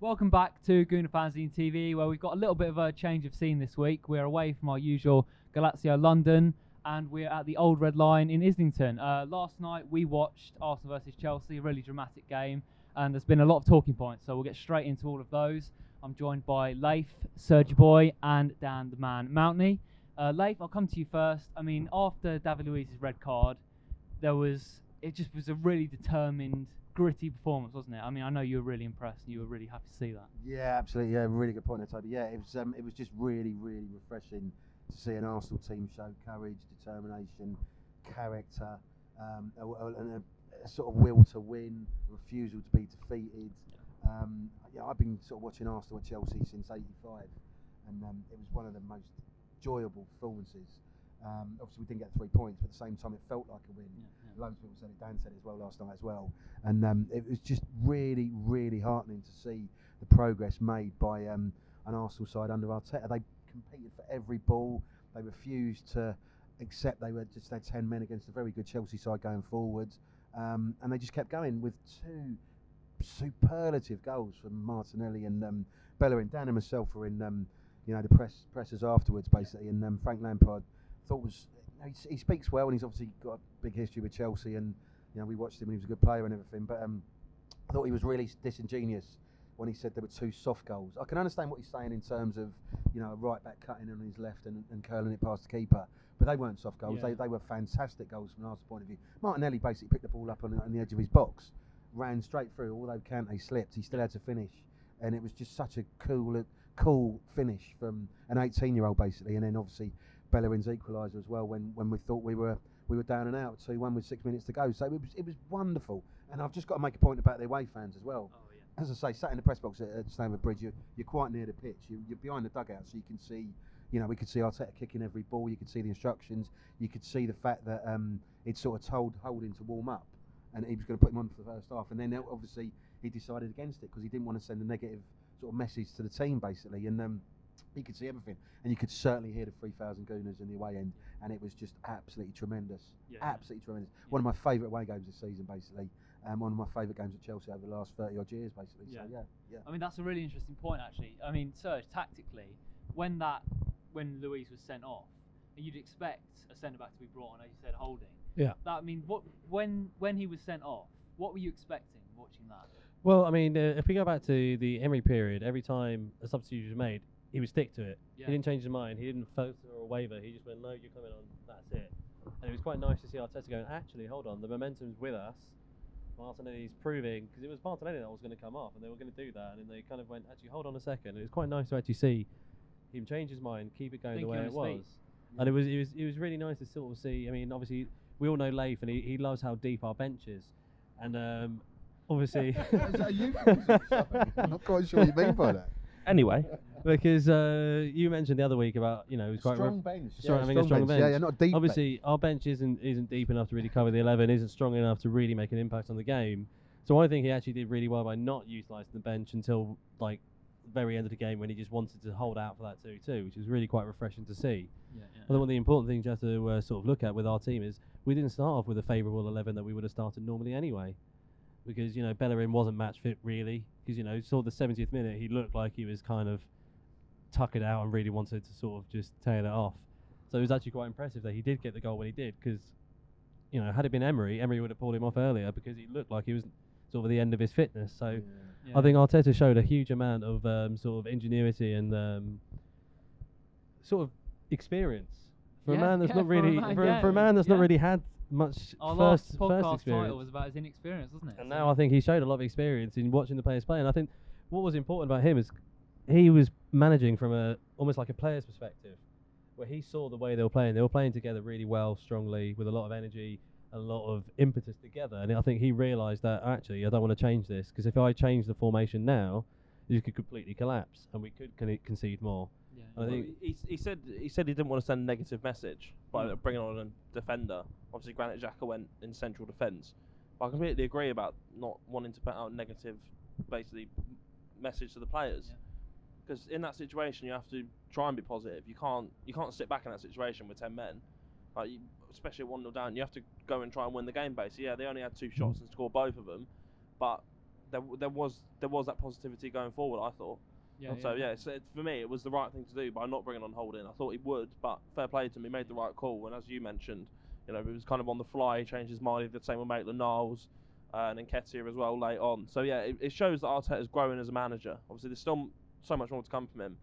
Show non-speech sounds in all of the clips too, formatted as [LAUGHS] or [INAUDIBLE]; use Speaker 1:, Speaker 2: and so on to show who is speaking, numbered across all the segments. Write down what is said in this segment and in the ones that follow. Speaker 1: Welcome back to Guna Fanzine TV, where we've got a little bit of a change of scene this week. We're away from our usual Galazio London, and we're at the Old Red Line in Islington. Uh, last night we watched Arsenal versus Chelsea, a really dramatic game, and there's been a lot of talking points, so we'll get straight into all of those. I'm joined by Leif, Serge Boy, and Dan the Man Mountney. Uh, Leif, I'll come to you first. I mean, after David Luiz's red card, there was it just was a really determined, gritty performance, wasn't it? I mean, I know you were really impressed and you were really happy to see that.
Speaker 2: Yeah, absolutely. Yeah, really good point there, Toby. Yeah, it was um, it was just really, really refreshing to see an Arsenal team show courage, determination, character, um, a- a- and a, a sort of will to win, refusal to be defeated. Um, yeah, I've been sort of watching Arsenal and Chelsea since '85, and um, it was one of the most enjoyable performances. Um, obviously, we didn't get three points, but at the same time, it felt like a win loads of people said it. Dan said it as well last night as well, and um, it was just really, really heartening to see the progress made by um, an Arsenal side under Arteta. They competed for every ball. They refused to accept they were just had ten men against a very good Chelsea side going forward, um, and they just kept going with two superlative goals from Martinelli and um, Bellerin. Dan and myself were in, um, you know, the press pressers afterwards basically, and um, Frank Lampard thought was you know, he, s- he speaks well, and he's obviously got a big history with Chelsea, and you know we watched him, and he was a good player and everything. But um, I thought he was really s- disingenuous when he said there were two soft goals. I can understand what he's saying in terms of you know a right back cutting on his left and, and curling it past the keeper, but they weren't soft goals.
Speaker 1: Yeah.
Speaker 2: They, they were fantastic goals from an Arsenal point of view. Martinelli basically picked the ball up on, the- on the edge of his box, ran straight through. Although Kante slipped, he still had to finish, and it was just such a cool cool finish from an 18 year old basically, and then obviously. Bellerin's equaliser as well when, when we thought we were we were down and out two one with six minutes to go. So it was it was wonderful. And I've just got to make a point about the away fans as well.
Speaker 1: Oh yeah.
Speaker 2: As I say, sat in the press box at, at Stamford Bridge, you're, you're quite near the pitch. You, you're behind the dugout, so you can see. You know, we could see Arteta kicking every ball. You could see the instructions. You could see the fact that um, he'd sort of told Holding to warm up, and he was going to put him on for the first half. And then uh, obviously he decided against it because he didn't want to send a negative sort of message to the team basically. And um, he could see everything, and you could certainly hear the 3,000 gooners in the away end, and it was just absolutely tremendous,
Speaker 1: Yeah, yeah.
Speaker 2: absolutely tremendous. One of my favourite away games this season, basically. Um, one of my favourite games at Chelsea over the last 30 odd years, basically. So yeah, yeah.
Speaker 1: I mean, that's a really interesting point, actually. I mean, Serge, tactically, when that when Luis was sent off, you'd expect a centre back to be brought on, as you said, holding.
Speaker 3: Yeah.
Speaker 1: That I mean, what when when he was sent off, what were you expecting watching that?
Speaker 3: Well, I mean, uh, if we go back to the Emery period, every time a substitute was made, he would stick to it.
Speaker 1: Yeah.
Speaker 3: He didn't change his mind. He didn't falter or waver. He just went, no, you're coming on. That's it. And it was quite nice to see Arteta going, actually, hold on, the momentum's with us. Martinelli's proving, because it was Martinelli that was going to come off, and they were going to do that. And then they kind of went, actually, hold on a second. It was quite nice to actually see him change his mind, keep it going
Speaker 1: Thinking
Speaker 3: the way
Speaker 1: on
Speaker 3: it
Speaker 1: his
Speaker 3: was.
Speaker 1: feet.
Speaker 3: And it was, it was it was really nice to sort of see. I mean, obviously, we all know Leif, and he, he loves how deep our bench is. And um,
Speaker 2: [LAUGHS]
Speaker 3: obviously.
Speaker 2: I'm not quite sure what you mean by that.
Speaker 3: anyway, because uh, you mentioned the other week about you know it was quite rough.
Speaker 2: strong bench.
Speaker 3: Sorry, I think a strong
Speaker 2: Yeah,
Speaker 3: bench.
Speaker 2: yeah, not a deep.
Speaker 3: Obviously, our bench isn't isn't deep enough to really cover the eleven. Isn't strong enough to really make an impact on the game. So I think he actually did really well by not utilising the bench until like the very end of the game when he just wanted to hold out for that two-two, which was really quite refreshing to see.
Speaker 1: Yeah,
Speaker 3: I think one of the important things you have to uh, sort of look at with our team is we didn't start off with a favourable 11 that we would have started normally anyway. Because, you know, Bellerin wasn't match fit really. Because, you know, saw the 70th minute, he looked like he was kind of tuckered out and really wanted to sort of just tear that off. So it was actually quite impressive that he did get the goal when he did. Because, you know, had it been Emery, Emery would have pulled him off earlier because he looked like he was sort of at the end of his fitness. So. I think Arteta showed a huge amount of um, sort of ingenuity and um, sort of experience for
Speaker 1: Yeah,
Speaker 3: a man that's
Speaker 1: yeah,
Speaker 3: not
Speaker 1: for a
Speaker 3: really
Speaker 1: man,
Speaker 3: for,
Speaker 1: yeah,
Speaker 3: for a man that's
Speaker 1: yeah.
Speaker 3: not really had much
Speaker 1: Our
Speaker 3: first
Speaker 1: last
Speaker 3: first
Speaker 1: podcast
Speaker 3: experience.
Speaker 1: title was about his inexperience, wasn't it?
Speaker 3: and
Speaker 1: So-
Speaker 3: now I think he showed a lot of experience in watching the players play. And I think what was important about him is he was managing from a almost like a player's perspective, where he saw the way they were playing. They were playing together really well, strongly, with a lot of energy, a lot of impetus together. And I think he realised that actually I don't want to change this because if I change the formation now, you could completely collapse and we could con- concede more.
Speaker 1: Yeah.
Speaker 3: I
Speaker 4: Well,
Speaker 3: think-
Speaker 4: he, he said he said he didn't want to send a negative message by
Speaker 3: Mm.
Speaker 4: bringing on a defender. Obviously, Granit Xhaka went in central defence. But I completely agree about not wanting to put out negative, basically, m- message to the players.
Speaker 1: Yeah.
Speaker 4: Because in that situation, you have to try and be positive. You can't you can't sit back in that situation with ten men, like you, especially
Speaker 3: Mm.
Speaker 4: one 0 down. You have to go and try and win the game. Basically, yeah, they only had two shots and scored both of them, but there, w- there was there was that positivity going forward. I thought.
Speaker 1: Yeah,
Speaker 4: so yeah, so it, for me it was the right thing to do by not bringing on Holding. I thought he would, but fair play to him, he made the right call. And as you mentioned, you know, it was kind of on the fly. He changed his mind. He did the same with Maitland Niles uh, and Nketiah as well late on. So yeah, it, it shows that Arteta's growing as a manager. Obviously, there's still m- so much more to come from him.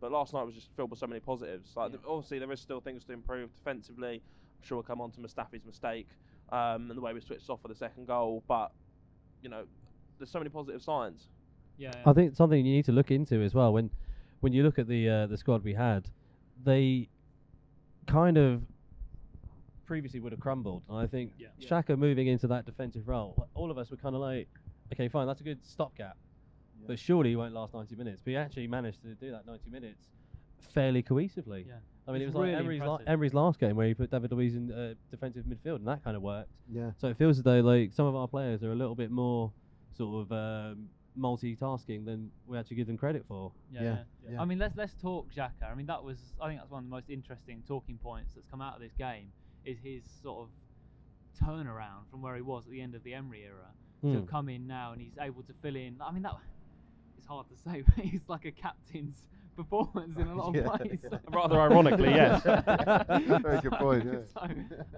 Speaker 4: But last night was just filled with so many positives. Like
Speaker 1: Yeah.
Speaker 4: th- obviously there is still things to improve defensively. I'm sure we'll come on to Mustafi's mistake um, and the way we switched off for the second goal. But you know, there's so many positive signs.
Speaker 1: yeah,
Speaker 3: I think something you need to look into as well when when you look at the uh, the squad we had, they kind of previously would have crumbled. And I think
Speaker 1: Yeah. Yeah.
Speaker 3: Shaka moving into that defensive role, like, all of us were kind of like, okay, fine, that's a good stopgap, but surely he won't last 90 minutes. But he actually managed to do that 90 minutes fairly cohesively.
Speaker 1: Yeah.
Speaker 3: I mean,
Speaker 1: It's
Speaker 3: it was
Speaker 1: really
Speaker 3: like Emery's, la-
Speaker 1: impressive.
Speaker 3: Emery's last game where he put David Luiz in uh, defensive midfield, and that kind of worked.
Speaker 2: Yeah.
Speaker 3: So it feels as though like some of our players are a little bit more sort of um, multitasking than we actually give them credit for.
Speaker 1: Yeah,
Speaker 2: Yeah,
Speaker 1: yeah.
Speaker 2: yeah.
Speaker 1: I mean, let's let's talk Xhaka. I mean, that was I think that's one of the most interesting talking points that's come out of this game is his sort of turnaround from where he was at the end of the Emery era to
Speaker 3: Hmm.
Speaker 1: come in now and he's able to fill in. I mean, that it's hard to say, [LAUGHS] but he's like a captain's [LAUGHS] performance in a lot of
Speaker 2: [LAUGHS] Yeah,
Speaker 1: ways. [LAUGHS]
Speaker 2: yeah.
Speaker 4: Rather ironically, yes.
Speaker 2: Very good
Speaker 1: So-
Speaker 2: point, yeah.
Speaker 1: so,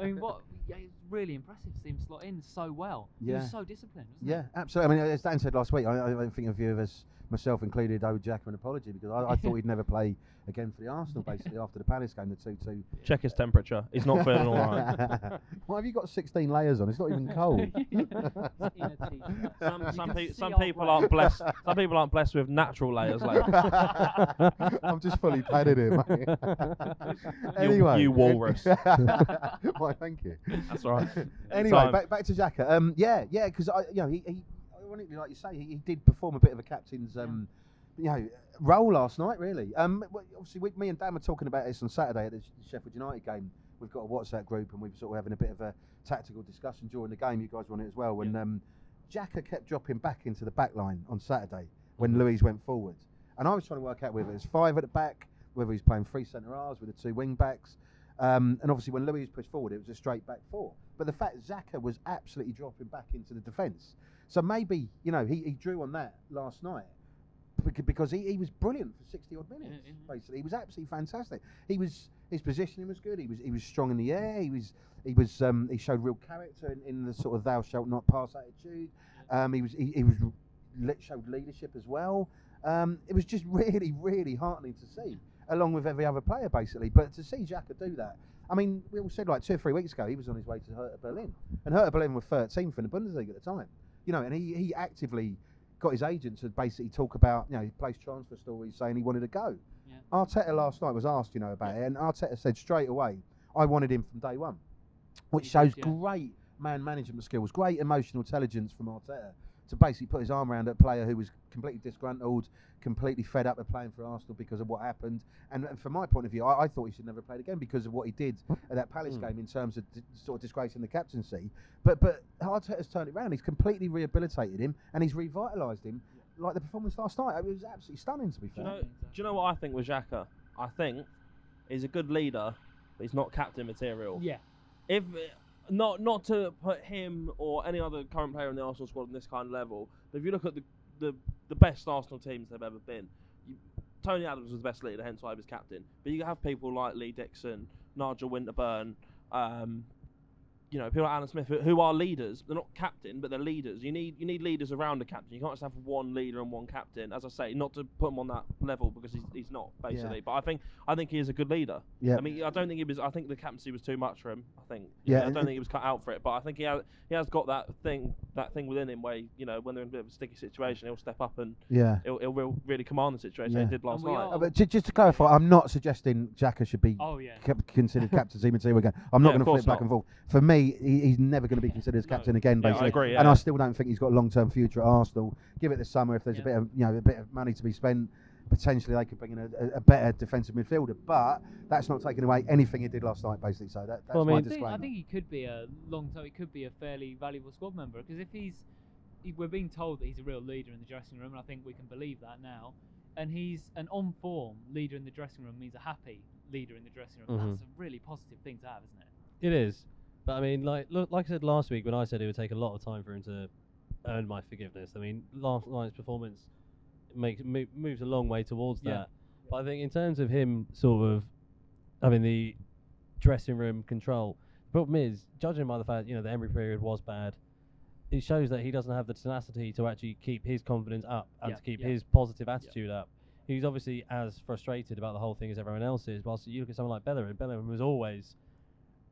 Speaker 1: I mean, what? Yeah, it's really impressive to see him slot in so well. He
Speaker 2: Yeah.
Speaker 1: was so disciplined, wasn't
Speaker 2: Yeah, absolutely. I mean, as Dan said last week, I, I don't think a few of us, myself included, owed Jack an apology because I, I thought he'd never play again for the Arsenal, basically, after the Palace game, the 2 2.
Speaker 4: Check his temperature. He's
Speaker 1: [LAUGHS]
Speaker 4: not feeling all right.
Speaker 2: [LAUGHS] Why have you got 16 layers on? It's not even
Speaker 1: [LAUGHS]
Speaker 2: cold. [LAUGHS]
Speaker 1: Yeah. In a t-shirt.
Speaker 4: Some,
Speaker 1: You
Speaker 4: some,
Speaker 1: can
Speaker 4: pe-
Speaker 1: see
Speaker 4: some
Speaker 1: our
Speaker 4: people
Speaker 1: brain. [LAUGHS]
Speaker 4: aren't blessed. Some people aren't blessed with natural layers. Like
Speaker 2: I'm just fully padded here, mate. [LAUGHS] anyway,
Speaker 4: you walrus.
Speaker 2: Why, thank you.
Speaker 4: that's all right.
Speaker 2: anyway,
Speaker 4: Anytime.
Speaker 2: back, back to Xhaka. Um, yeah, yeah, because I, you know, he, he ironically, like you say, he, he did perform a bit of a captain's,
Speaker 1: Yeah.
Speaker 2: um, you know, role last night. Really. Um, well, obviously, we, me and Dan were talking about this on Saturday at the Sh- Sheffield United game. We've got a WhatsApp group, and we were sort of having a bit of a tactical discussion during the game. You guys were on it as well. When um, Xhaka kept dropping back into the back line on Saturday when Louise went forward, and I was trying to work out whether it was five at the back, whether he's playing three centre halves with the two wing backs. Um, and obviously, when Louis was pushed forward, it was a straight back four. But the fact Zaka was absolutely dropping back into the defence. So maybe, you know, he, he drew on that last night bec- because he, he was brilliant for 60 odd minutes,
Speaker 1: Yeah, yeah.
Speaker 2: basically. He was absolutely fantastic. He was, his positioning was good. He was, he was strong in the air. He was, he was, um, he showed real character in, in the sort of thou shalt not pass attitude. Um, he was, he, he was, le- showed leadership as well. Um, it was just [LAUGHS] really, really heartening to see along with every other player basically. But to see Xhaka do that, I mean, we all said like two or three weeks ago he was on his way to Hertha Berlin, and Hertha Berlin were 13th in the Bundesliga at the time, you know, and he, he actively got his agent to basically talk about you know his place transfer stories, saying he wanted to go.
Speaker 1: Yeah.
Speaker 2: Arteta last night was asked, you know, about it, and Arteta said straight away, I wanted him from day one, which
Speaker 1: He
Speaker 2: shows
Speaker 1: did, yeah.
Speaker 2: great man management skills, great emotional intelligence from Arteta. To basically put his arm around a player who was completely disgruntled, completely fed up of playing for Arsenal because of what happened. And, and from my point of view, I, I thought he should never have played again because of what he did at that Palace
Speaker 3: Mm.
Speaker 2: game in terms of d- sort of disgracing the captaincy. But but Arteta's turned it round. He's completely rehabilitated him and he's revitalised him. Like the performance last night, it was absolutely stunning to be
Speaker 4: Do
Speaker 2: fair.
Speaker 4: you know? Do you know what I think with Xhaka? I think he's a good leader, but he's not captain material.
Speaker 1: Yeah.
Speaker 4: If not, not to put him or any other current player in the Arsenal squad on this kind of level, but if you look at the the, the best Arsenal teams they've ever been, you, Tony Adams was the best leader, hence why he was captain. But you have people like Lee Dixon, Nigel Winterburn, um, you know, people like Alan Smith who, who are leaders. They're not captain, but they're leaders. You need you need leaders around a captain. You can't just have one leader and one captain. As I say, not to put him on that level because he's, he's not basically. But I think I think he is a good leader.
Speaker 2: Yeah.
Speaker 4: I mean, I don't think he was. I think the captaincy was too much for him. I think.
Speaker 2: Yeah,
Speaker 4: Yeah. I
Speaker 2: and-
Speaker 4: don't think he was cut out for it. But I think he has, he has got that thing that thing within him where you know when they're in a bit of a sticky situation, he'll step up and
Speaker 2: yeah.
Speaker 4: he'll, he'll real, really command the situation.
Speaker 2: Yeah.
Speaker 4: He did last
Speaker 1: And we
Speaker 4: night.
Speaker 1: are-
Speaker 2: Uh, but ju- just to clarify, I'm not suggesting Xhaka should be
Speaker 1: Oh yeah.
Speaker 2: cap- considered captain team material again. I'm not
Speaker 4: Yeah, of
Speaker 2: going to flip
Speaker 4: course
Speaker 2: back
Speaker 4: not.
Speaker 2: and forth. For me, he, he's never going to be considered as
Speaker 1: No.
Speaker 2: captain again.
Speaker 4: Yeah, I
Speaker 2: Basically,
Speaker 4: agree,
Speaker 2: and
Speaker 4: yeah.
Speaker 2: I still don't think he's got a long-term future at Arsenal. Give it the summer if there's a
Speaker 1: Yeah.
Speaker 2: bit of you know a bit of money to be spent. Potentially, they could bring in a, a- a better defensive midfielder, but that's not taking away anything he did last night. Basically, so that, that's
Speaker 3: Well, I
Speaker 2: my
Speaker 3: mean-
Speaker 1: I think,
Speaker 2: disclaimer.
Speaker 1: I think he could be a long term. He could be a fairly valuable squad member because if he's, he- we're being told that he's a real leader in the dressing room, and I think we can believe that now. And he's an on form leader in the dressing room means a happy leader in the dressing room.
Speaker 3: Mhm.
Speaker 1: That's a really positive thing to have, isn't it?
Speaker 3: It is, but I mean, like look, like I said last week when I said it would take a lot of time for him to earned my forgiveness. I mean, last night's performance makes mo- moves a long way towards
Speaker 1: Yeah.
Speaker 3: that. But I think in terms of him sort of having the dressing room control, problem is judging by the fact you know the Emery period was bad. It shows that he doesn't have the tenacity to actually keep his confidence up and
Speaker 1: Yeah,
Speaker 3: to keep
Speaker 1: yeah.
Speaker 3: his positive attitude up. He's obviously as frustrated about the whole thing as everyone else is. Whilst you look at someone like Bellerin, Bellerin was always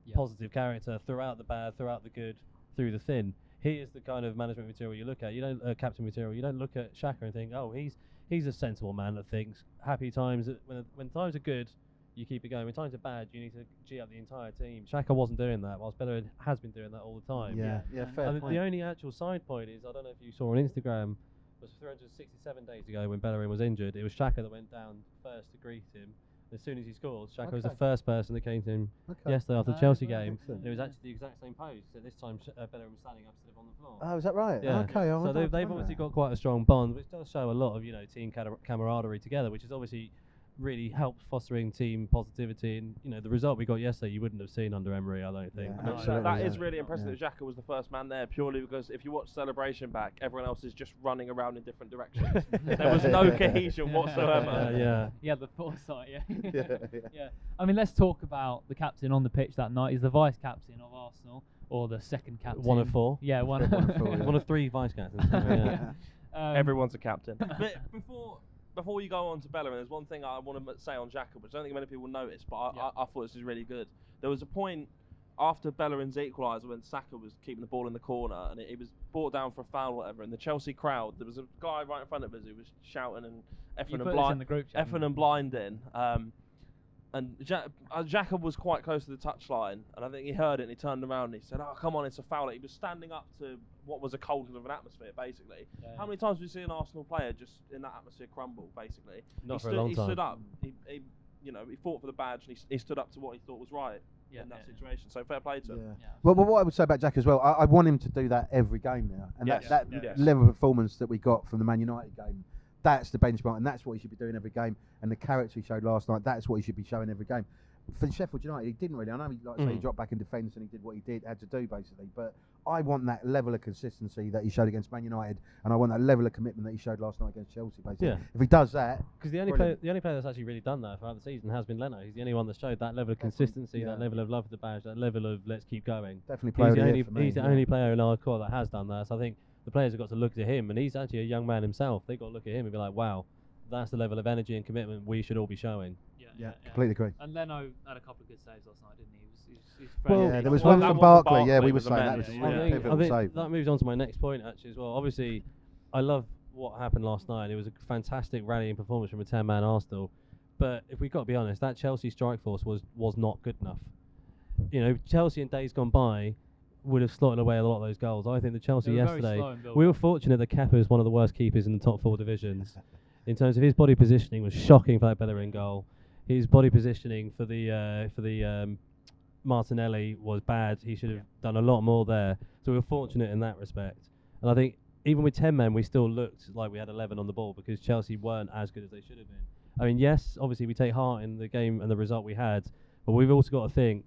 Speaker 1: Yeah.
Speaker 3: positive character throughout the bad, throughout the good, through the thin. He is the kind of management material you look at. You don't uh, captain material. You don't look at Shaka and think, oh, he's he's a sensible man that thinks. Happy times uh, when when times are good, you keep it going. When times are bad, you need to g up the entire team. Shaka wasn't doing that, whilst Bellerin has been doing that all the time.
Speaker 2: Yeah, yeah,
Speaker 1: Yeah.
Speaker 2: fair
Speaker 3: I mean,
Speaker 2: point.
Speaker 3: the only actual side point is I don't know if you saw on Instagram was 367 days ago when Bellerin was injured. It was Shaka that went down first to greet him. As soon as he scored, Shaka was the
Speaker 2: Okay.
Speaker 3: first person that came to him
Speaker 2: Okay.
Speaker 3: yesterday after the
Speaker 1: Oh,
Speaker 3: Chelsea
Speaker 1: right,
Speaker 3: game.
Speaker 2: excellent.
Speaker 3: It was actually the exact same pose. So this time, Sh- uh, Bellerin was standing up instead of on the floor.
Speaker 2: Oh, is that right?
Speaker 3: Yeah.
Speaker 2: Okay. I
Speaker 3: so
Speaker 2: wonder-
Speaker 3: they've,
Speaker 2: I
Speaker 3: they've
Speaker 2: wonder. [LAUGHS]
Speaker 3: obviously got quite a strong bond, which does show a lot of you know team camar- camaraderie together, which is obviously really helps fostering team positivity. And you know the result we got yesterday, you wouldn't have seen under Emery, I don't think.
Speaker 2: Yeah,
Speaker 4: No,
Speaker 2: Absolutely,
Speaker 4: that
Speaker 2: yeah.
Speaker 4: is really impressive
Speaker 2: Yeah.
Speaker 4: that Xhaka was the first man there purely because if you watch Celebration back, everyone else is just running around in
Speaker 2: [LAUGHS]
Speaker 4: different directions. [LAUGHS] there
Speaker 1: [LAUGHS]
Speaker 4: was no cohesion
Speaker 3: Uh,
Speaker 4: whatsoever.
Speaker 3: yeah.
Speaker 1: Yeah, the foresight.
Speaker 3: [LAUGHS]
Speaker 1: Yeah.
Speaker 2: Yeah, yeah.
Speaker 1: [LAUGHS] yeah. I mean, let's talk about the captain on the pitch that night. He's the vice captain of Arsenal, or the second captain.
Speaker 3: One of four.
Speaker 1: Yeah, one, [LAUGHS]
Speaker 2: One of four,
Speaker 3: [LAUGHS] [LAUGHS] One of three vice captains.
Speaker 2: [LAUGHS]
Speaker 3: yeah.
Speaker 1: Yeah. Um,
Speaker 4: Everyone's a captain. [LAUGHS] but before before you go on to Bellerin, there's one thing I want to say on Xhaka, which I don't think many people notice, but I,
Speaker 1: Yeah.
Speaker 4: I, I thought this was really good. There was a point after Bellerin's equaliser when Saka was keeping the ball in the corner and it, it was brought down for a foul or whatever, and the Chelsea crowd, there was a guy right in front of us who was shouting and effing
Speaker 1: You
Speaker 4: and
Speaker 1: put this
Speaker 4: blind.
Speaker 1: in the group chat.
Speaker 4: Effin and Blind in. Um, and Jack, uh, Jacob was quite close to the touchline, and I think he heard it and he turned around and he said, Oh, come on, it's a foul. He was standing up to what was a cold of an atmosphere, basically.
Speaker 1: Yeah.
Speaker 4: How many times have we seen an Arsenal player just in that atmosphere crumble, basically? he
Speaker 3: Not for
Speaker 4: stood,
Speaker 3: a long
Speaker 4: he
Speaker 3: time.
Speaker 4: stood up. He, he, you know, he fought for the badge and he, s- he stood up to what he thought was right
Speaker 1: Yeah,
Speaker 4: in that
Speaker 1: yeah,
Speaker 4: situation. So fair play to him.
Speaker 2: Yeah.
Speaker 1: yeah.
Speaker 2: Well, well, what I would say about Jack as well, I, I want him to do that every game now, and
Speaker 4: Yes.
Speaker 2: that,
Speaker 1: Yeah.
Speaker 2: that
Speaker 4: Yes.
Speaker 2: level of performance that we got from the Man United game, that's the benchmark, and that's what he should be doing every game. And the character he showed last night, that's what he should be showing every game. For Sheffield United, he didn't really. I know, he, like I say, he
Speaker 3: Mm.
Speaker 2: dropped back in defence and he did what he did, had to do basically. But I want that level of consistency that he showed against Man United, and I want that level of commitment that he showed last night against Chelsea. Basically,
Speaker 3: Yeah.
Speaker 2: if he does that,
Speaker 3: Because the only player,
Speaker 2: Brilliant.
Speaker 3: the only player that's actually really done that throughout the season has been Leno. He's the only one that showed that level of
Speaker 2: Definitely,
Speaker 3: consistency,
Speaker 2: yeah.
Speaker 3: that level of love for the badge, that level of let's keep going.
Speaker 2: definitely player
Speaker 3: He's
Speaker 2: of
Speaker 3: the
Speaker 2: the year
Speaker 3: only,
Speaker 2: for me,
Speaker 3: he's the
Speaker 2: yeah.
Speaker 3: only player in our core that has done that. So I think the players have got to look to him, and he's actually a young man himself. They've got to look at him and be like, wow, that's the level of energy and commitment we should all be showing.
Speaker 1: Yeah,
Speaker 2: Yeah,
Speaker 1: yeah, yeah.
Speaker 2: completely agree.
Speaker 1: And Leno had a couple of good saves last night, didn't he? He was, he was, he was
Speaker 3: Well,
Speaker 1: very
Speaker 2: yeah,
Speaker 1: good.
Speaker 2: there was
Speaker 4: Well,
Speaker 2: one
Speaker 4: that
Speaker 2: from
Speaker 4: one from
Speaker 2: Barkley. Yeah,
Speaker 4: Barkley
Speaker 2: we were
Speaker 4: was
Speaker 2: saying that was
Speaker 4: amazing,
Speaker 2: one
Speaker 4: yeah.
Speaker 3: I think, I
Speaker 2: pivotal
Speaker 3: think
Speaker 2: save.
Speaker 3: that moves on to my next point, actually, as well. Obviously, I love what happened last night. It was a fantastic rallying performance from a 10 man Arsenal. But if we've got to be honest, that Chelsea strike force was, was not good enough. You know, Chelsea in days gone by would have slotted away a lot of those goals. I think the Chelsea
Speaker 1: They were very
Speaker 3: yesterday.
Speaker 1: slow in building.
Speaker 3: We were fortunate that Kepa is one of the worst keepers in the top four divisions. In terms of his body positioning, was shocking for that Bellerin goal. His body positioning for the uh, for the um, Martinelli was bad. He should have done a lot more there. So we were fortunate in that respect. And I think even with ten men, we still looked like we had eleven on the ball because Chelsea weren't as good as they should have been. I mean, yes, obviously we take heart in the game and the result we had, but we've also got to think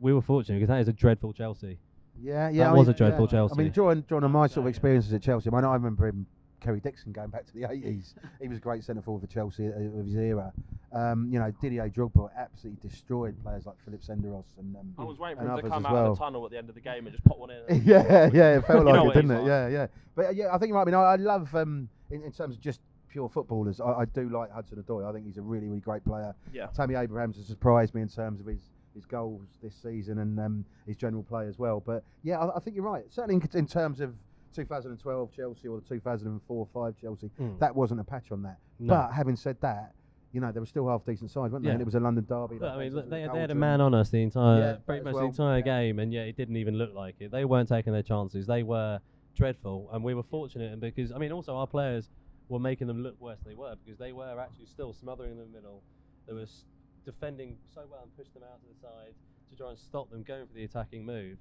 Speaker 3: we were fortunate because that is a dreadful Chelsea.
Speaker 2: Yeah, yeah.
Speaker 3: that
Speaker 2: I
Speaker 3: was
Speaker 2: mean,
Speaker 3: a dreadful
Speaker 2: yeah.
Speaker 3: Chelsea.
Speaker 2: I mean, drawing, drawing on my sort
Speaker 1: Yeah.
Speaker 2: of experiences at Chelsea, I mean, I remember him, Kerry Dixon, going back to the 80s. he was a great centre forward for Chelsea uh, of his era. Um, you know, Didier Drogba absolutely destroyed players like Philip Senderos and. Um,
Speaker 4: I was waiting for
Speaker 2: and
Speaker 4: him to
Speaker 2: others
Speaker 4: come
Speaker 2: as
Speaker 4: out
Speaker 2: well.
Speaker 4: of the tunnel at the end of the game and just pop one in.
Speaker 2: [LAUGHS] yeah, yeah, it felt
Speaker 4: [LAUGHS] You
Speaker 2: like
Speaker 4: know
Speaker 2: it,
Speaker 4: what he's
Speaker 2: didn't it?
Speaker 4: like.
Speaker 2: Yeah, yeah. But uh, yeah, I think you might be. I, I love, um, in, in terms of just pure footballers, I, I do like Hudson Odoi. I think he's a really, really great player.
Speaker 4: Yeah.
Speaker 2: Tammy Abrahams has surprised me in terms of his, his goals this season and um, his general play as well. But yeah, I, I think you're right. Certainly in, in terms of 2012 Chelsea or the 2004-5 Chelsea,
Speaker 3: Mm.
Speaker 2: that wasn't a patch on that.
Speaker 3: No.
Speaker 2: But having said that, you know, they were still half decent sides, weren't they?
Speaker 3: Yeah.
Speaker 2: And it was a London derby.
Speaker 3: Look, I mean, look,
Speaker 2: that was
Speaker 3: they, they had a
Speaker 2: goal-driven.
Speaker 3: man on us the entire,
Speaker 2: Yeah,
Speaker 3: pretty
Speaker 2: as
Speaker 3: much the
Speaker 2: well,
Speaker 3: entire
Speaker 2: yeah.
Speaker 3: game, and yet it didn't even look like it. They weren't taking their chances. They were dreadful, and we were fortunate, and because I mean, also our players were making them look worse than they were because they were actually still smothering in the middle. They were s- defending so well and pushed them out to the side to try and stop them going for the attacking move.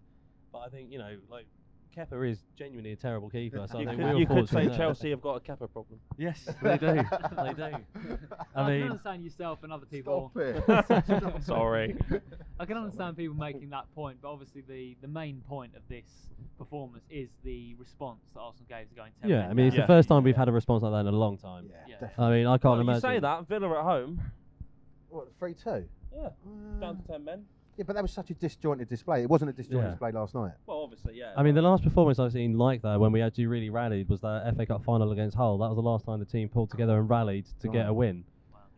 Speaker 3: But I think you know, like Kepa is genuinely a terrible keeper. So I
Speaker 4: you
Speaker 3: think
Speaker 4: could,
Speaker 3: we're
Speaker 4: you could
Speaker 3: fortunate
Speaker 4: say
Speaker 3: there.
Speaker 4: Chelsea have got a Kepa problem.
Speaker 3: Yes, they do.
Speaker 2: [LAUGHS]
Speaker 3: they do. I
Speaker 1: I can
Speaker 3: mean,
Speaker 1: understand yourself and other people.
Speaker 2: Stop
Speaker 3: [LAUGHS]
Speaker 2: it. [LAUGHS]
Speaker 4: Sorry.
Speaker 1: I can understand people making that point, but obviously the, the main point of this performance is the response that Arsenal gave to going 10
Speaker 3: yeah. I mean, it's
Speaker 4: Yeah.
Speaker 3: the first time we've had a response like that in a long time.
Speaker 2: Yeah,
Speaker 1: Yeah.
Speaker 2: definitely.
Speaker 3: I mean, I can't
Speaker 4: you
Speaker 3: imagine.
Speaker 4: say that Villa at home.
Speaker 2: What, 3 2?
Speaker 4: Yeah, down to ten men.
Speaker 2: Yeah, but that was such a disjointed display. It wasn't a disjointed
Speaker 3: Yeah.
Speaker 2: display last night.
Speaker 4: Well, obviously, yeah.
Speaker 3: I mean, the last performance I've seen like that when we actually really rallied was that FA Cup final against Hull. That was the last time the team pulled together and rallied to get a
Speaker 2: Right.
Speaker 3: win.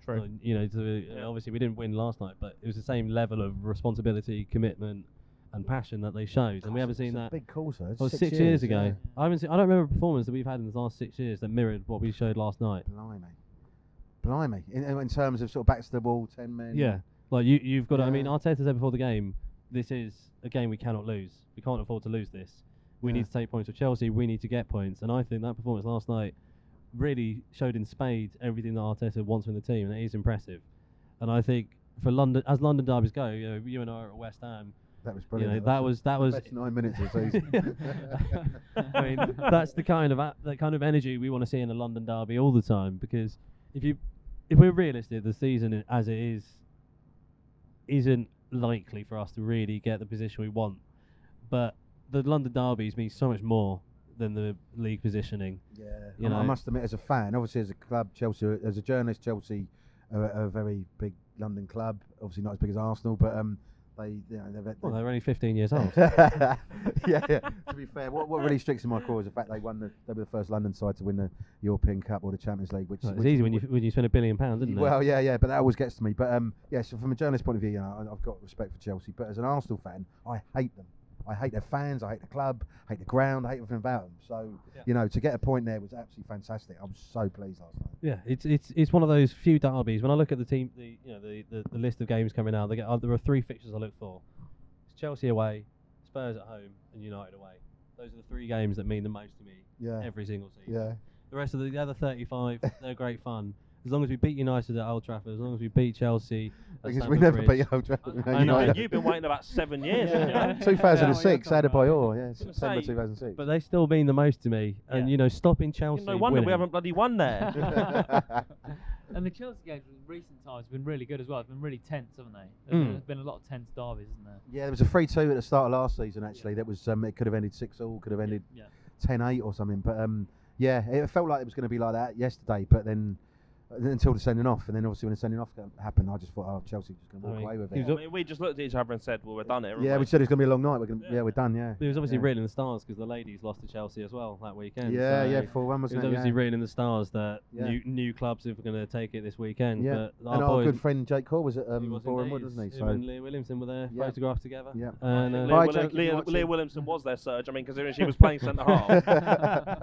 Speaker 4: True.
Speaker 3: Uh, you know, to,
Speaker 4: Yeah.
Speaker 3: obviously we didn't win last night, but it was the same level of responsibility, commitment, and passion that they showed, and we haven't
Speaker 2: It's a
Speaker 3: seen that.
Speaker 2: Big call, sir. It's
Speaker 3: Oh, six, years, ago. I haven't seen, I don't remember a performance that we've had in the last six years that mirrored what we showed last night.
Speaker 2: Blimey. Blimey. In, in terms of sort of back to the wall, 10 men.
Speaker 3: Yeah, like you, you've got. To, I mean,
Speaker 2: Yeah.
Speaker 3: Arteta said before the game, this is a game we cannot lose. We can't afford to lose this. We
Speaker 2: Yeah.
Speaker 3: need to take points with Chelsea. We need to get points, and I think that performance last night really showed in spades everything that Arteta wants from the team, and it is impressive. And I think for London, as London derbies go, you know, you and I are at West Ham.
Speaker 2: That was
Speaker 3: You
Speaker 2: brilliant.
Speaker 3: know, that was that was
Speaker 2: Best nine minutes
Speaker 3: [LAUGHS]
Speaker 2: of the season.
Speaker 3: I mean, that's the kind of a- that kind of energy we want to see in a London derby all the time. Because if you, if we're realistic, the season i- as it is, isn't likely for us to really get the position we want. But the London derbies mean so much more than the league positioning.
Speaker 2: Yeah,
Speaker 3: You
Speaker 2: I- I
Speaker 3: know.
Speaker 2: must admit, as a fan, obviously as a club, Chelsea, are- as a journalist, Chelsea are a, a very big London club. Obviously not as big as Arsenal, but um, they, you know, they've.
Speaker 3: Well,
Speaker 2: they've-
Speaker 3: they're only 15
Speaker 2: [LAUGHS]
Speaker 3: years old.
Speaker 2: yeah, [LAUGHS] yeah. To be fair, what, what
Speaker 3: [LAUGHS]
Speaker 2: really sticks in my craw is the fact they won the they were the first London side to win the European Cup or the Champions League, which,
Speaker 3: Well, it's
Speaker 2: which-
Speaker 3: easy when you
Speaker 2: which-
Speaker 3: when you spend a billion pounds, isn't it?
Speaker 2: well, yeah, yeah, but that always gets to me. But um, yeah, so from a journalist point of view, you know, I- I've got respect for Chelsea, but as an Arsenal fan, I hate them. I hate their fans. I hate the club. I hate the ground. I hate everything about them. So
Speaker 3: Yeah.
Speaker 2: you know, to get a point there was absolutely fantastic. I was so pleased last night.
Speaker 3: Yeah, it's it's it's one of those few derbies. When I look at the team, the you know the, the, the list of games coming out, they get, uh, there are three fixtures I look for: it's Chelsea away, Spurs at home, and United away. Those are the three games that mean the most to me
Speaker 2: Yeah,
Speaker 3: every single season.
Speaker 2: yeah.
Speaker 3: The rest of the, the other 35, [LAUGHS] they're great fun. As long as we beat United at Old Trafford, as long as we beat Chelsea, at
Speaker 2: Because we
Speaker 3: Stamford
Speaker 2: never
Speaker 3: Bridge.
Speaker 2: beat Old Trafford. [LAUGHS]
Speaker 3: I
Speaker 4: you
Speaker 3: know,
Speaker 2: United.
Speaker 4: you've been waiting about seven years.
Speaker 1: Yeah.
Speaker 4: haven't you?
Speaker 2: 2006,
Speaker 1: Yeah, well, you're
Speaker 2: added by all. oh, Yeah,
Speaker 4: gonna
Speaker 2: September
Speaker 4: say,
Speaker 2: 2006.
Speaker 3: But they still mean the most to me. And
Speaker 4: Yeah.
Speaker 3: you know, stopping Chelsea.
Speaker 4: No wonder
Speaker 3: winning.
Speaker 4: we haven't bloody
Speaker 3: [LAUGHS]
Speaker 4: won there.
Speaker 1: [LAUGHS] and the Chelsea games in recent times have been really good as well. They've been really tense, haven't they? There's
Speaker 3: Mm.
Speaker 1: there's been a lot of tense derbies, isn't there?
Speaker 2: yeah, there was a 3 2 at the start of last season, actually. That was, um, it could have ended 6 all, could have ended
Speaker 1: Yeah.
Speaker 2: 10 8 or something. But um, yeah, it felt like it was going to be like that yesterday, but then uh, until the sending off. And then obviously when the sending off happened, I just thought, oh, Chelsea just going to
Speaker 3: I
Speaker 2: walk
Speaker 3: mean,
Speaker 2: away with
Speaker 3: he
Speaker 2: it.
Speaker 3: was-
Speaker 4: I mean, we just looked at each other and said, "Well, we're done here." haven't
Speaker 2: Yeah, we
Speaker 4: we
Speaker 2: said it's going to be a long night. We're gonna,
Speaker 4: Yeah.
Speaker 2: yeah. we're done, yeah.
Speaker 3: It was obviously
Speaker 2: Yeah.
Speaker 3: reeling in the stars because the ladies lost to Chelsea as well that weekend.
Speaker 2: Yeah,
Speaker 3: so-
Speaker 2: yeah, 4 1,
Speaker 3: It was
Speaker 2: wasn't it?
Speaker 3: obviously
Speaker 2: yeah.
Speaker 3: reading the stars that
Speaker 2: Yeah.
Speaker 3: new new clubs are going to take it this weekend.
Speaker 2: Yeah.
Speaker 3: But
Speaker 2: and
Speaker 3: our
Speaker 2: our
Speaker 3: boys,
Speaker 2: good friend Jake Cole was at
Speaker 3: he
Speaker 2: um,
Speaker 3: was
Speaker 2: Boreham
Speaker 3: indeed.
Speaker 2: Wood, wasn't he?
Speaker 3: Him
Speaker 2: So,
Speaker 3: and Leah Williamson were there,
Speaker 2: Yeah.
Speaker 3: photographed together.
Speaker 2: yeah.
Speaker 3: And,
Speaker 4: Leah,
Speaker 3: uh,
Speaker 2: Leah- Right,
Speaker 4: Willi-
Speaker 2: Jake,
Speaker 4: Leah-
Speaker 2: you're watching.
Speaker 4: Leah Williamson was there, Serge. I mean, considering she was playing
Speaker 1: [LAUGHS]
Speaker 2: [LAUGHS]
Speaker 4: centre half.
Speaker 3: [LAUGHS]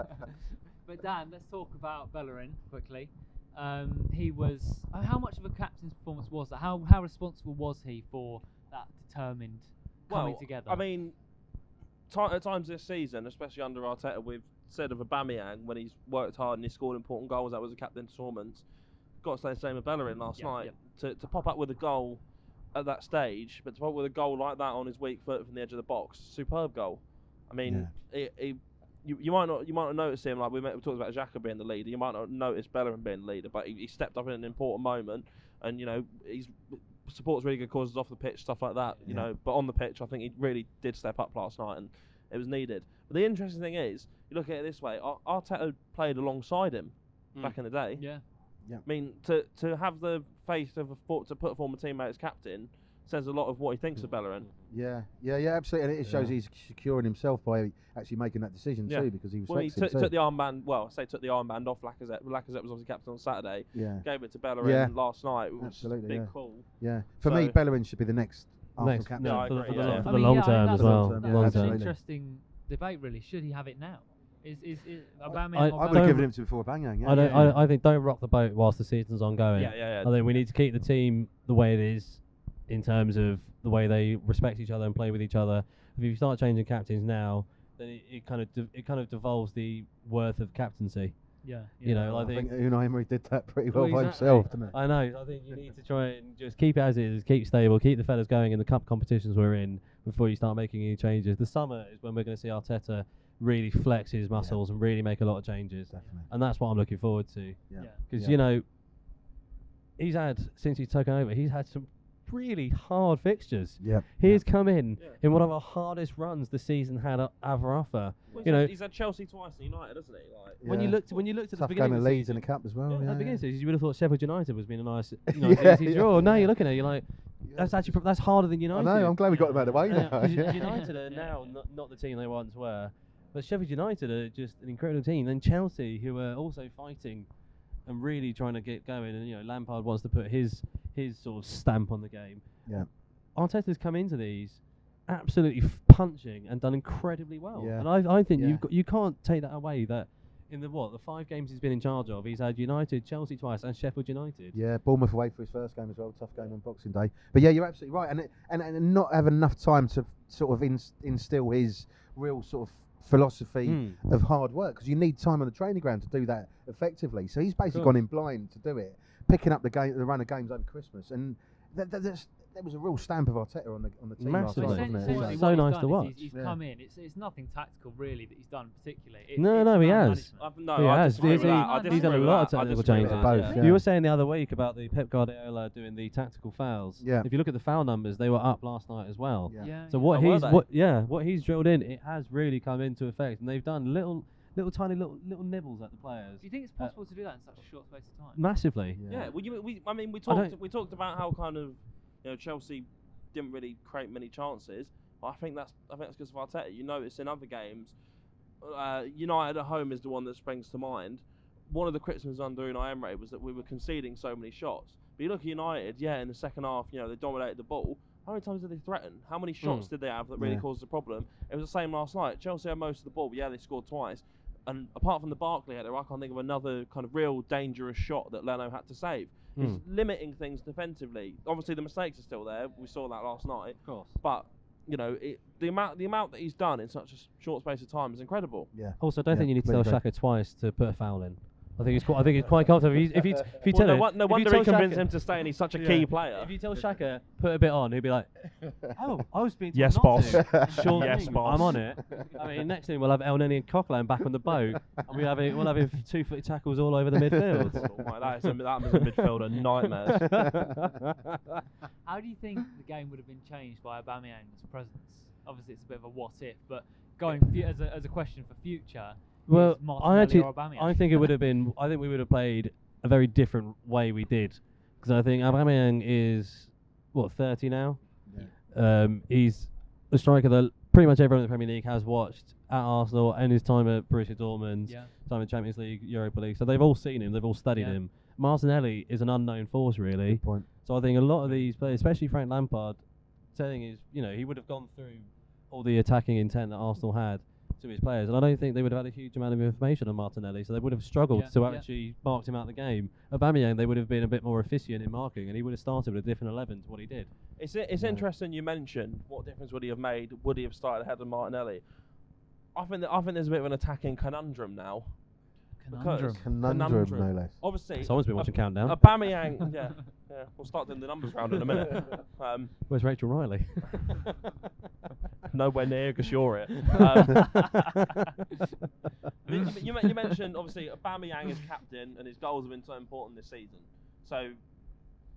Speaker 1: but Dan, let's talk about Bellerin quickly. Um, he was. uh, How much of a captain's performance was that? How how responsible was he for that determined coming
Speaker 4: well,
Speaker 1: together?
Speaker 4: I mean, ti- at times this season, especially under Arteta, we've said of Aubameyang when he's worked hard and he scored important goals. That was a captain performance. Got to say the same of Bellerin last
Speaker 1: Yeah,
Speaker 4: night to to pop up with a goal at that stage, but to pop up with a goal like that on his weak foot from the edge of the box, superb goal. I mean, it, it, you, you might not you might not notice him like we, met, we talked about Xhaka being the leader. You might not notice Bellerin being the leader, but he, he stepped up in an important moment, and you know he's supports really good causes off the pitch, stuff like that. You
Speaker 2: Yeah.
Speaker 4: know, but on the pitch, I think he really did step up last night, and it was needed. But the interesting thing is, you look at it this way: Ar- Arteta played alongside him
Speaker 3: Mm.
Speaker 4: back in the day.
Speaker 1: yeah.
Speaker 4: I mean, to to have the faith of a, for- to put a former teammate as captain says a lot of what he thinks of Bellerin.
Speaker 2: Yeah, yeah, yeah, absolutely. And it shows
Speaker 3: Yeah.
Speaker 2: he's securing himself by actually making that decision
Speaker 4: Yeah.
Speaker 2: too, because he
Speaker 4: Well, he
Speaker 2: respects
Speaker 4: took,
Speaker 2: it.
Speaker 4: took
Speaker 2: too.
Speaker 4: the armband. Well, I say took the armband off Lacazette. Lacazette was obviously captain on Saturday.
Speaker 2: yeah,
Speaker 4: Gave it to Bellerin
Speaker 2: Yeah.
Speaker 4: last night, which
Speaker 2: Absolutely,
Speaker 4: is a big
Speaker 2: yeah.
Speaker 4: call.
Speaker 2: yeah. For me,
Speaker 4: So-
Speaker 2: Bellerin should be the next Arsenal
Speaker 3: Next,
Speaker 2: captain.
Speaker 4: No, I
Speaker 3: no, for, the-
Speaker 4: agree,
Speaker 3: for the,
Speaker 4: yeah.
Speaker 3: long,
Speaker 4: I
Speaker 3: for the
Speaker 1: mean,
Speaker 3: long
Speaker 1: yeah, I think
Speaker 3: term as
Speaker 1: that's-
Speaker 3: well.
Speaker 2: long term,
Speaker 1: That's an
Speaker 2: yeah,
Speaker 3: long term.
Speaker 2: absolutely.
Speaker 1: interesting debate, really. Should he have it now? Is is, is Aubameyang
Speaker 3: I-
Speaker 1: or
Speaker 2: I would
Speaker 1: Bellerin?
Speaker 2: have given him to before Bangang. Yeah,
Speaker 3: I don't.
Speaker 2: yeah, yeah.
Speaker 3: I, I think don't rock the boat whilst the season's ongoing.
Speaker 4: Yeah, yeah,
Speaker 3: I
Speaker 4: yeah.
Speaker 3: think we need to keep the team the way it is in terms of the way they respect each other and play with each other. If you start changing captains now, then it, it kind of de- it kind of devolves the worth of captaincy.
Speaker 1: Yeah.
Speaker 3: You know,
Speaker 2: I
Speaker 3: like
Speaker 2: think Unai Emery did that pretty well
Speaker 3: Well,
Speaker 2: by
Speaker 3: exactly.
Speaker 2: himself, didn't he?
Speaker 3: I know. I think you need to try and just keep it as is, keep stable, keep the fellas going in the cup competitions we're in before you start making any changes. The summer is when we're going to see Arteta really flex his muscles and really make a lot of changes.
Speaker 2: Definitely.
Speaker 3: And that's what I'm looking forward to.
Speaker 2: Yeah.
Speaker 3: Because,
Speaker 2: Yeah.
Speaker 3: you know, he's had, since he's taken over, he's had some really hard fixtures.
Speaker 2: Yeah.
Speaker 3: He's come in
Speaker 4: Yeah.
Speaker 3: in one of our hardest runs the season had at Avarafa.
Speaker 4: Well, he's
Speaker 3: You
Speaker 4: had-
Speaker 3: know-
Speaker 4: he's had Chelsea twice and United, hasn't he? Like,
Speaker 3: When you
Speaker 2: Yeah.
Speaker 3: looked when you looked at
Speaker 2: Tough
Speaker 3: the
Speaker 2: game
Speaker 3: beginning
Speaker 2: of
Speaker 3: of the
Speaker 2: Leeds
Speaker 3: season,
Speaker 2: in the cup as well.
Speaker 3: at
Speaker 2: Yeah,
Speaker 3: the beginning
Speaker 2: yeah.
Speaker 3: of the season, you would have thought Sheffield United was being a nice, you
Speaker 2: [LAUGHS]
Speaker 3: know,
Speaker 2: Yeah,
Speaker 3: easy
Speaker 2: yeah.
Speaker 3: draw. No, Oh, you're looking at it, you're like, that's actually prob- that's harder than
Speaker 2: I
Speaker 3: United.
Speaker 2: know. I'm glad we got them out of the way
Speaker 3: Yeah,
Speaker 2: now. [LAUGHS]
Speaker 3: 'cause
Speaker 2: yeah.
Speaker 3: United are now not, not the team they once were, but Sheffield United are just an incredible team. Then Chelsea, who are also fighting and really trying to get going, and you know Lampard wants to put his his sort of stamp on the game.
Speaker 2: Yeah.
Speaker 3: Arteta's come into these absolutely f- punching and done incredibly well.
Speaker 2: Yeah.
Speaker 3: And I I think
Speaker 2: Yeah.
Speaker 3: you've got you can't take that away that. In the what the five games he's been in charge of, he's had United, Chelsea twice, and Sheffield United.
Speaker 2: Yeah, Bournemouth away for his first game as well. Tough game on Boxing Day. But yeah, you're absolutely right, and it, and and not have enough time to sort of inst- instill his real sort of philosophy
Speaker 3: Mm.
Speaker 2: of hard work because you need time on the training ground to do that effectively. So he's basically
Speaker 3: Sure.
Speaker 2: gone in blind to do it, picking up the game, the run of games over Christmas, and that, that, that's, that was a real stamp of Arteta on the on the team last
Speaker 3: Massively.
Speaker 2: night,
Speaker 1: But
Speaker 3: Absolutely.
Speaker 1: essen-
Speaker 2: wasn't it?
Speaker 1: essentially
Speaker 3: Yeah.
Speaker 1: what
Speaker 3: So
Speaker 1: he's done
Speaker 3: nice to
Speaker 1: is
Speaker 3: watch.
Speaker 1: He's, he's
Speaker 2: Yeah.
Speaker 1: come in. It's, it's nothing tactical really that he's done particularly. It's,
Speaker 3: No,
Speaker 1: it's
Speaker 3: no, he
Speaker 1: man
Speaker 3: has.
Speaker 1: management.
Speaker 4: I've, no,
Speaker 3: He
Speaker 4: Oh, I
Speaker 3: has.
Speaker 4: disagree
Speaker 3: He's-
Speaker 4: with that. I
Speaker 1: he's
Speaker 3: He's done
Speaker 4: disagree
Speaker 3: a
Speaker 4: with
Speaker 3: lot of
Speaker 4: that. I
Speaker 3: technical
Speaker 4: disagree with
Speaker 3: changes.
Speaker 4: that,
Speaker 2: Both, yeah.
Speaker 3: You were saying the other week about the Pep Guardiola doing the tactical fouls.
Speaker 2: Yeah.
Speaker 3: If you look at the foul numbers, they were up last night as well.
Speaker 2: Yeah.
Speaker 1: Yeah,
Speaker 3: So
Speaker 1: yeah.
Speaker 3: what
Speaker 4: Oh, were
Speaker 3: he's
Speaker 4: they?
Speaker 3: what yeah what he's drilled in, it has really come into effect, and they've done little little tiny little little nibbles at the players
Speaker 1: Do you think it's
Speaker 3: Uh,
Speaker 1: possible to do that in such a short space of time?
Speaker 3: massively.
Speaker 4: Yeah, well, you, we, I mean, we
Speaker 3: I don't-
Speaker 4: talked, we talked about how kind of, you know, Chelsea didn't really create many chances. But I think that's, I think that's because of Arteta. You notice in other games, uh, United at home is the one that springs to mind. One of the criticisms under Unai Emery was that we were conceding so many shots. But you look at United, yeah, in the second half, you know, they dominated the ball. How many times did they threaten? How many shots did they have that really
Speaker 2: Yeah.
Speaker 4: caused a problem? It was the same last night. Chelsea had most of the ball. but Yeah, they scored twice. And apart from the Barkley header, I can't think of another kind of real dangerous shot that Leno had to save. He's limiting things defensively. Obviously, the mistakes are still there. We saw that last night.
Speaker 3: Of course.
Speaker 4: But you know, it, the amount the amount that he's done in such a s- short space of time is incredible.
Speaker 3: Also, I don't
Speaker 2: Yeah,
Speaker 3: think you need to tell
Speaker 2: completely
Speaker 3: Shaka twice to put a foul in. I think it's quite I think it's quite comfortable. If you if you, if you
Speaker 4: Well,
Speaker 3: tell
Speaker 4: no,
Speaker 3: him-
Speaker 4: won- no
Speaker 3: if you
Speaker 4: wonder
Speaker 3: tell
Speaker 4: he convinced
Speaker 3: Xhaka-
Speaker 4: him to stay, and he's such a
Speaker 3: [LAUGHS] Yeah.
Speaker 4: key player.
Speaker 3: If you tell Shaka put a bit on, he'll
Speaker 1: [LAUGHS]
Speaker 3: be like, "Oh, I was being told
Speaker 4: Yes,
Speaker 3: not
Speaker 4: boss.
Speaker 3: to." Sure
Speaker 4: Yes,
Speaker 3: thing,
Speaker 4: boss.
Speaker 3: I'm on it. I mean, next thing we'll have El Nenny and Coquelin back on the boat, and we'll have it- we'll have him two foot tackles all over the
Speaker 4: [LAUGHS]
Speaker 3: midfield.
Speaker 4: Oh my, that is a, that is a
Speaker 3: [LAUGHS]
Speaker 4: midfielder nightmare.
Speaker 1: How do you think the game would have been changed by Aubameyang's presence? Obviously, it's a bit of a what if, but going fu- as, a, as a question for future.
Speaker 3: well,
Speaker 1: is Martinelli
Speaker 3: I actually,
Speaker 1: or Aubameyang?
Speaker 3: I think it would have been. I think we would have played a very different way we did, because I think Aubameyang is what 30 now.
Speaker 2: [LAUGHS] Yeah.
Speaker 3: Um, he's a striker that pretty much everyone in the Premier League has watched at Arsenal and his time at Borussia
Speaker 1: [LAUGHS]
Speaker 3: Dortmund.
Speaker 1: Yeah.
Speaker 3: time in Champions League, Europa League. So they've all seen him, they've all studied
Speaker 1: Yeah.
Speaker 3: him. Martinelli is an unknown force, really.
Speaker 2: Good point.
Speaker 3: So I think a lot of these players, especially Frank Lampard, telling his, you know, he would have gone through all the attacking intent that Arsenal had to his players, and I don't think they would have had a huge amount of information on Martinelli, so they would have struggled
Speaker 1: Yeah,
Speaker 3: to
Speaker 1: yeah.
Speaker 3: actually mark him out of the game. Aubameyang, they would have been a bit more efficient in marking, and he would have started with a different eleven to what he did.
Speaker 4: It's i- it's
Speaker 2: Yeah.
Speaker 4: interesting you mentioned what difference would he have made? Would he have started ahead of Martinelli? I think that, I think there's a bit of an attacking conundrum now.
Speaker 1: Conundrum.
Speaker 2: Conundrum,
Speaker 4: Conundrum.
Speaker 2: no less.
Speaker 4: Obviously,
Speaker 3: Someone's been watching Countdown.
Speaker 4: Aubameyang, yeah, yeah. We'll start doing the numbers round in a minute.
Speaker 3: [LAUGHS]
Speaker 4: Um,
Speaker 3: Where's Rachel Riley?
Speaker 4: [LAUGHS] nowhere near because
Speaker 3: [LAUGHS]
Speaker 4: you're it. Um,
Speaker 2: [LAUGHS]
Speaker 4: I mean, you, you men- you mentioned obviously Aubameyang is captain and his goals have been so important this season. So,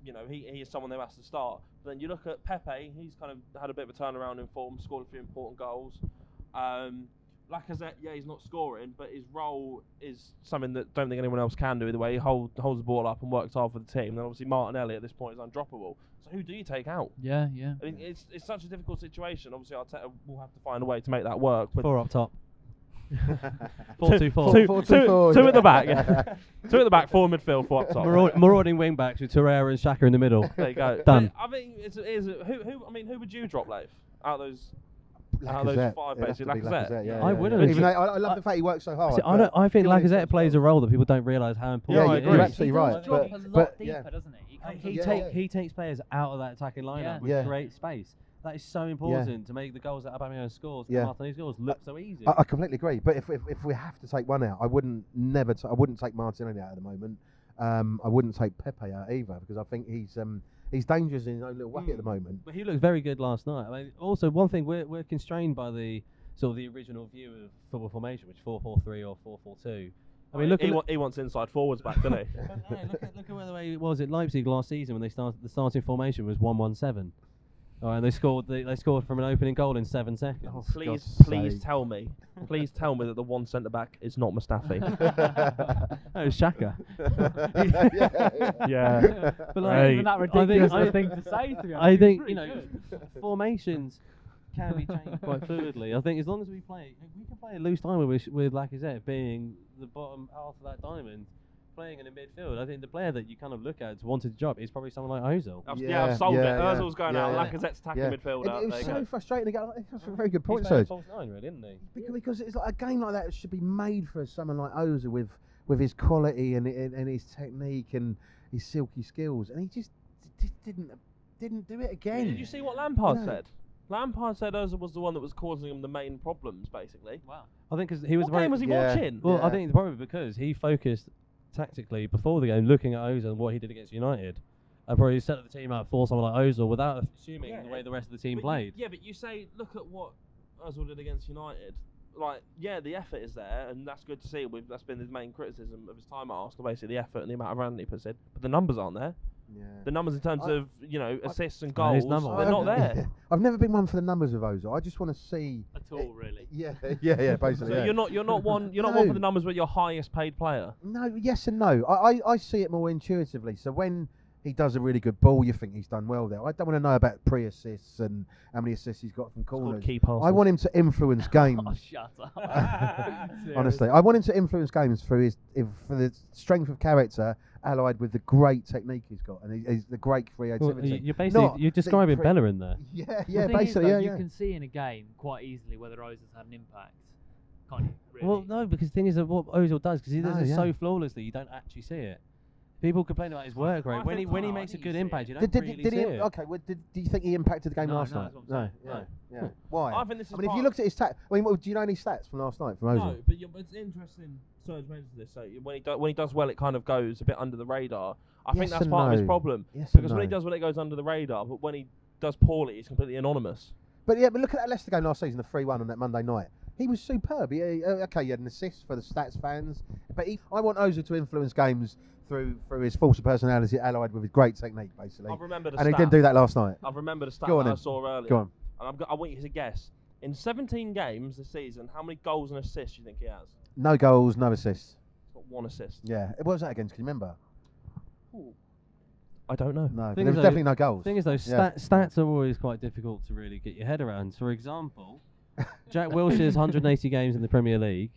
Speaker 4: you know, he, he is someone who has to start. But then you look at Pepe; he's kind of had a bit of a turnaround in form, scored a few important goals. Um, Lacazette, yeah, he's not scoring, but his role is something that don't think anyone else can do. The way he hold, holds the ball up and works hard for the team. And obviously Martinelli at this point is undroppable. So who do you take out?
Speaker 1: Yeah, yeah.
Speaker 4: I mean, it's it's such a difficult situation. Obviously, Arteta will have to find a way to make that work. But
Speaker 3: Four up top.
Speaker 4: Two-
Speaker 3: Four two four.
Speaker 4: two-
Speaker 2: Four,
Speaker 4: two-
Speaker 2: two, four,
Speaker 4: two
Speaker 2: yeah.
Speaker 4: at the back. [LAUGHS] two at the back, four midfield, four up top.
Speaker 3: Maraud- marauding wing backs with Torreira and Shaka in
Speaker 2: [LAUGHS]
Speaker 3: the middle.
Speaker 4: There you go.
Speaker 3: [LAUGHS] Done.
Speaker 4: I think it's, it is who who I mean who would you drop Leif out of those? Out of those
Speaker 2: Lacazette.
Speaker 4: five,
Speaker 2: It'd have
Speaker 4: basically,
Speaker 2: to be
Speaker 4: Lacazette.
Speaker 2: yeah, yeah,
Speaker 3: I would
Speaker 2: yeah.
Speaker 3: have
Speaker 2: Even though
Speaker 3: just-
Speaker 2: I, I love
Speaker 3: I-
Speaker 2: the fact he works so hard.
Speaker 3: See, I, don't,
Speaker 2: but
Speaker 3: I think
Speaker 2: still needs to
Speaker 3: Lacazette plays a role that people don't realise how
Speaker 2: oh,
Speaker 3: important
Speaker 2: Yeah, I
Speaker 3: it
Speaker 2: agree.
Speaker 3: is.
Speaker 2: You're absolutely
Speaker 1: he does
Speaker 2: right,
Speaker 1: Drop
Speaker 2: but-
Speaker 1: a lot
Speaker 2: but-
Speaker 1: deeper,
Speaker 2: yeah.
Speaker 1: doesn't he? He comes
Speaker 3: He,
Speaker 1: up-
Speaker 2: Yeah,
Speaker 3: take,
Speaker 2: yeah.
Speaker 3: he takes players out of that attacking lineup,
Speaker 1: Yeah.
Speaker 3: which
Speaker 2: Yeah.
Speaker 3: creates space. That is so important to make the goals that Aubameyang scores
Speaker 2: Yeah.
Speaker 3: and Martinelli scores look so easy.
Speaker 2: I, I completely agree. But if, if, if we have to take one out, I wouldn't never. T- I wouldn't take Martinelli out at the moment. Um, I wouldn't take Pepe out either because I think he's um, he's
Speaker 3: Hmm. [LAUGHS]
Speaker 2: dangerous in his own little way at the moment. [LAUGHS]
Speaker 3: but he looked very good last night. I mean, also, one thing we're, we're constrained by the sort of the original view of football formation, which four four three or four four two. I mean,
Speaker 4: He-
Speaker 3: look
Speaker 4: he,
Speaker 3: at
Speaker 4: wa- he wants inside forwards back,
Speaker 3: [LAUGHS]
Speaker 4: doesn't he?
Speaker 3: But no, look at look at where the way it was at Leipzig last season when they started the starting formation was one one seven. All right, and they scored they, they scored from an opening goal in seven seconds.
Speaker 2: Oh, for
Speaker 4: Please,
Speaker 2: God's
Speaker 4: please
Speaker 2: sake.
Speaker 4: tell me, please tell me that the one centre back is
Speaker 2: [LAUGHS]
Speaker 4: not Mustafi.
Speaker 3: [LAUGHS] that was Shaka.
Speaker 2: yeah.
Speaker 1: [LAUGHS]
Speaker 4: Yeah.
Speaker 3: But
Speaker 1: Not
Speaker 3: like,
Speaker 1: even that
Speaker 3: I think-
Speaker 1: ridiculous of
Speaker 3: I-
Speaker 1: a thing to say, to be honest.
Speaker 3: I
Speaker 1: It's
Speaker 3: think
Speaker 1: pretty
Speaker 3: you know
Speaker 1: good.
Speaker 3: [LAUGHS] formations can be changed quite fluidly. I think as long as we play, we can play a loose diamond with, with Lacazette being the bottom half of that diamond, playing in the midfield. I think the player that you kind of look at as wanted the job is probably someone like Ozil.
Speaker 4: I've, yeah,
Speaker 2: Yeah,
Speaker 4: I've sold
Speaker 2: yeah,
Speaker 4: it.
Speaker 2: yeah,
Speaker 4: Ozil's going
Speaker 2: yeah,
Speaker 4: out.
Speaker 2: yeah.
Speaker 4: Lacazette's attacking
Speaker 2: Yeah.
Speaker 4: midfield.
Speaker 2: It,
Speaker 4: out.
Speaker 2: it
Speaker 4: there
Speaker 2: was
Speaker 4: you
Speaker 2: so
Speaker 4: go.
Speaker 2: frustrating. Again, like, that's a very good
Speaker 3: He's
Speaker 2: point,
Speaker 3: playing
Speaker 2: Serge.
Speaker 3: false nine, really, isn't he?
Speaker 2: Because, because it's like a game like that should be made for someone like Oza with with his quality and and, and his technique and his silky skills, and he just, just didn't didn't do it again.
Speaker 4: Did you see what Lampard
Speaker 2: No.
Speaker 4: said? Lampard said Ozil was the one that was causing him the main problems, basically.
Speaker 1: Wow.
Speaker 3: I think because he was
Speaker 4: what game
Speaker 3: very-
Speaker 4: was he
Speaker 2: Yeah.
Speaker 4: watching?
Speaker 3: Well, I
Speaker 2: Yeah.
Speaker 3: think it's probably because he focused tactically before the game, looking at Ozil and what he did against United, and probably set the team up for someone like Ozil without assuming
Speaker 4: Yeah.
Speaker 3: the way the rest of the team
Speaker 4: But you-
Speaker 3: played.
Speaker 4: yeah, but you say look at what Ozil did against United. Like, yeah, the effort is there, and that's good to see. We've, that's been his main criticism of his time at Arsenal, basically the effort and the amount of run he puts in. But the numbers aren't there.
Speaker 2: Yeah.
Speaker 4: The numbers in terms
Speaker 2: I-
Speaker 4: of you know
Speaker 2: I-
Speaker 4: assists and
Speaker 3: Oh,
Speaker 4: goals,
Speaker 3: his
Speaker 4: they're
Speaker 3: numbers.
Speaker 2: I've- [LAUGHS]
Speaker 4: not there.
Speaker 2: I've never been one for the numbers of Oza. I just want to see.
Speaker 1: At all, really.
Speaker 2: [LAUGHS] Yeah, yeah, yeah.
Speaker 4: So
Speaker 2: Basically, yeah.
Speaker 4: you're not you're not one you're not one for
Speaker 2: No.
Speaker 4: the numbers with your highest paid player.
Speaker 2: No, yes and no. I, I, I see it more intuitively. So when he does a really good ball, you think he's done well there. I don't want to know about pre assists and how many assists he's got from
Speaker 4: called
Speaker 2: corners.
Speaker 4: key passes.
Speaker 2: I [LAUGHS]
Speaker 3: [LAUGHS]
Speaker 2: want him to influence games.
Speaker 1: [LAUGHS]
Speaker 4: [LAUGHS]
Speaker 1: Oh, shut
Speaker 2: [LAUGHS]
Speaker 1: up.
Speaker 2: Honestly, I want him to influence games through his if, for the strength of character, allied with the great technique he's got and his, his, the great
Speaker 3: Well,
Speaker 2: creativity.
Speaker 3: you- you're basically
Speaker 2: Not
Speaker 3: you're
Speaker 2: the
Speaker 3: describing
Speaker 2: pre-
Speaker 3: Bellerin there.
Speaker 2: [LAUGHS] yeah,
Speaker 1: The
Speaker 2: yeah,
Speaker 1: thing is,
Speaker 2: basically,
Speaker 1: though,
Speaker 2: yeah,
Speaker 1: you
Speaker 2: yeah.
Speaker 1: can see in a game quite easily whether Rose has had an impact. Can't you? Really?
Speaker 3: Well, no, because the thing is that what Ozil does, because he does
Speaker 2: No,
Speaker 3: it
Speaker 2: yeah.
Speaker 3: so flawlessly, you don't actually see it. People complain about his work rate.
Speaker 4: I
Speaker 3: When he
Speaker 4: think-
Speaker 3: when
Speaker 1: oh,
Speaker 3: he
Speaker 1: I
Speaker 3: makes a
Speaker 1: think you
Speaker 3: good
Speaker 1: see
Speaker 3: impact,
Speaker 1: it.
Speaker 3: you don't
Speaker 2: Did, did,
Speaker 3: really
Speaker 2: did
Speaker 3: see
Speaker 2: he?
Speaker 3: it.
Speaker 2: Okay. Well, did, do you think he impacted the game
Speaker 1: No,
Speaker 2: last
Speaker 1: no,
Speaker 2: night?
Speaker 1: that's what
Speaker 2: No.
Speaker 1: I'm
Speaker 2: Yeah.
Speaker 3: saying.
Speaker 2: yeah. Why?
Speaker 4: I think this is
Speaker 2: I mean, if
Speaker 4: part-
Speaker 2: you looked at his stat, I mean, what, do you know any stats from last night from Ozil?
Speaker 4: No, but you but it's interesting. Serge mentions this. So when he do, when he does well, it kind of goes a bit under the radar. I think
Speaker 2: Yes
Speaker 4: that's
Speaker 2: and
Speaker 4: part of his
Speaker 2: no.
Speaker 4: problem
Speaker 2: Yes. and
Speaker 4: because when he
Speaker 2: no.
Speaker 4: does well, it goes under the radar. But when he does poorly, he's completely anonymous.
Speaker 2: But yeah, but look at that Leicester game last season, the three-one on that Monday night. He was superb. He, he- uh, okay, he had an assist for the stats fans, but he, I want Ozil to influence games through through his force of personality, allied with his great technique, basically.
Speaker 4: I've remembered a
Speaker 2: And he
Speaker 4: stat.
Speaker 2: didn't do that last night.
Speaker 4: I've remembered a stat
Speaker 2: Go on
Speaker 4: that I
Speaker 2: then.
Speaker 4: saw earlier.
Speaker 2: Go on.
Speaker 4: And I've got, I want you to guess. In 17 games this season, how many goals and assists do you think he has?
Speaker 2: No goals, no assists.
Speaker 4: He's got one assist.
Speaker 2: Yeah, what was that against? Can you remember?
Speaker 4: I don't know.
Speaker 2: No,
Speaker 3: Thing
Speaker 2: there
Speaker 3: is
Speaker 2: was
Speaker 3: though-
Speaker 2: definitely no goals.
Speaker 3: thing is, though,
Speaker 2: Yeah.
Speaker 3: stat, stats are always quite difficult to really get your head around.
Speaker 2: [LAUGHS]
Speaker 3: For example, Jack Wilshere's 180 games in the Premier League.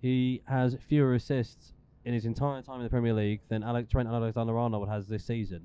Speaker 3: He has fewer assists in his entire time in the Premier League than Alex Trent Alexander-Arnold has this season.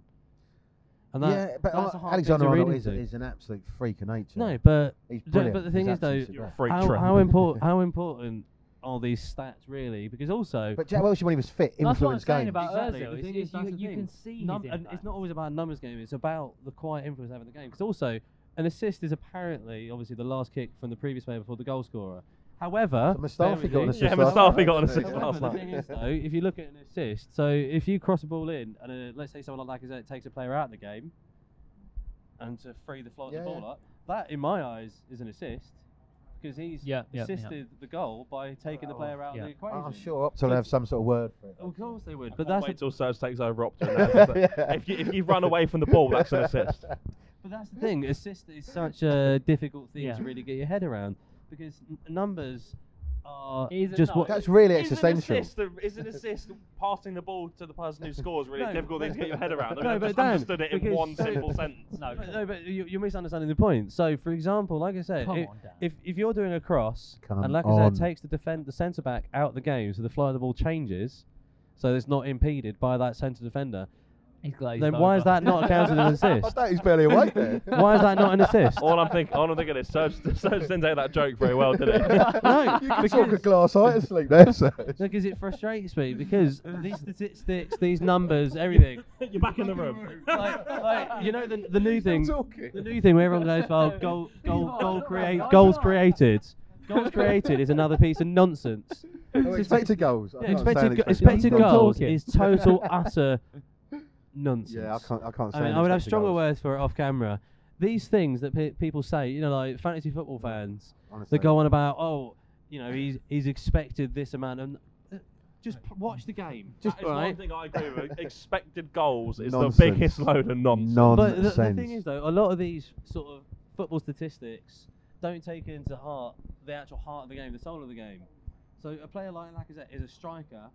Speaker 3: And that,
Speaker 2: yeah, but
Speaker 3: that's
Speaker 2: uh,
Speaker 3: a hard thing to
Speaker 2: Alexander Arnold
Speaker 3: read
Speaker 2: is,
Speaker 3: into.
Speaker 2: is an absolute freak of nature.
Speaker 3: no, but
Speaker 2: he's
Speaker 3: but
Speaker 2: brilliant.
Speaker 3: the thing
Speaker 2: He's
Speaker 3: is, though,
Speaker 2: absolutely
Speaker 4: You're a
Speaker 2: superb.
Speaker 4: freak,
Speaker 3: how,
Speaker 4: Trent.
Speaker 2: [LAUGHS]
Speaker 3: how important how important are these stats really? Because also
Speaker 2: But Jack Wilshere, when he was fit,
Speaker 1: That's what I'm
Speaker 2: influenced
Speaker 1: saying
Speaker 2: games.
Speaker 1: about
Speaker 3: Exactly,
Speaker 1: Ozil.
Speaker 3: the
Speaker 1: is-
Speaker 3: thing
Speaker 1: is
Speaker 3: is,
Speaker 1: you,
Speaker 3: that's the
Speaker 1: you can
Speaker 3: thing.
Speaker 1: see
Speaker 3: num-
Speaker 1: his
Speaker 3: and it's not
Speaker 1: impact.
Speaker 3: always about a numbers game. It's about the quiet influence having the game. Because also, an assist is apparently obviously the last kick from the previous player before the goal scorer. However,
Speaker 2: So Mustafi got an
Speaker 3: bearing-
Speaker 2: assist.
Speaker 4: Yeah,
Speaker 2: last
Speaker 4: Mustafi
Speaker 2: night.
Speaker 4: got an assist
Speaker 3: However,
Speaker 4: last
Speaker 3: the
Speaker 4: night.
Speaker 3: thing
Speaker 4: [LAUGHS]
Speaker 3: is, though, if you look at an assist, so if you cross a ball in, and uh, let's say someone like Lacazette takes a player out of the game, and to free the, fly,
Speaker 2: Yeah,
Speaker 3: the
Speaker 2: yeah.
Speaker 3: ball up, that in my eyes is an assist because he's
Speaker 1: Yeah, yeah, yeah.
Speaker 3: assisted the goal by taking the player out
Speaker 1: Yeah.
Speaker 3: of the equation.
Speaker 2: I'm sure Opta will have some sort of word for it.
Speaker 3: Of
Speaker 2: [LAUGHS]
Speaker 3: course they would,
Speaker 4: But
Speaker 3: but that's
Speaker 4: wait
Speaker 3: the-
Speaker 4: till Serge takes over Opta. if you if you run away from the ball, that's
Speaker 2: [LAUGHS]
Speaker 4: an assist.
Speaker 3: But that's the thing. Assist is such a difficult thing
Speaker 1: Yeah.
Speaker 3: to really get your head around because n- numbers are
Speaker 1: It is a
Speaker 3: just
Speaker 1: nut.
Speaker 3: what.
Speaker 2: That's really
Speaker 4: Is an
Speaker 2: existential.
Speaker 4: assist the- Is an assist passing the ball to the person who scores really
Speaker 3: No,
Speaker 4: difficult thing to get your
Speaker 3: [LAUGHS]
Speaker 4: head around? I mean,
Speaker 3: no,
Speaker 4: I've
Speaker 3: but
Speaker 4: just
Speaker 3: Dan,
Speaker 4: understood it in
Speaker 3: because-
Speaker 4: one
Speaker 3: so-
Speaker 4: simple sentence.
Speaker 1: No,
Speaker 3: But, no, but you, you're misunderstanding the point. So, for example, like I said,
Speaker 1: Come
Speaker 3: if,
Speaker 1: on, Dan.
Speaker 3: if if you're doing a cross
Speaker 2: Come
Speaker 3: and Lacazette
Speaker 2: on.
Speaker 3: takes the defend the centre back out of the game, so the flight of the ball changes, so it's not impeded by that centre defender.
Speaker 1: He's glazed
Speaker 3: then why is
Speaker 1: over.
Speaker 3: that
Speaker 2: [LAUGHS]
Speaker 3: not counted
Speaker 1: [LAUGHS]
Speaker 3: as an assist?
Speaker 2: he's barely awake there.
Speaker 3: [LAUGHS] why is
Speaker 4: [LAUGHS]
Speaker 3: that not an assist?
Speaker 4: [LAUGHS] All I'm thinking, all I'm thinking is Serge, [LAUGHS] Serge didn't take that joke very well, did it?
Speaker 3: [LAUGHS] no,
Speaker 2: you can
Speaker 3: because-
Speaker 2: talk a glass eye to sleep there, sir.
Speaker 3: because it frustrates me because these statistics, these numbers, everything.
Speaker 4: You're back in the room.
Speaker 3: like, like you know the, the new thing
Speaker 2: talking.
Speaker 3: the new thing where everyone goes well goal goal
Speaker 1: not.
Speaker 3: goal create
Speaker 1: I'm
Speaker 3: goals
Speaker 1: not.
Speaker 3: created goals created is another piece of nonsense
Speaker 2: Oh, expected goals. I
Speaker 3: Yeah,
Speaker 2: can't
Speaker 3: expected,
Speaker 2: stand
Speaker 3: go- expected
Speaker 1: goals.
Speaker 3: goals
Speaker 1: Talking.
Speaker 3: is total utter nonsense
Speaker 2: [LAUGHS] Yeah, I can't. I can't.
Speaker 3: I mean
Speaker 2: stand
Speaker 3: I would have
Speaker 2: expected
Speaker 3: stronger
Speaker 2: goals.
Speaker 3: words for it off camera these things that pe- people say, you know, like fantasy football fans
Speaker 2: honestly.
Speaker 3: that go on about, oh, you know, he's he's expected this amount, and uh, just p- watch the game.
Speaker 4: Just
Speaker 3: Just
Speaker 4: one
Speaker 3: right.
Speaker 4: thing I agree with. Expected goals is
Speaker 2: Nonsense.
Speaker 4: the biggest load of nonsense.
Speaker 3: But the,
Speaker 2: Nonsense.
Speaker 3: the thing is, though, a lot of these sort of football statistics don't take into heart the actual heart of the game, the soul of the game. So a player like Lacazette is a striker,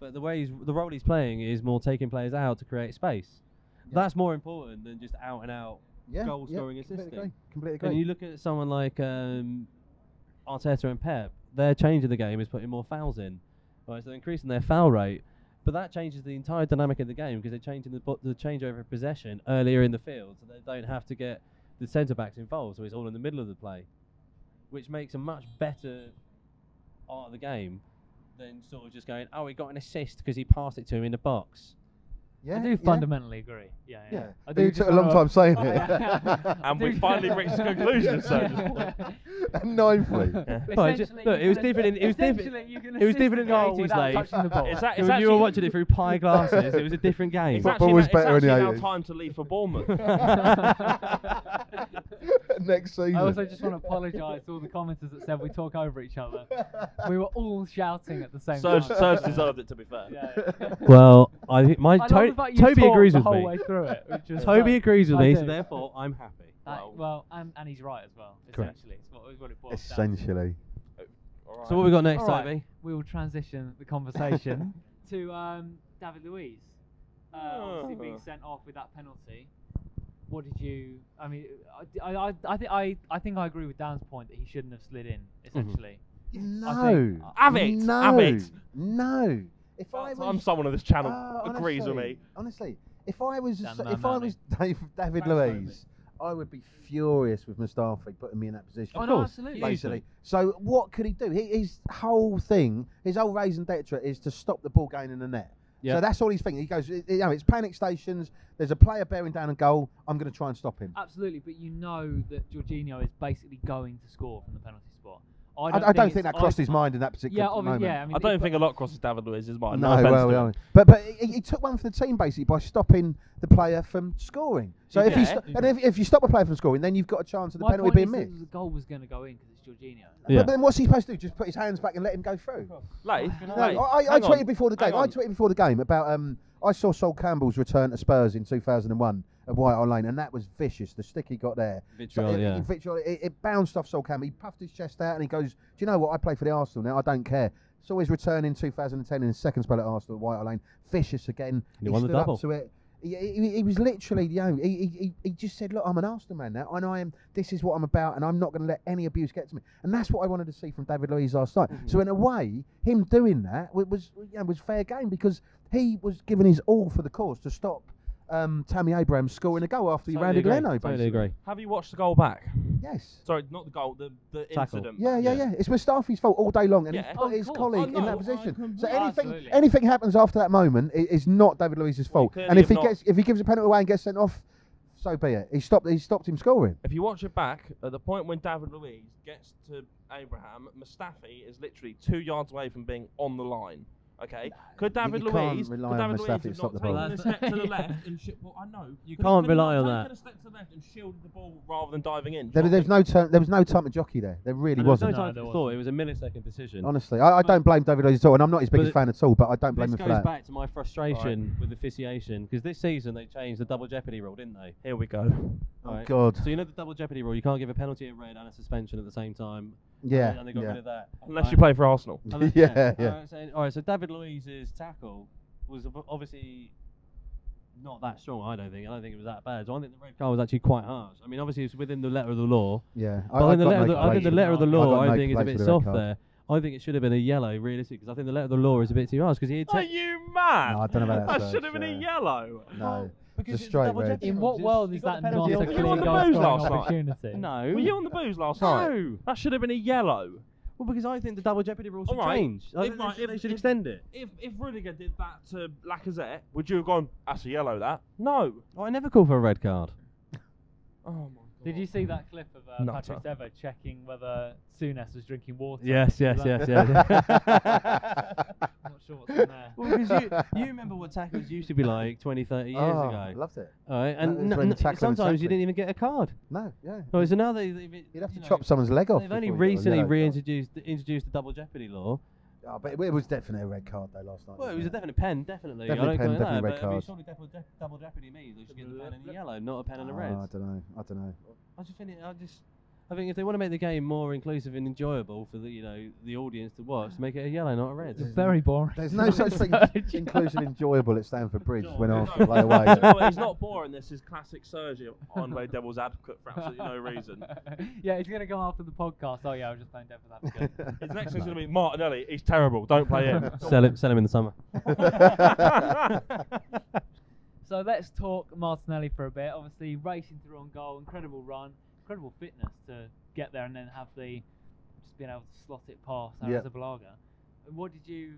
Speaker 3: but the way he's, the role he's playing is more taking players out to create space.
Speaker 2: Yeah.
Speaker 3: That's more important than just out and out
Speaker 2: yeah,
Speaker 3: goal scoring
Speaker 2: yeah,
Speaker 3: assist
Speaker 2: Completely
Speaker 3: thing.
Speaker 2: agree. Completely
Speaker 3: And
Speaker 2: agree.
Speaker 3: you look at someone like um, Arteta and Pep, their change of the game is putting more fouls in. Right, so they're increasing their foul rate, but that changes the entire dynamic of the game because they're changing the, bo- the changeover of possession earlier in the field, so they don't have to get the centre backs involved. So it's all in the middle of the play, which makes a much better art of the game than sort of just going, oh, he got an assist because he passed it to him in the box.
Speaker 2: yeah,
Speaker 1: I do
Speaker 2: yeah.
Speaker 1: fundamentally agree. Yeah, yeah.
Speaker 2: Yeah,
Speaker 1: [LAUGHS] I
Speaker 2: But
Speaker 1: do
Speaker 2: you
Speaker 1: just
Speaker 2: took a
Speaker 1: wanna-
Speaker 2: long time saying
Speaker 1: Oh, yeah. [LAUGHS]
Speaker 2: it.
Speaker 1: I
Speaker 4: And we
Speaker 1: do-
Speaker 4: finally reached a
Speaker 1: [LAUGHS]
Speaker 4: conclusion, so
Speaker 2: [LAUGHS] Ninthly.
Speaker 3: Oh, it just-
Speaker 1: Essentially,
Speaker 3: look,
Speaker 1: you
Speaker 3: it was
Speaker 1: can
Speaker 3: different in- it was different-
Speaker 1: essentially you can
Speaker 3: it was
Speaker 1: assist
Speaker 3: different in the
Speaker 1: goal
Speaker 3: 80s,
Speaker 1: without
Speaker 3: Dave.
Speaker 1: touching the ball.
Speaker 4: It's that-
Speaker 3: So if you were
Speaker 4: actually-
Speaker 3: watching it through pie glasses, it was a [LAUGHS] different game.
Speaker 4: It's
Speaker 2: Football
Speaker 4: actually,
Speaker 2: was
Speaker 4: now,
Speaker 2: better in
Speaker 4: it's
Speaker 2: the
Speaker 4: actually now
Speaker 2: 80s.
Speaker 4: time to leave for
Speaker 3: [LAUGHS]
Speaker 4: Bournemouth.
Speaker 2: [LAUGHS] Next season.
Speaker 1: I also just want to apologise to all the commenters that said we talk over each other. We were all shouting at the same
Speaker 4: Serge,
Speaker 1: time.
Speaker 4: Serge deserved it, to be fair.
Speaker 1: Yeah.
Speaker 3: [LAUGHS] Well, I think my
Speaker 1: I love
Speaker 3: To-
Speaker 1: the fact you
Speaker 3: Toby
Speaker 1: talked
Speaker 3: agrees
Speaker 1: the
Speaker 3: with
Speaker 1: whole
Speaker 3: me.
Speaker 1: way through it, which is
Speaker 3: Toby
Speaker 1: like-
Speaker 3: agrees with
Speaker 1: I
Speaker 3: me,
Speaker 1: do.
Speaker 3: so therefore I'm happy.
Speaker 1: Like,
Speaker 4: Well-
Speaker 1: well, and, and he's right as well.
Speaker 3: Correct.
Speaker 1: Essentially, it's what, it's what it boils down to.
Speaker 2: Essentially.
Speaker 4: Alright.
Speaker 3: So what we got next,
Speaker 1: Alright,
Speaker 3: Toby?
Speaker 1: We will transition the conversation
Speaker 3: [LAUGHS]
Speaker 1: to um, David Luiz. Uh, obviously being
Speaker 4: Oh.
Speaker 1: sent off with that penalty. What did you? I mean, I, I, I- I think I, I think I agree with Dan's point that he shouldn't have slid in.
Speaker 3: Mm-hmm.
Speaker 1: Essentially, uh,
Speaker 2: No.
Speaker 4: Have it,
Speaker 2: No.
Speaker 4: have it.
Speaker 2: No. If I
Speaker 4: Part
Speaker 2: was,
Speaker 4: time someone of this channel
Speaker 2: Oh,
Speaker 4: agrees with
Speaker 2: honestly,
Speaker 4: me.
Speaker 2: Honestly, if I was
Speaker 1: Dan
Speaker 2: if I
Speaker 1: Manmani.
Speaker 2: was [LAUGHS] Dave, David
Speaker 1: Thanks, Manmani.
Speaker 2: Luiz, I would be furious with Mustafi putting me in that position.
Speaker 1: Oh, no, course. absolutely.
Speaker 2: Basically, so what could he do? He, his whole thing, his whole raison d'etre is to stop the ball going in the net.
Speaker 3: Yeah.
Speaker 2: So that's all he's thinking. He goes, you know, it's panic stations. There's a player bearing down a goal. I'm going to try and stop him.
Speaker 1: absolutely. But you know that Jorginho is basically going to score from the penalty spot.
Speaker 2: I I don't, think, that crossed his mind in that particular
Speaker 1: Yeah, obvi-
Speaker 2: moment.
Speaker 1: yeah. I, mean,
Speaker 4: I don't
Speaker 1: it-
Speaker 4: think a lot crosses David Luiz's mind.
Speaker 2: no,
Speaker 4: offense
Speaker 2: well,
Speaker 4: to him.
Speaker 2: well, but but he, he took one for the team basically by stopping the player from scoring. So if you
Speaker 4: Yeah.
Speaker 2: sto- and if, if you stop a player from scoring, then you've got a chance of the
Speaker 1: my
Speaker 2: penalty
Speaker 1: point
Speaker 2: being
Speaker 1: is that
Speaker 2: missed.
Speaker 1: The goal was going to go in because it's Jorginho.
Speaker 3: Yeah.
Speaker 2: But then what's he supposed to do? Just put his hands back and let him go through?
Speaker 4: Leif,
Speaker 2: No,
Speaker 4: Leif,
Speaker 2: I, I, I
Speaker 4: hang
Speaker 2: tweeted
Speaker 4: on,
Speaker 2: before the
Speaker 4: hang
Speaker 2: game. I
Speaker 4: on.
Speaker 2: tweeted before the game about um. I saw Sol Campbell's return to Spurs in 2001 at White Hart Lane, and that was vicious. The stick he got there, uh,
Speaker 3: Vitriol,
Speaker 2: it,
Speaker 3: yeah.
Speaker 2: it- vitriol, it, it bounced off Sol Campbell. He puffed his chest out and he goes, "Do you know what? I play for the Arsenal now. I don't care." Saw his return in 2010 in his second spell at Arsenal at White Hart Lane. Vicious again.
Speaker 3: He won the
Speaker 2: stood
Speaker 3: double.
Speaker 2: Up to it. He, he, he was literally the only. He, he- he, he just said, "Look, I'm an Arsenal man now, and I am. This is what I'm about, and I'm not going to let any abuse get to me." And that's what I wanted to see from David Luiz last night.
Speaker 3: Mm-hmm.
Speaker 2: So in a way, him doing that wa- was you know, was fair game because he was giving his all for the cause to stop um, Tammy Abraham scoring a goal after he rounded
Speaker 3: Totally agree,
Speaker 2: Leno. Basically.
Speaker 3: Totally agree.
Speaker 4: Have you watched the goal back?
Speaker 2: Yes.
Speaker 4: Sorry, not the goal, the, the
Speaker 3: Tackle.
Speaker 4: incident.
Speaker 2: Yeah, yeah,
Speaker 3: Yeah.
Speaker 2: yeah. It's Mustafi's fault all day long, and
Speaker 4: Yeah.
Speaker 2: he's
Speaker 1: Oh,
Speaker 2: put
Speaker 1: of
Speaker 2: his
Speaker 1: course.
Speaker 2: colleague
Speaker 4: Oh,
Speaker 2: in
Speaker 4: no,
Speaker 2: that
Speaker 4: I
Speaker 2: position. So
Speaker 4: completely-
Speaker 2: anything
Speaker 1: Absolutely.
Speaker 2: anything happens after that moment i- is not David Luiz's
Speaker 4: Well,
Speaker 2: fault.
Speaker 4: clearly
Speaker 2: and if
Speaker 4: if
Speaker 2: he
Speaker 4: not-
Speaker 2: gets if he gives a penalty away and gets sent off, so be it. He stopped he stopped him scoring.
Speaker 4: If you watch it back, at the point when David Luiz gets to Abraham, Mustafi is literally two yards away from being on the line. Okay, could
Speaker 2: you-
Speaker 4: David
Speaker 2: you can't
Speaker 4: Luiz, could
Speaker 2: rely on
Speaker 4: David
Speaker 2: Mustafi
Speaker 4: Luiz
Speaker 2: to
Speaker 4: have
Speaker 2: stop
Speaker 4: not
Speaker 2: the
Speaker 4: taken
Speaker 3: ball.
Speaker 4: a step
Speaker 3: [LAUGHS]
Speaker 4: to the left and shi- well, I know
Speaker 3: You
Speaker 4: but he
Speaker 3: can't
Speaker 4: could have
Speaker 3: rely
Speaker 4: not
Speaker 3: on
Speaker 4: Taken
Speaker 3: that.
Speaker 4: a step to the left and shielded the ball rather than diving in.
Speaker 2: There,
Speaker 4: Surely-
Speaker 2: there's no turn, there was no time to jockey there. There really
Speaker 3: And there was
Speaker 2: wasn't.
Speaker 3: no time
Speaker 1: No, there
Speaker 3: for thought. It was a millisecond decision.
Speaker 2: Honestly, I, I don't blame David Luiz at all, and I'm not his biggest
Speaker 3: it-
Speaker 2: fan at all. But I don't blame
Speaker 3: This
Speaker 2: him
Speaker 3: goes
Speaker 2: for that.
Speaker 3: back to my frustration with officiation because this season they changed the double jeopardy rule, didn't they?
Speaker 4: Here we go.
Speaker 2: Oh
Speaker 3: Alright.
Speaker 2: God,
Speaker 3: So you know the double jeopardy rule. You can't give a penalty, a red, and a suspension at the same time.
Speaker 2: yeah,
Speaker 3: And they got rid
Speaker 2: yeah,
Speaker 3: of that.
Speaker 4: Unless you play for Arsenal.
Speaker 2: [LAUGHS]
Speaker 3: Unless-
Speaker 2: yeah, yeah.
Speaker 3: Alright, Uh, so, all right, so David Luiz's tackle was ob- obviously not that strong. I don't think. I don't think it was that bad. So I think the red card was actually quite harsh. I mean, obviously it's within the letter of the law.
Speaker 2: yeah.
Speaker 3: But I, think the
Speaker 2: got
Speaker 3: letter, of
Speaker 2: no
Speaker 3: the, I think the
Speaker 2: complaints.
Speaker 3: letter of the law,
Speaker 2: got
Speaker 3: I
Speaker 2: no
Speaker 3: think, is a
Speaker 2: complaints
Speaker 3: bit
Speaker 2: with the red
Speaker 3: soft
Speaker 2: card.
Speaker 3: there. I think it should have been a yellow, realistic, because I think the letter of the law is a bit too harsh. Because he had
Speaker 4: Are
Speaker 3: te-
Speaker 4: you mad?
Speaker 2: No, I don't know about that,
Speaker 4: That should have been a
Speaker 2: Serge,
Speaker 4: yellow.
Speaker 2: No,
Speaker 3: Oh, because
Speaker 2: It's a
Speaker 3: it's
Speaker 2: straight
Speaker 3: double
Speaker 2: red.
Speaker 3: jeopardy
Speaker 1: In
Speaker 3: rules,
Speaker 1: what
Speaker 3: it's-
Speaker 1: world
Speaker 3: you
Speaker 1: is
Speaker 3: got
Speaker 1: that
Speaker 3: the
Speaker 1: not
Speaker 3: penalty
Speaker 1: a
Speaker 3: on
Speaker 4: the
Speaker 1: clear
Speaker 4: penalty
Speaker 1: goal
Speaker 4: on the
Speaker 1: scoring
Speaker 4: nose last night.
Speaker 1: opportunity?
Speaker 3: No.
Speaker 4: Were you on the booze last night?
Speaker 3: No.
Speaker 4: That should have been a yellow.
Speaker 3: Well, because I think the double jeopardy rules should
Speaker 4: All right.
Speaker 3: change. I
Speaker 4: If
Speaker 3: think they
Speaker 4: my-
Speaker 3: should-
Speaker 4: if-
Speaker 3: they should
Speaker 4: if-
Speaker 3: extend it.
Speaker 4: If if Rudiger did that to Lacazette, would you have gone? That's a yellow. That no.
Speaker 3: Oh, I never call for a red card.
Speaker 4: Oh my god.
Speaker 1: Did you see that clip of uh,
Speaker 4: Nutter.
Speaker 1: Patrick Dever checking whether Souness was drinking water?
Speaker 3: Yes, yes,
Speaker 1: Was
Speaker 3: yes,
Speaker 1: that-
Speaker 3: yes.
Speaker 2: [LAUGHS]
Speaker 1: I'm not sure what's in there.
Speaker 3: Well, because you, you remember what tackles used to be like 20, 30 years
Speaker 2: oh,
Speaker 3: ago.
Speaker 2: loved it.
Speaker 3: All right, and
Speaker 2: is
Speaker 3: n-
Speaker 2: when
Speaker 3: n-
Speaker 2: tackling and
Speaker 3: sometimes
Speaker 2: tackling.
Speaker 3: you didn't even get a card.
Speaker 2: No, yeah.
Speaker 3: Oh, so now they, they've,
Speaker 2: You'd have to
Speaker 3: you know,
Speaker 2: chop someone's leg off.
Speaker 3: They've only
Speaker 2: before you got a
Speaker 3: recently
Speaker 2: yellow card.
Speaker 3: reintroduced introduced the double jeopardy law.
Speaker 2: Oh, but it, it was definitely a red card though last night.
Speaker 3: Well, it
Speaker 2: wasn't
Speaker 3: was a definite pen, definitely.
Speaker 2: Definitely
Speaker 3: I don't
Speaker 2: pen,
Speaker 3: call it
Speaker 2: definitely
Speaker 3: that,
Speaker 2: red
Speaker 3: but I mean,
Speaker 2: card.
Speaker 3: surely double, je- double jeopardy means they should get the
Speaker 1: Blip,
Speaker 3: pen and the
Speaker 1: blip.
Speaker 3: yellow, not a pen and a
Speaker 2: Oh,
Speaker 3: red.
Speaker 2: I don't know. I don't
Speaker 3: [LAUGHS]
Speaker 2: know.
Speaker 3: I just think it, I just I think if they want to make the game more inclusive and enjoyable for the you know the audience to watch, make it a yellow, not a red.
Speaker 1: [LAUGHS] It's very boring.
Speaker 2: There's no
Speaker 1: [LAUGHS]
Speaker 2: such thing as inclusive enjoyable at Stamford Bridge when
Speaker 4: No,
Speaker 2: Arsenal play
Speaker 4: no,
Speaker 2: away.
Speaker 4: [LAUGHS] no, but he's not boring. This is classic Sergio Andre Devil's advocate for absolutely no reason.
Speaker 1: [LAUGHS] yeah, he's gonna go after the podcast. Oh yeah, I was just playing devil's
Speaker 2: [LAUGHS]
Speaker 1: advocate.
Speaker 4: His next one's going to be Martinelli. He's terrible. Don't play him.
Speaker 3: [LAUGHS]
Speaker 4: [LAUGHS]
Speaker 3: Sell him, sell him in
Speaker 2: [LAUGHS]
Speaker 3: the summer. [LAUGHS]
Speaker 1: so let's talk Martinelli for a bit. Obviously, racing through on goal, incredible run, incredible fitness to get there and then have the just being able to slot it past
Speaker 2: Yeah.
Speaker 1: Arrizabalaga. What did you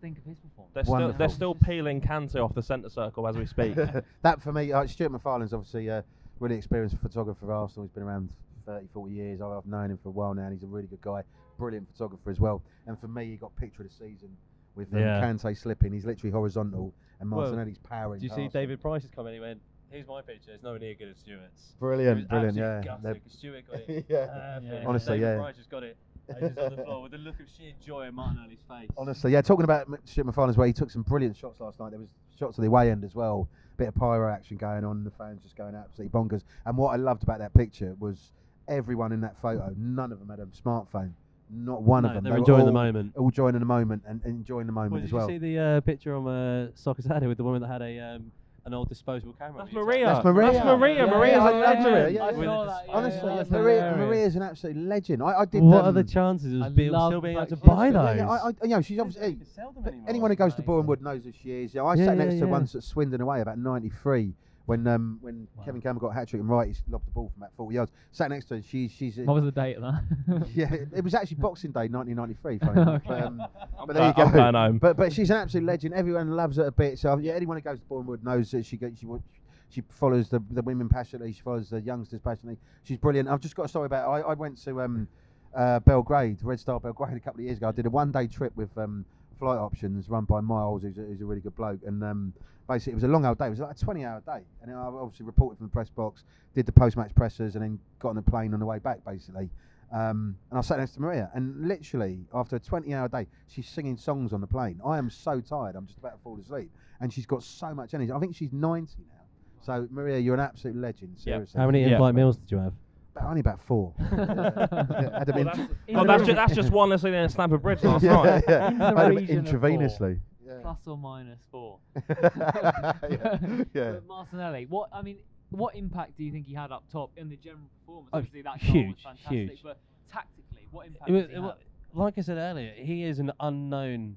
Speaker 1: think of his performance?
Speaker 4: They're still,
Speaker 2: Wonderful.
Speaker 4: they're still peeling Kante off the centre circle as
Speaker 2: [LAUGHS]
Speaker 4: we speak.
Speaker 2: that for me, uh, Stuart McFarlane's obviously a really experienced photographer for Arsenal. He's been around 30, 40 years. I've I've known him for a while now, and he's a really good guy. Brilliant photographer as well. And for me, he got picture of the season with um,
Speaker 3: Yeah.
Speaker 2: Kante slipping. He's literally horizontal, and
Speaker 3: Well,
Speaker 2: Martinelli's powering.
Speaker 3: Do you see
Speaker 2: past him.
Speaker 3: David Price's comment? He went, "Here's my picture. It's nowhere near good as Stewart's." It was
Speaker 2: Brilliant, brilliant,
Speaker 3: absolute
Speaker 2: yeah.
Speaker 3: gusto,
Speaker 2: [LAUGHS]
Speaker 3: 'cause Stewart got
Speaker 2: They're-
Speaker 3: it.
Speaker 2: yeah.
Speaker 3: perfect.
Speaker 1: Yeah.
Speaker 2: Honestly,
Speaker 3: David
Speaker 2: yeah.
Speaker 3: Price just got it. uh, just on the floor with the look of sheer joy on Martinelli's face.
Speaker 2: Honestly, yeah. Talking about M- Stuart McFarlane as well, he took some brilliant shots last night. There was shots at the away end as well. Bit of pyro action going on. The fans just going absolutely bonkers. And what I loved about that picture was everyone in that photo. None of them had a smartphone. Not one
Speaker 3: No,
Speaker 2: of them.
Speaker 3: They're
Speaker 2: They were
Speaker 3: enjoying the
Speaker 2: all-
Speaker 3: moment.
Speaker 2: All joining the moment and and enjoying the moment
Speaker 3: Well,
Speaker 2: as
Speaker 3: did
Speaker 2: well.
Speaker 3: you see the uh, picture on uh, Soccer Saturday with the woman that had a um, an old disposable camera?
Speaker 4: That's
Speaker 3: that you took?
Speaker 4: Maria.
Speaker 2: That's Maria.
Speaker 4: That's Maria.
Speaker 1: Yeah,
Speaker 4: Maria's
Speaker 2: yeah,
Speaker 4: a
Speaker 2: I love
Speaker 4: legend.
Speaker 2: Maria, yeah.
Speaker 1: I
Speaker 3: With
Speaker 1: saw
Speaker 3: the
Speaker 1: that,
Speaker 3: dis-
Speaker 1: yeah,
Speaker 2: Honestly,
Speaker 1: yeah, that's
Speaker 2: Maria,
Speaker 1: hilarious.
Speaker 2: Maria is an absolute legend. I, I did.
Speaker 3: What are
Speaker 2: um,
Speaker 3: the chances
Speaker 1: I
Speaker 3: of be-
Speaker 1: love
Speaker 3: still being able
Speaker 1: that
Speaker 3: to
Speaker 1: she's
Speaker 3: buy
Speaker 1: still-
Speaker 2: yeah,
Speaker 3: those?
Speaker 2: yeah, I, I, you know, she's obviously. But anyone who goes to Bourne Wood knows who she is. You know, I
Speaker 3: Yeah,
Speaker 2: sat
Speaker 3: yeah,
Speaker 2: next to
Speaker 3: yeah.
Speaker 2: once at Swindon away about '93 when um, when
Speaker 1: Wow.
Speaker 2: Kevin Campbell got a hat trick and right, he lobbed the ball from about 40 yards. Sat next to her, she's she's.
Speaker 1: What was the date of
Speaker 4: [LAUGHS]
Speaker 1: that?
Speaker 2: yeah, it- it was actually Boxing Day 1993. funny enough, but, um, but there you
Speaker 4: I'm
Speaker 2: go.
Speaker 4: going home.
Speaker 2: But but she's an absolute legend. Everyone loves her a bit. So yeah, anyone who goes to Bournemouth knows that she go- she wa- she follows the, the women passionately. She follows the youngsters passionately. She's brilliant. I've just got a story about. I, I went to um, uh, Belgrade, Red Star Belgrade, a couple of years ago. I did a one day trip with um, flight options run by Miles, who's a, who's a really good bloke. And um, basically, it was a long old day. It was like a 20 hour day. And I obviously reported from the press box, did the post match pressers, and then got on the plane on the way back, basically. Um, and I sat next to Maria, and literally after a 20 hour day, she's singing songs on the plane. I am so tired, I'm just about to fall asleep. And she's got so much energy. I think she's 90 now. So, Maria, you're an absolute legend, seriously.
Speaker 3: How many
Speaker 4: Yeah.
Speaker 3: in-flight meals did you have?
Speaker 2: About- only about
Speaker 3: [LAUGHS]
Speaker 2: four. [LAUGHS] Had to be
Speaker 4: Well,
Speaker 2: intr-
Speaker 4: that's, well, that's, ju-
Speaker 2: [LAUGHS]
Speaker 4: that's just one less thing than a Stamford Bridge last night.
Speaker 2: yeah.
Speaker 1: In the
Speaker 2: Had to be
Speaker 1: region of four.
Speaker 3: [LAUGHS]
Speaker 2: intravenously. Yeah. [LAUGHS]
Speaker 1: Plus or minus four.
Speaker 2: yeah. yeah.
Speaker 1: [LAUGHS] But Martinelli, what I mean, what impact do you think he had up top in the general performance?
Speaker 3: Oh,
Speaker 1: Obviously, that goal was
Speaker 3: huge,
Speaker 1: fantastic,
Speaker 3: huge.
Speaker 1: but tactically, what impact?
Speaker 3: It was,
Speaker 1: does he
Speaker 3: it
Speaker 1: have?
Speaker 3: wa- like I said earlier, he is an unknown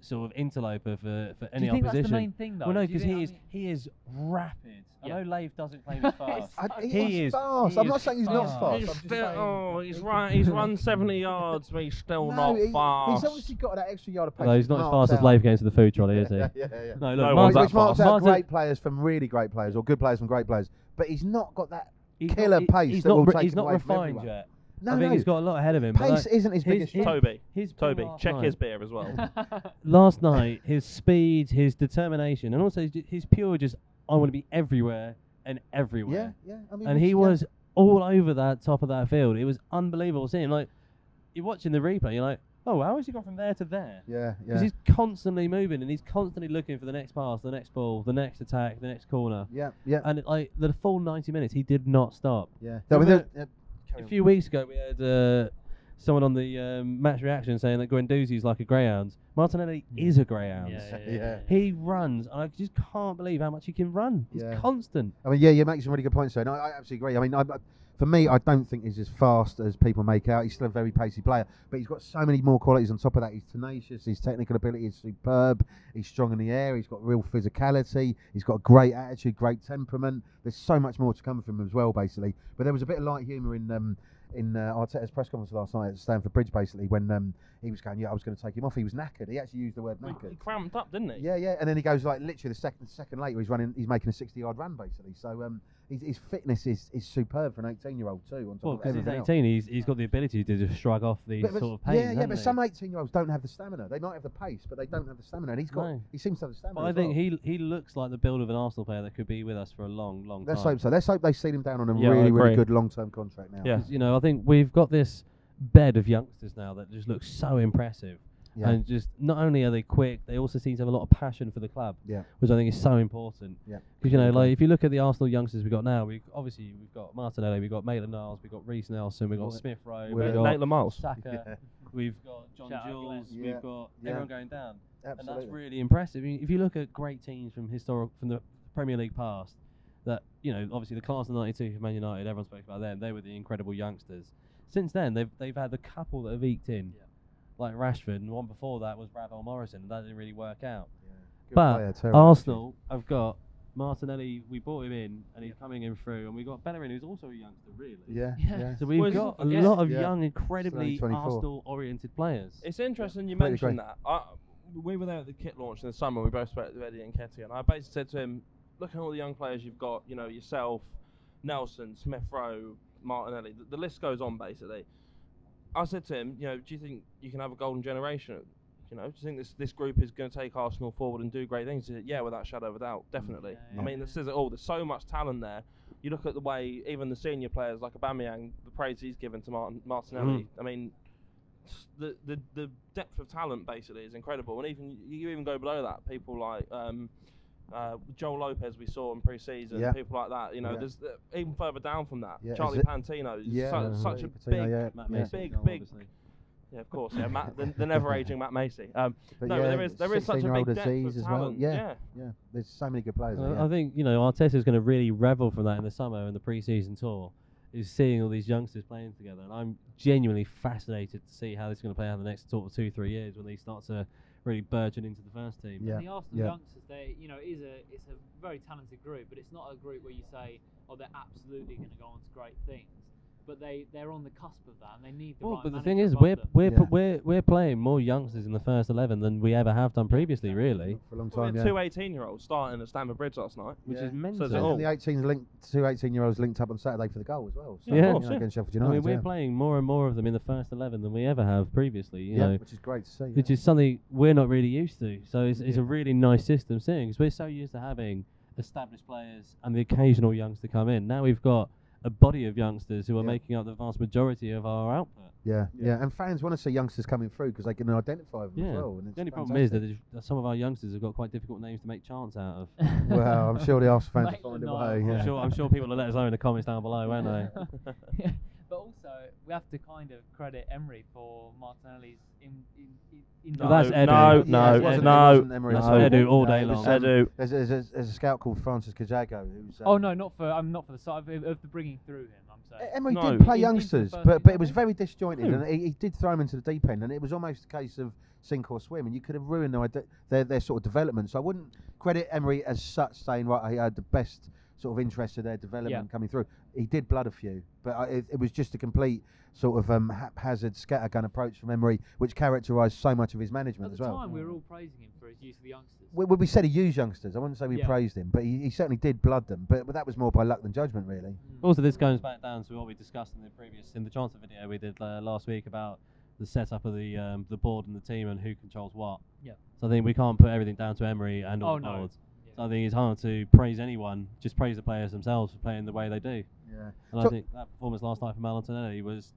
Speaker 3: sort of interloper for, for
Speaker 1: do
Speaker 3: any
Speaker 1: you think
Speaker 3: opposition.
Speaker 1: that's the main thing, though?
Speaker 3: well, no,
Speaker 1: Do you
Speaker 3: because
Speaker 1: think-
Speaker 3: he
Speaker 1: I
Speaker 3: is
Speaker 1: mean-
Speaker 3: he is rapid.
Speaker 1: Yeah.
Speaker 3: I know Lave
Speaker 1: [LAUGHS]
Speaker 3: doesn't claim he's fast.
Speaker 1: It's-
Speaker 2: I, he,
Speaker 3: He
Speaker 2: is
Speaker 3: is-
Speaker 2: fast.
Speaker 3: he
Speaker 2: I'm
Speaker 3: is
Speaker 2: not saying he's not
Speaker 3: fast.
Speaker 2: fast.
Speaker 4: He's
Speaker 2: I'm just
Speaker 4: still,
Speaker 2: saying-
Speaker 4: oh, he's run, he's run 70 yards, but he's
Speaker 2: No,
Speaker 4: still
Speaker 2: he-
Speaker 4: not
Speaker 2: He's
Speaker 4: fast.
Speaker 2: obviously got that extra yard of pace.
Speaker 3: Although he's
Speaker 2: which
Speaker 3: not as
Speaker 2: marks
Speaker 3: fast as
Speaker 2: out-
Speaker 3: Lave goes to the food trolley, is
Speaker 2: [LAUGHS]
Speaker 3: he?
Speaker 2: Yeah, yeah, yeah.
Speaker 3: No,
Speaker 4: No
Speaker 3: look,
Speaker 2: Which,
Speaker 3: Martin-
Speaker 4: one's that
Speaker 2: which marks out
Speaker 3: Martin-
Speaker 2: great players from really great players or good players from great players, but he's not got that.
Speaker 3: he's
Speaker 2: killer
Speaker 3: not, he-
Speaker 2: pace
Speaker 3: He's
Speaker 2: that
Speaker 3: not,
Speaker 2: will
Speaker 3: re-
Speaker 2: take
Speaker 3: he's
Speaker 2: him
Speaker 3: not
Speaker 2: away from
Speaker 3: refined
Speaker 2: everyone.
Speaker 3: yet.
Speaker 2: No,
Speaker 3: I think
Speaker 2: no.
Speaker 3: he's got a lot ahead of him. but
Speaker 2: pace
Speaker 3: like,
Speaker 2: isn't his
Speaker 3: his-
Speaker 2: biggest.
Speaker 3: his-
Speaker 2: strength.
Speaker 4: Toby,
Speaker 3: his ball
Speaker 4: Toby,
Speaker 3: last
Speaker 4: check
Speaker 3: night-
Speaker 4: his beer
Speaker 2: [LAUGHS]
Speaker 4: as well.
Speaker 3: last night, his speed, his determination, and also his, his pure just, I want to be everywhere and
Speaker 2: yeah,
Speaker 3: everywhere.
Speaker 2: yeah. I mean,
Speaker 3: And
Speaker 2: he's-
Speaker 3: he
Speaker 2: yeah.
Speaker 3: was all over that top of that field. It was unbelievable seeing him. Like, you're watching the replay, you're like, oh, how has he gone from there to there?
Speaker 2: Yeah, yeah.
Speaker 3: Because he's constantly moving and he's constantly looking for the next pass, the next ball, the next attack, the next corner.
Speaker 2: Yeah, yeah,
Speaker 3: And like the full 90 minutes, he did not stop.
Speaker 2: yeah.
Speaker 3: Yeah,
Speaker 2: I mean,
Speaker 3: but-
Speaker 2: they're-
Speaker 3: A
Speaker 2: they're-
Speaker 3: few weeks ago, we had uh, someone on the um, match reaction saying that Guendouzi is like a greyhound. Martinelli is a greyhound.
Speaker 2: Yeah.
Speaker 3: He runs, and I just can't believe how much he can run. He's
Speaker 2: Yeah.
Speaker 3: constant.
Speaker 2: I mean, yeah, you make some really good points there. and I, I absolutely agree. I mean, I, I- for me, I don't think he's as fast as people make out. He's still a very pacey player, but he's got so many more qualities on top of that. He's tenacious. His technical ability is superb. He's strong in the air. He's got real physicality. He's got great attitude, great temperament. There's so much more to come from him as well, basically. But there was a bit of light humour in um, in uh, Arteta's press conference last night at Stamford Bridge, basically, when um, he was going, "Yeah, I was going to take him off." He was knackered. He actually used the word
Speaker 4: Well,
Speaker 2: knackered.
Speaker 4: He cramped up, didn't he?
Speaker 2: Yeah, yeah, and then he goes like literally the second second later he's running, he's making a sixty yard run basically. So um, his, his fitness is, is superb for an eighteen year old too. On top
Speaker 3: Well,
Speaker 2: of
Speaker 3: because he's
Speaker 2: everything else.
Speaker 3: 18, he's, he's got the ability to just shrug off the
Speaker 2: But- but-
Speaker 3: sort of pain.
Speaker 2: yeah, yeah,
Speaker 3: hasn't
Speaker 2: but
Speaker 3: he?
Speaker 2: some eighteen-year-olds don't have the stamina. They might have the pace, but they don't have the stamina. And he's got,
Speaker 3: No.
Speaker 2: he seems to have the stamina.
Speaker 3: But I
Speaker 2: as
Speaker 3: think
Speaker 2: well.
Speaker 3: he he looks like the build of an Arsenal player that could be with us for a long, long
Speaker 2: Let's
Speaker 3: time.
Speaker 2: hope so. Let's hope they seal him down on a
Speaker 4: Yeah, I
Speaker 2: really, really
Speaker 4: agree.
Speaker 2: good long-term contract now.
Speaker 4: Yeah.
Speaker 3: 'Cause, You know, I think we've got this bed of youngsters now that just look so impressive.
Speaker 2: Yeah.
Speaker 3: And just not only are they quick, they also seem to have a lot of passion for the club,
Speaker 2: Yeah.
Speaker 3: which I think is so important.
Speaker 2: Yeah.
Speaker 3: Because you know,
Speaker 2: Okay.
Speaker 3: like if you look at the Arsenal youngsters we've got now, we obviously we've got Martinelli, we've got Maitland Niles, we've got Reese Nelson, we've got
Speaker 2: Well,
Speaker 3: Smith Rowe,
Speaker 2: well,
Speaker 3: we've
Speaker 2: [LAUGHS]
Speaker 4: Nate,
Speaker 2: Yeah.
Speaker 4: Nate
Speaker 3: got
Speaker 4: Lamals.
Speaker 3: Saka, we've got [LAUGHS] John
Speaker 1: Shout out
Speaker 3: Jules,
Speaker 1: Glenn.
Speaker 2: Yeah.
Speaker 3: we've got
Speaker 2: Yeah.
Speaker 3: everyone going down. And
Speaker 2: Absolutely.
Speaker 3: that's really impressive. I mean, if you look at great teams from historic from the Premier League past, that you know, obviously the class of '92 for Man United, everyone spoke about them. They were the incredible youngsters. Since then, they've they've had the couple that have eked in,
Speaker 1: Yeah.
Speaker 3: like Rashford, and one before that was Ravel Morrison, and that didn't really work out.
Speaker 2: Yeah. Good
Speaker 3: but
Speaker 2: player, terrible
Speaker 3: Arsenal, I've got Martinelli. We bought him in, and he's coming in through, and we got Bellerin, who's also a youngster, really.
Speaker 2: actually. Yeah.
Speaker 1: Yeah.
Speaker 2: yeah.
Speaker 3: So we've
Speaker 4: Well, it's
Speaker 3: got a
Speaker 4: not forget-
Speaker 3: lot of
Speaker 2: Yeah.
Speaker 3: young,
Speaker 2: only
Speaker 3: incredibly
Speaker 2: 24.
Speaker 3: Arsenal-oriented players.
Speaker 4: It's interesting you
Speaker 2: Completely
Speaker 4: mentioned that. I, we were there at the kit launch in the summer. We both spoke to Eddie and Ketty, and I basically said to him, "Look at all the young players you've got. You know yourself, Nelson, Smith Rowe, Martinelli. The, the list goes on basically." I said to him, "You know, do you think you can have a golden generation? You know, do you think this this group is going to take Arsenal forward and do great things?" He said, "Yeah, without a shadow of a doubt, definitely.
Speaker 1: Mm. Yeah,
Speaker 4: I mean, this says it all. There's so much talent there." You look at the way even the senior players like Aubameyang, the praise he's given to Martin, Martinelli.
Speaker 1: Mm.
Speaker 4: I mean, the, the the depth of talent basically is incredible. And even you even go below that, people like um, uh, Joel Lopez we saw in pre-season,
Speaker 2: Yeah.
Speaker 4: people like that. You know,
Speaker 2: Yeah.
Speaker 4: there's uh, even further down from that,
Speaker 2: Yeah,
Speaker 4: Charlie
Speaker 2: is it-
Speaker 4: Pantino, is
Speaker 2: Yeah,
Speaker 4: su-
Speaker 2: yeah,
Speaker 4: such a
Speaker 2: Patino,
Speaker 4: big,
Speaker 2: yeah,
Speaker 3: Matt
Speaker 2: yeah.
Speaker 3: Mason,
Speaker 4: big,
Speaker 3: now,
Speaker 4: big-
Speaker 3: obviously.
Speaker 4: yeah, of course, yeah, Matt, the, the never-aging Matt Macy. Um,
Speaker 2: But
Speaker 4: no,
Speaker 2: yeah,
Speaker 4: there is there is such a big
Speaker 2: 16-year-old
Speaker 4: depth
Speaker 2: disease
Speaker 4: of
Speaker 2: as well.
Speaker 4: talent.
Speaker 2: Yeah.
Speaker 4: yeah.
Speaker 2: Yeah, there's so many good players.
Speaker 3: Well,
Speaker 2: there, yeah.
Speaker 3: Uh, I think you know Arteta's going to really revel from that in the summer and the pre-season tour, is seeing all these youngsters playing together, and I'm genuinely fascinated to see how this is going to play out in the next sort of two three years when they start to really burgeon into the first team.
Speaker 2: Yeah,
Speaker 1: And the Arsenal
Speaker 2: yeah.
Speaker 1: youngsters, they, you know, it is a it's a very talented group, but it's not a group where you say, oh, they're absolutely going to go on to great things. But they they're on the cusp of that, and they need the
Speaker 3: Well,
Speaker 1: right
Speaker 3: but the
Speaker 1: manager
Speaker 3: thing is,
Speaker 1: above
Speaker 3: we're
Speaker 1: them.
Speaker 3: we're,
Speaker 2: Yeah.
Speaker 3: we're we're playing more youngsters in the first eleven than we ever have done previously, really.
Speaker 2: for a long
Speaker 4: Well,
Speaker 2: time.
Speaker 4: we
Speaker 2: yeah.
Speaker 4: had two 18-year-olds starting at Stamford Bridge last night.
Speaker 3: Which
Speaker 2: Yeah.
Speaker 3: is mental.
Speaker 4: it
Speaker 2: And
Speaker 4: all.
Speaker 2: the 18s linked, two 18 year olds linked up on Saturday for the goal as well. So,
Speaker 3: Yeah, of
Speaker 2: you
Speaker 3: course,
Speaker 2: know,
Speaker 4: yeah.
Speaker 2: against Sheffield
Speaker 3: I
Speaker 2: United.
Speaker 3: mean, we're
Speaker 2: yeah.
Speaker 3: playing more and more of them in the first eleven than we ever have previously. You
Speaker 2: yeah,
Speaker 3: know,
Speaker 2: which is great to see. yeah.
Speaker 3: which is something we're not really used to. So it's, it's a
Speaker 2: Yeah.
Speaker 3: really nice system seeing because we're so used to having established players and the occasional youngster come in. Now we've got a body of youngsters who are
Speaker 2: Yeah.
Speaker 3: making up the vast majority of our output.
Speaker 2: Yeah,
Speaker 4: Yeah.
Speaker 2: yeah, and fans want to see youngsters coming through because they can identify with them
Speaker 3: Yeah.
Speaker 2: as well. And it's
Speaker 3: The only problem is that,
Speaker 2: fantastic.
Speaker 3: there's- that some of our youngsters have got quite difficult names to make chance out of. [LAUGHS]
Speaker 2: well,
Speaker 1: [LAUGHS]
Speaker 2: I'm sure the Arsenal fans will
Speaker 1: Maitland
Speaker 2: find a
Speaker 1: Niles.
Speaker 2: way.
Speaker 3: I'm
Speaker 2: Yeah.
Speaker 3: sure I'm sure people will let us know in the comments down below, won't they?
Speaker 1: Yeah, [LAUGHS] but also we have to kind of credit Emery for Martinelli's in, in, in
Speaker 4: No,
Speaker 3: that's
Speaker 2: [LAUGHS] Yeah,
Speaker 3: Edu.
Speaker 4: no, no,
Speaker 2: it wasn't- it
Speaker 4: no,
Speaker 2: wasn't Emery
Speaker 3: That's
Speaker 2: at
Speaker 4: no.
Speaker 3: what they do all day
Speaker 2: it was,
Speaker 3: long.
Speaker 2: um,
Speaker 4: Edu.
Speaker 2: There's, there's, there's, there's a scout called Francis Kajago who's.
Speaker 1: Oh
Speaker 2: um,
Speaker 1: no, not for I'm not for the side of, of the bringing through him. I'm
Speaker 2: E-
Speaker 1: saying.
Speaker 2: Emery
Speaker 4: No.
Speaker 2: did
Speaker 1: He-
Speaker 2: play
Speaker 1: he did
Speaker 2: youngsters,
Speaker 1: prefer
Speaker 2: but,
Speaker 1: to
Speaker 2: but
Speaker 1: do
Speaker 2: it was
Speaker 1: that.
Speaker 2: very disjointed,
Speaker 3: No.
Speaker 2: and he, he did throw him into the deep end, and it was almost a case of sink or swim, and you could have ruined their ide- their, their sort of development. So I wouldn't credit Emery as such, saying right, he had the best sort of interest of their development coming through. He did blood a few, but I, it, it was just a complete sort of um, haphazard scattergun approach from Emery, which characterised so much of his management
Speaker 1: At
Speaker 2: as
Speaker 1: the
Speaker 2: well.
Speaker 1: time, we were all praising him for his use of the youngsters.
Speaker 2: we, we we said he used youngsters. I wouldn't say we
Speaker 1: Yeah.
Speaker 2: praised him, but he, he certainly did blood them. But, but that was more by luck than judgment, really.
Speaker 1: Mm.
Speaker 3: Also, this goes back down to what we discussed in the previous, in the transfer video we did uh, last week about the setup of the um, the board and the team and who controls what.
Speaker 1: Yeah.
Speaker 3: So I think we can't put everything down to Emery and all
Speaker 1: Oh,
Speaker 3: the
Speaker 1: no.
Speaker 3: boards.
Speaker 1: Yeah.
Speaker 3: So I think it's hard to praise anyone. Just praise the players themselves for playing the way they do.
Speaker 2: Yeah.
Speaker 3: And I
Speaker 2: So-
Speaker 3: think that performance last night from Malantonelli was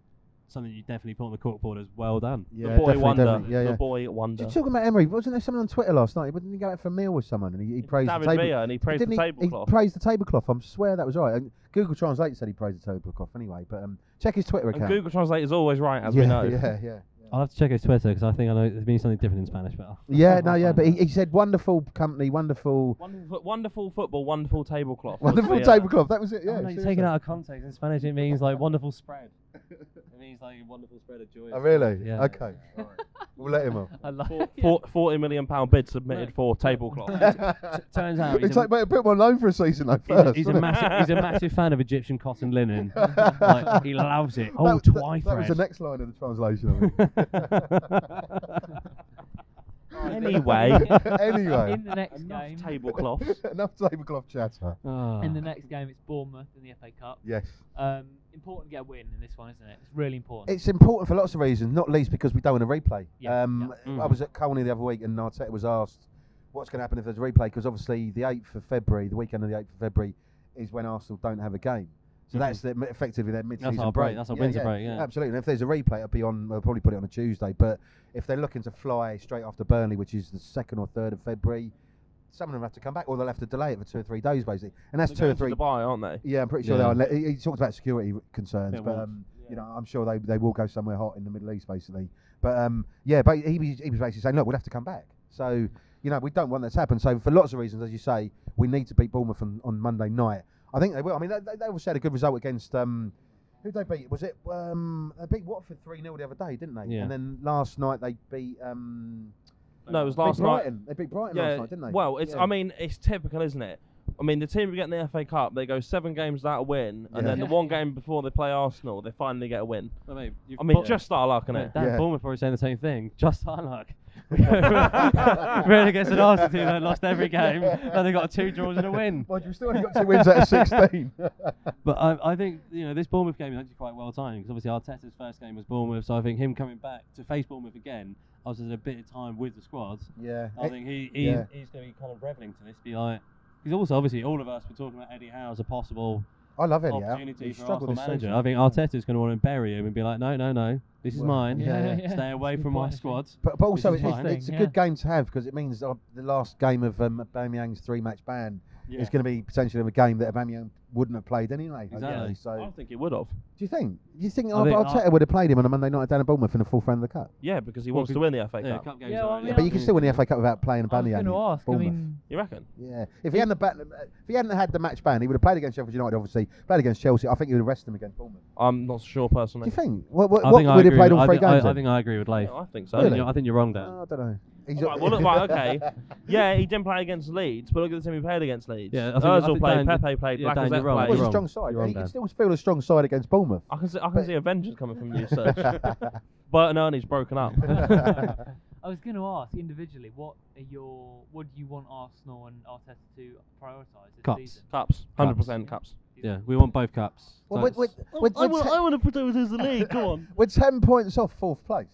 Speaker 3: something you definitely put on the corkboard as well done.
Speaker 2: Yeah,
Speaker 4: the boy
Speaker 2: definitely,
Speaker 4: wonder.
Speaker 2: definitely. Yeah,
Speaker 4: The
Speaker 2: yeah.
Speaker 4: boy wonder.
Speaker 2: You're talking about Emery. Wasn't there someone on Twitter last night? Wouldn't he go out for a meal with someone and he, he praised
Speaker 4: David
Speaker 2: the table?
Speaker 4: Villa, and he praised
Speaker 2: Didn't
Speaker 4: the
Speaker 2: he-
Speaker 4: tablecloth.
Speaker 2: He praised the tablecloth. I swear that was right. And Google Translate said he praised the tablecloth anyway. But um, check his Twitter
Speaker 4: and
Speaker 2: account.
Speaker 4: Google Translate is always right, as
Speaker 2: yeah,
Speaker 4: we know.
Speaker 2: yeah, yeah, yeah.
Speaker 3: I'll have to check his Twitter because I think I know it means something different in Spanish. But I'll-
Speaker 2: Yeah, no,
Speaker 3: I'll
Speaker 2: yeah,
Speaker 3: find
Speaker 2: but he,
Speaker 3: out.
Speaker 2: he said wonderful company, wonderful,
Speaker 4: Wonderful, wonderful football, wonderful tablecloth. was
Speaker 2: wonderful
Speaker 4: the, uh,
Speaker 2: tablecloth. That was it.
Speaker 3: Oh,
Speaker 2: Yeah,
Speaker 3: no, you take
Speaker 2: seriously.
Speaker 3: it out of context. In Spanish, it means like wonderful spread. I mean, he's like a wonderful spread of joy.
Speaker 5: Oh, really?
Speaker 3: Yeah.
Speaker 5: Okay. We'll let him on.
Speaker 1: I love
Speaker 4: Four-
Speaker 1: it.
Speaker 4: four- Forty million pound bid submitted
Speaker 1: Look,
Speaker 4: for tablecloth.
Speaker 3: [LAUGHS] turns out he's
Speaker 5: it's
Speaker 3: a-
Speaker 5: like, mate, put him on loan for a season, like
Speaker 3: He's, a-
Speaker 5: first.
Speaker 3: he's a
Speaker 5: wouldn't
Speaker 2: [LAUGHS]
Speaker 5: it?
Speaker 3: massive, he's a massive fan of Egyptian
Speaker 5: [LAUGHS]
Speaker 3: cotton linen. like, he loves it. Oh,
Speaker 5: that, that-
Speaker 3: twice
Speaker 5: that was the next line of the translation.
Speaker 3: [LAUGHS]
Speaker 1: [LAUGHS]
Speaker 2: [LAUGHS]
Speaker 3: [LAUGHS]
Speaker 4: anyway,
Speaker 5: anyway.
Speaker 1: in the next game, [LAUGHS]
Speaker 4: enough tablecloths.
Speaker 5: Enough tablecloth chatter.
Speaker 3: Ah.
Speaker 1: in the next game, it's Bournemouth in the FA Cup.
Speaker 5: Yes.
Speaker 1: Um, important to get a win in this one, isn't it? It's really important.
Speaker 2: It's important for lots of reasons, not least because we don't want a replay.
Speaker 1: Yeah,
Speaker 2: um,
Speaker 3: yeah. Mm-hmm.
Speaker 2: I was at Colney the other week and Arteta was asked what's going to happen if there's a replay because obviously the 8th of February, the weekend of the 8th of February, is when Arsenal don't have a game. So
Speaker 3: Mhm.
Speaker 2: that's their, effectively their mid-season
Speaker 3: That's our break. That's our winter break, yeah.
Speaker 2: absolutely. And if there's a replay, it'll be on. They'll probably put it on a Tuesday. But if they're looking to fly straight after Burnley, which is the second or third of February, some of them have to come back, or they'll have to delay it for two or three days, basically. And that's
Speaker 4: They're
Speaker 2: two or
Speaker 4: going to
Speaker 2: three
Speaker 4: Dubai, aren't they?
Speaker 2: yeah, I'm pretty sure
Speaker 3: Yeah.
Speaker 2: they are. He, he talked about security concerns,
Speaker 3: Yeah,
Speaker 2: but
Speaker 3: well,
Speaker 2: um, you know, I'm sure they, they will go somewhere hot in the Middle East, basically. But um, yeah, but he was, he was basically saying, look, we'll have to come back. So you know, we don't want that to happen. So for lots of reasons, as you say, we need to beat Bournemouth on, on Monday night. I think they will. I mean, they, they, they also had a good result against. Um, who they beat? Was it um, they beat Watford three 0 the other day, didn't they?
Speaker 3: Yeah.
Speaker 2: And then last night they beat um,
Speaker 4: No, it was
Speaker 2: beat
Speaker 4: last night.
Speaker 2: Brighton. They beat Brighton last night, didn't they?
Speaker 4: Well, it's.
Speaker 2: Yeah.
Speaker 4: I mean, it's typical, isn't it? I mean, the team who get in the FA Cup, they go seven games without a win, and
Speaker 2: Yeah.
Speaker 4: then the
Speaker 1: Yeah.
Speaker 4: one game before they play Arsenal, they finally get a win.
Speaker 3: Well, mate, you've
Speaker 4: I mean,
Speaker 3: got-
Speaker 4: just start larking
Speaker 3: mate,
Speaker 4: it.
Speaker 3: Dan
Speaker 5: Yeah.
Speaker 3: Bournemouth probably saying the same thing. Just
Speaker 5: [LAUGHS]
Speaker 3: our luck. [LAUGHS] Really against an Arsenal team that lost
Speaker 5: [LAUGHS]
Speaker 2: [LAUGHS]
Speaker 3: every game, and they got two draws and a win.
Speaker 5: Mind you, we still only got two wins out of
Speaker 3: [LAUGHS]
Speaker 5: 16.
Speaker 3: But I, I think you know this Bournemouth game is actually quite well timed because obviously Arteta's first game was Bournemouth, so I think him coming back to face Bournemouth again, after a bit of time with the squad,
Speaker 2: yeah.
Speaker 3: I think he, he's,
Speaker 2: yeah.
Speaker 3: he's going to be kind of reveling to this. Be like, because also obviously all of us were talking about Eddie Howe as a possible
Speaker 2: I love Eddie. Howe.
Speaker 3: opportunity
Speaker 2: He
Speaker 3: for
Speaker 2: struggled
Speaker 3: Arsenal
Speaker 2: this
Speaker 3: manager.
Speaker 2: season.
Speaker 3: I think Arteta's going to want to bury him and be like, no, no, no, this is
Speaker 2: Well,
Speaker 3: mine.
Speaker 2: Yeah, yeah.
Speaker 3: Stay away
Speaker 1: Good
Speaker 3: from my
Speaker 1: point, actually.
Speaker 3: squad.
Speaker 2: But, but also,
Speaker 3: is
Speaker 2: it's,
Speaker 3: fine.
Speaker 2: it's a
Speaker 1: Thing,
Speaker 2: good game to have because it means uh, the last game of um, Aubameyang's three-match ban is going to be potentially a game that Aubameyang wouldn't have played anyway. hopefully.
Speaker 3: Exactly. Oh.
Speaker 4: I
Speaker 2: So,
Speaker 4: don't think he would have.
Speaker 2: do you think? Do you think,
Speaker 3: I
Speaker 2: Ar-
Speaker 3: think
Speaker 2: Arteta
Speaker 3: Ar-
Speaker 2: would have played him on a Monday night down at Bournemouth in the fourth round of the cup?
Speaker 4: Yeah, because he
Speaker 3: Well,
Speaker 4: wants to
Speaker 3: good-
Speaker 4: win the FA
Speaker 3: Yeah,
Speaker 4: Cup.
Speaker 3: cup games
Speaker 1: Yeah,
Speaker 3: are
Speaker 1: well,
Speaker 3: out.
Speaker 1: I mean,
Speaker 2: but you can still win the FA Cup without playing
Speaker 1: I was
Speaker 2: Aubameyang.
Speaker 1: going to
Speaker 2: at
Speaker 1: ask. I
Speaker 2: Bournemouth.
Speaker 1: mean,
Speaker 4: You reckon?
Speaker 2: yeah. If he hadn't have bat- if he hadn't had the match ban, he would have played against Sheffield United. Obviously, played against Chelsea. I think he would have rested him against Bournemouth.
Speaker 4: I'm not sure
Speaker 2: Do
Speaker 4: personally.
Speaker 2: you think? What, what,
Speaker 3: I
Speaker 2: what
Speaker 3: think I
Speaker 2: would he have
Speaker 3: agree
Speaker 2: played
Speaker 3: with-
Speaker 2: all
Speaker 3: I
Speaker 2: three
Speaker 3: think, I-
Speaker 2: games?
Speaker 3: I,
Speaker 2: then?
Speaker 3: think I agree with Leif.
Speaker 4: Yeah, I think so.
Speaker 3: I, think
Speaker 2: Really?
Speaker 3: you're, I think you're wrong, Dan.
Speaker 2: [LAUGHS] Oh, I don't know. He's
Speaker 4: Right, well, look, right,
Speaker 2: [LAUGHS]
Speaker 4: okay. Yeah, he didn't play against Leeds, but look at the team he played against Leeds.
Speaker 3: Yeah, I think- I
Speaker 4: Ozil
Speaker 3: think
Speaker 4: played,
Speaker 3: Dan-
Speaker 4: Pepe played,
Speaker 3: yeah,
Speaker 4: Black
Speaker 3: Dan, you're wrong,
Speaker 4: played.
Speaker 2: Well, it's
Speaker 3: you're
Speaker 2: a strong side.
Speaker 3: You're
Speaker 2: He
Speaker 3: wrong,
Speaker 2: can
Speaker 3: Dan.
Speaker 2: still feel a strong side against
Speaker 3: [LAUGHS]
Speaker 2: Bournemouth.
Speaker 4: I can see, I can
Speaker 2: But-
Speaker 4: see a vengeance coming from
Speaker 2: [LAUGHS]
Speaker 4: you, sir. Bert and Ernie's broken up.
Speaker 1: I was going to ask individually, what are your, what do you want Arsenal and Arteta to prioritise this
Speaker 3: Cups.
Speaker 1: season?
Speaker 4: cups, hundred percent cups.
Speaker 3: Yeah, we want both cups.
Speaker 2: Well,
Speaker 3: That's-
Speaker 2: we're, we're, we're, we're, te-
Speaker 4: to put those as the league. Go on.
Speaker 2: we're ten points off fourth place.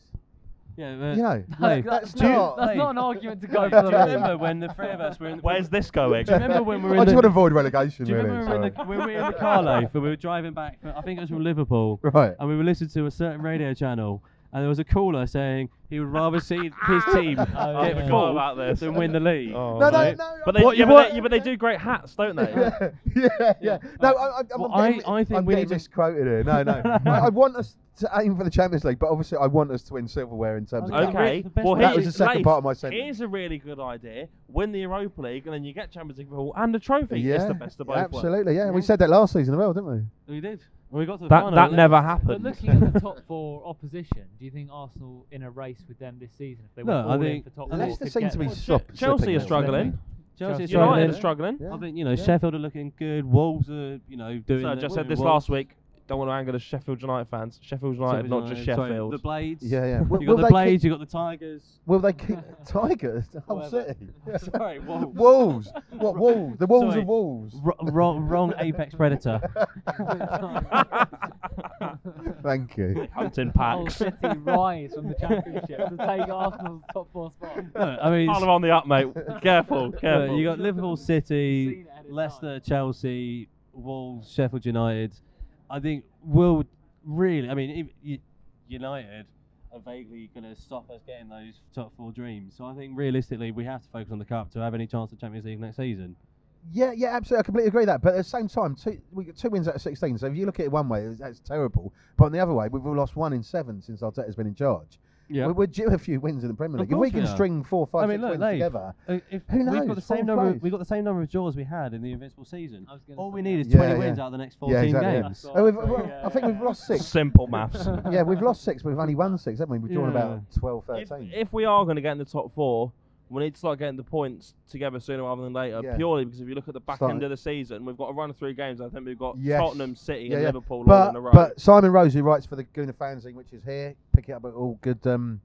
Speaker 3: yeah,
Speaker 2: You
Speaker 1: [LAUGHS]
Speaker 2: know,
Speaker 3: No,
Speaker 1: Like,
Speaker 2: that's
Speaker 1: not, [LAUGHS]
Speaker 2: not-
Speaker 1: that's
Speaker 3: [LAUGHS]
Speaker 1: not an argument to go
Speaker 3: Do you
Speaker 1: for. the
Speaker 3: [LAUGHS] remember when the three of us were in?
Speaker 4: [LAUGHS] Where's
Speaker 3: [LAUGHS]
Speaker 4: this going?
Speaker 3: Do you remember when we were
Speaker 5: I
Speaker 3: in
Speaker 5: just
Speaker 3: the?
Speaker 5: want to avoid relegation,
Speaker 3: do you
Speaker 5: really.
Speaker 3: remember when, the,
Speaker 5: so-
Speaker 3: when we were in the car, Leif, and we were driving back? From, I think it was from Liverpool.
Speaker 5: Right.
Speaker 3: and we were listening to a certain radio channel, and there was a caller saying he would rather see his
Speaker 1: Oh,
Speaker 3: team get
Speaker 1: yeah.
Speaker 3: fourth
Speaker 4: Forgot about this.
Speaker 3: than win the league.
Speaker 4: Oh,
Speaker 2: No, no,
Speaker 3: Right?
Speaker 2: no.
Speaker 4: But they,
Speaker 5: What-
Speaker 4: yeah,
Speaker 5: you
Speaker 4: but
Speaker 5: what-
Speaker 4: they, yeah, but they do great hats,
Speaker 2: [LAUGHS]
Speaker 4: don't they?
Speaker 5: [LAUGHS] yeah, yeah, yeah. No, I, I, I'm
Speaker 3: Uh, Well,
Speaker 5: getting,
Speaker 3: I- I think
Speaker 5: am
Speaker 3: we
Speaker 5: getting
Speaker 3: need to-
Speaker 5: misquoted here. No,
Speaker 3: [LAUGHS]
Speaker 5: no. I, I want us to aim for the Champions League, but obviously I want us to win silverware in terms of.
Speaker 3: Okay.
Speaker 5: cup.
Speaker 4: Okay.
Speaker 3: The best
Speaker 4: Well,
Speaker 3: way-
Speaker 4: here's,
Speaker 5: That was the second
Speaker 4: Leif,
Speaker 5: part of my sentence.
Speaker 4: Here's a really good idea: win the Europa League, and then you get Champions League football and a trophy.
Speaker 5: Yeah,
Speaker 4: it's the best of both worlds.
Speaker 5: absolutely. Yeah, we
Speaker 3: Yeah.
Speaker 5: said that last season as well, didn't we?
Speaker 3: We did. When we got to the
Speaker 4: That
Speaker 3: final,
Speaker 4: that
Speaker 3: it-
Speaker 4: never
Speaker 1: But
Speaker 4: happened.
Speaker 5: [LAUGHS]
Speaker 1: looking at the top four opposition, do you think Arsenal in a race with them this season if they were
Speaker 3: No, I
Speaker 1: all in
Speaker 3: think-
Speaker 1: for top
Speaker 2: Leicester
Speaker 1: four, could
Speaker 2: seem
Speaker 1: get
Speaker 2: to be
Speaker 1: there?
Speaker 2: slop- slipping
Speaker 4: Chelsea are
Speaker 2: now, don't
Speaker 4: struggling.
Speaker 3: Chelsea are
Speaker 1: Chelsea United
Speaker 3: struggling.
Speaker 4: United are struggling.
Speaker 2: Yeah.
Speaker 3: I think you know
Speaker 2: Yeah.
Speaker 3: Sheffield are looking good. Wolves are you know doing.
Speaker 4: So I
Speaker 3: the-
Speaker 4: just said
Speaker 3: doing
Speaker 4: this
Speaker 3: well.
Speaker 4: last week. Don't want to anger the Sheffield United fans. Sheffield United,
Speaker 3: Sheffield
Speaker 4: not just
Speaker 3: United, sorry,
Speaker 4: Sheffield.
Speaker 3: the
Speaker 4: [LAUGHS]
Speaker 3: Blades.
Speaker 2: Yeah, yeah.
Speaker 3: You
Speaker 2: Will,
Speaker 3: got
Speaker 2: will
Speaker 3: the
Speaker 2: they
Speaker 3: Blades.
Speaker 2: Keep,
Speaker 3: You got the Tigers.
Speaker 2: [LAUGHS] will they
Speaker 3: [LAUGHS]
Speaker 2: keep Tigers? The whole
Speaker 3: Whatever.
Speaker 4: [LAUGHS]
Speaker 2: city.
Speaker 3: Sorry, Wolves.
Speaker 5: Wolves. What wolves? The wolves
Speaker 3: Sorry.
Speaker 5: of wolves.
Speaker 3: R- wrong, wrong apex predator.
Speaker 5: [LAUGHS] Thank
Speaker 3: [LAUGHS]
Speaker 5: you.
Speaker 4: Hunting
Speaker 1: [LAUGHS]
Speaker 3: Oh,
Speaker 1: Hull
Speaker 4: packs.
Speaker 1: City rise from the championship to take Arsenal's top four spot.
Speaker 3: Look, I mean,
Speaker 4: Harlem on the
Speaker 2: [LAUGHS]
Speaker 4: up, mate. Careful,
Speaker 3: look,
Speaker 4: careful.
Speaker 3: you got Liverpool, City,
Speaker 1: Seen it at its
Speaker 3: Leicester, Chelsea, Wolves, Sheffield United. I think will really. I mean, if U- United are vaguely going to stop us getting those top four dreams. So I think realistically, we have to focus on the cup to have any chance of Champions League next season.
Speaker 2: Yeah, yeah, absolutely. I completely agree with that. But at the same time, two we got two wins out of sixteen. So if you look at it one way, it's- that's terrible. But on the other way, we've all lost one in seven since Arteta's been in charge.
Speaker 3: Yeah.
Speaker 2: We're, we're due a few wins in the Premier
Speaker 3: Of
Speaker 2: League. If we
Speaker 3: course we
Speaker 2: can
Speaker 3: are.
Speaker 2: string four, five,
Speaker 3: I mean,
Speaker 2: six
Speaker 3: look,
Speaker 2: wins
Speaker 3: Dave,
Speaker 2: together,
Speaker 3: Uh, if
Speaker 2: Who
Speaker 3: we've
Speaker 2: knows?
Speaker 3: got the same
Speaker 2: Fourth
Speaker 3: number,
Speaker 2: place.
Speaker 3: of, we got the same number of draws we had in the Invincible season.
Speaker 1: I was gonna
Speaker 3: All
Speaker 1: say
Speaker 3: we
Speaker 1: that.
Speaker 3: need is
Speaker 2: Yeah,
Speaker 3: 20
Speaker 2: yeah.
Speaker 3: wins out of the next 14
Speaker 2: yeah, exactly.
Speaker 3: games.
Speaker 2: Oh, we've,
Speaker 1: Yeah,
Speaker 2: well, I think we've lost six.
Speaker 4: Simple maths.
Speaker 2: [LAUGHS] yeah, we've lost six, but we've only won six, haven't we? We've drawn
Speaker 3: Yeah.
Speaker 2: about 12,
Speaker 4: if,
Speaker 2: 13.
Speaker 4: if we are going to get in the top four, we need to start getting the points together sooner rather than later.
Speaker 2: Yeah.
Speaker 4: Purely because if you look at the back
Speaker 2: Start-
Speaker 4: end of the season, we've got a run of three games. I think we've got
Speaker 2: Yes.
Speaker 4: Tottenham, City,
Speaker 2: Yeah,
Speaker 4: and
Speaker 2: yeah.
Speaker 4: Liverpool all
Speaker 2: but,
Speaker 4: in a row.
Speaker 2: but Simon Rose, who writes for the Guna fanzine, which is here, pick it up at all good um,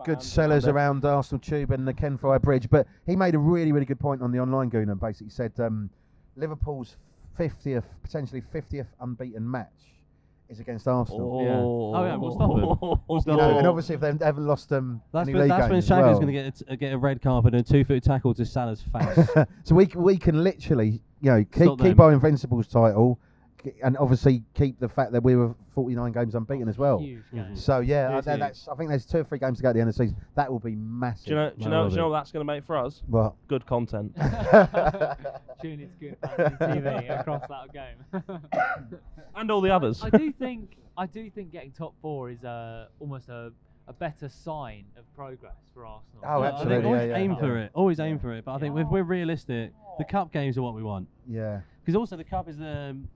Speaker 4: Oh.
Speaker 2: good sellers around Arsenal Tube and the Kenfire Bridge. But he made a really, really good point on the online Guna. Basically, said um, Liverpool's 50th, potentially 50th unbeaten match is against Arsenal.
Speaker 4: Oh,
Speaker 3: Yeah. Oh, yeah, we'll
Speaker 4: [LAUGHS]
Speaker 3: stop them. We'll
Speaker 2: You
Speaker 3: stop
Speaker 2: know,
Speaker 3: them.
Speaker 2: and obviously, if they haven't lost um,
Speaker 3: That's
Speaker 2: any
Speaker 3: when,
Speaker 2: league
Speaker 3: that's when
Speaker 2: games as
Speaker 3: Shaka's
Speaker 2: well.
Speaker 3: going to get a, t- uh, get a red card and a two foot tackle to Salah's face.
Speaker 2: so we c- we can literally you know keep
Speaker 3: Stop
Speaker 2: keep
Speaker 3: them.
Speaker 2: our invincibles title, k- and obviously keep the fact that we were 49 games unbeaten as well.
Speaker 1: Huge game.
Speaker 2: So yeah, I,
Speaker 3: Huge,
Speaker 2: think
Speaker 3: huge.
Speaker 2: that's, I think there's two or three games to go at the end of the season. That will be massive.
Speaker 4: Do you know? Do you
Speaker 3: Well,
Speaker 4: know?
Speaker 3: well
Speaker 4: Do you know what that's going to make for us?
Speaker 2: Well,
Speaker 4: Good [LAUGHS] content.
Speaker 3: Mm-hmm.
Speaker 1: [LAUGHS] Tune into Good Fantasy
Speaker 2: [LAUGHS]
Speaker 1: TV across that game.
Speaker 4: and all the others.
Speaker 1: I do think I do think getting top four is uh, almost a, a better sign of progress for Arsenal.
Speaker 2: [LAUGHS] Oh,
Speaker 3: Well, I
Speaker 2: absolutely,
Speaker 3: think always
Speaker 2: yeah,
Speaker 3: aim
Speaker 2: yeah.
Speaker 3: for it. Always aim
Speaker 2: Yeah.
Speaker 3: for it. But I think if we're realistic, the cup games are what we want.
Speaker 2: yeah,
Speaker 3: Because also the cup is the um,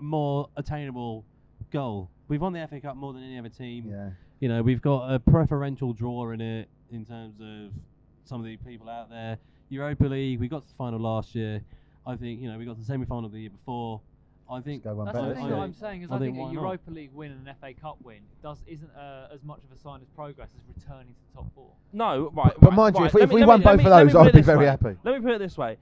Speaker 3: more attainable goal. We've won the FA Cup more than any other team.
Speaker 2: yeah.
Speaker 3: You know, we've got a preferential draw in it in terms of some of the people out there. Europa League, we got to the final last year. I think you know we got to the semi-final the year before. I think
Speaker 2: go one
Speaker 1: That's
Speaker 2: back.
Speaker 1: the
Speaker 3: I-
Speaker 1: thing
Speaker 3: I
Speaker 1: that
Speaker 3: think-
Speaker 1: I'm saying is
Speaker 3: I
Speaker 1: I,
Speaker 3: think
Speaker 1: think,
Speaker 3: why
Speaker 1: a
Speaker 3: not?
Speaker 1: Europa League win and an FA Cup win does isn't uh, as much of a sign of progress as returning to the top four.
Speaker 4: No, right.
Speaker 2: But
Speaker 4: right,
Speaker 2: mind you,
Speaker 4: right.
Speaker 2: if we-
Speaker 4: Let
Speaker 2: if
Speaker 4: me-
Speaker 2: we
Speaker 4: let
Speaker 2: won
Speaker 4: me- let
Speaker 2: both of
Speaker 4: me- let me
Speaker 2: those,
Speaker 4: put
Speaker 2: I'd
Speaker 4: it
Speaker 2: be
Speaker 4: this
Speaker 2: very
Speaker 4: way.
Speaker 2: happy.
Speaker 4: Let me put it this way: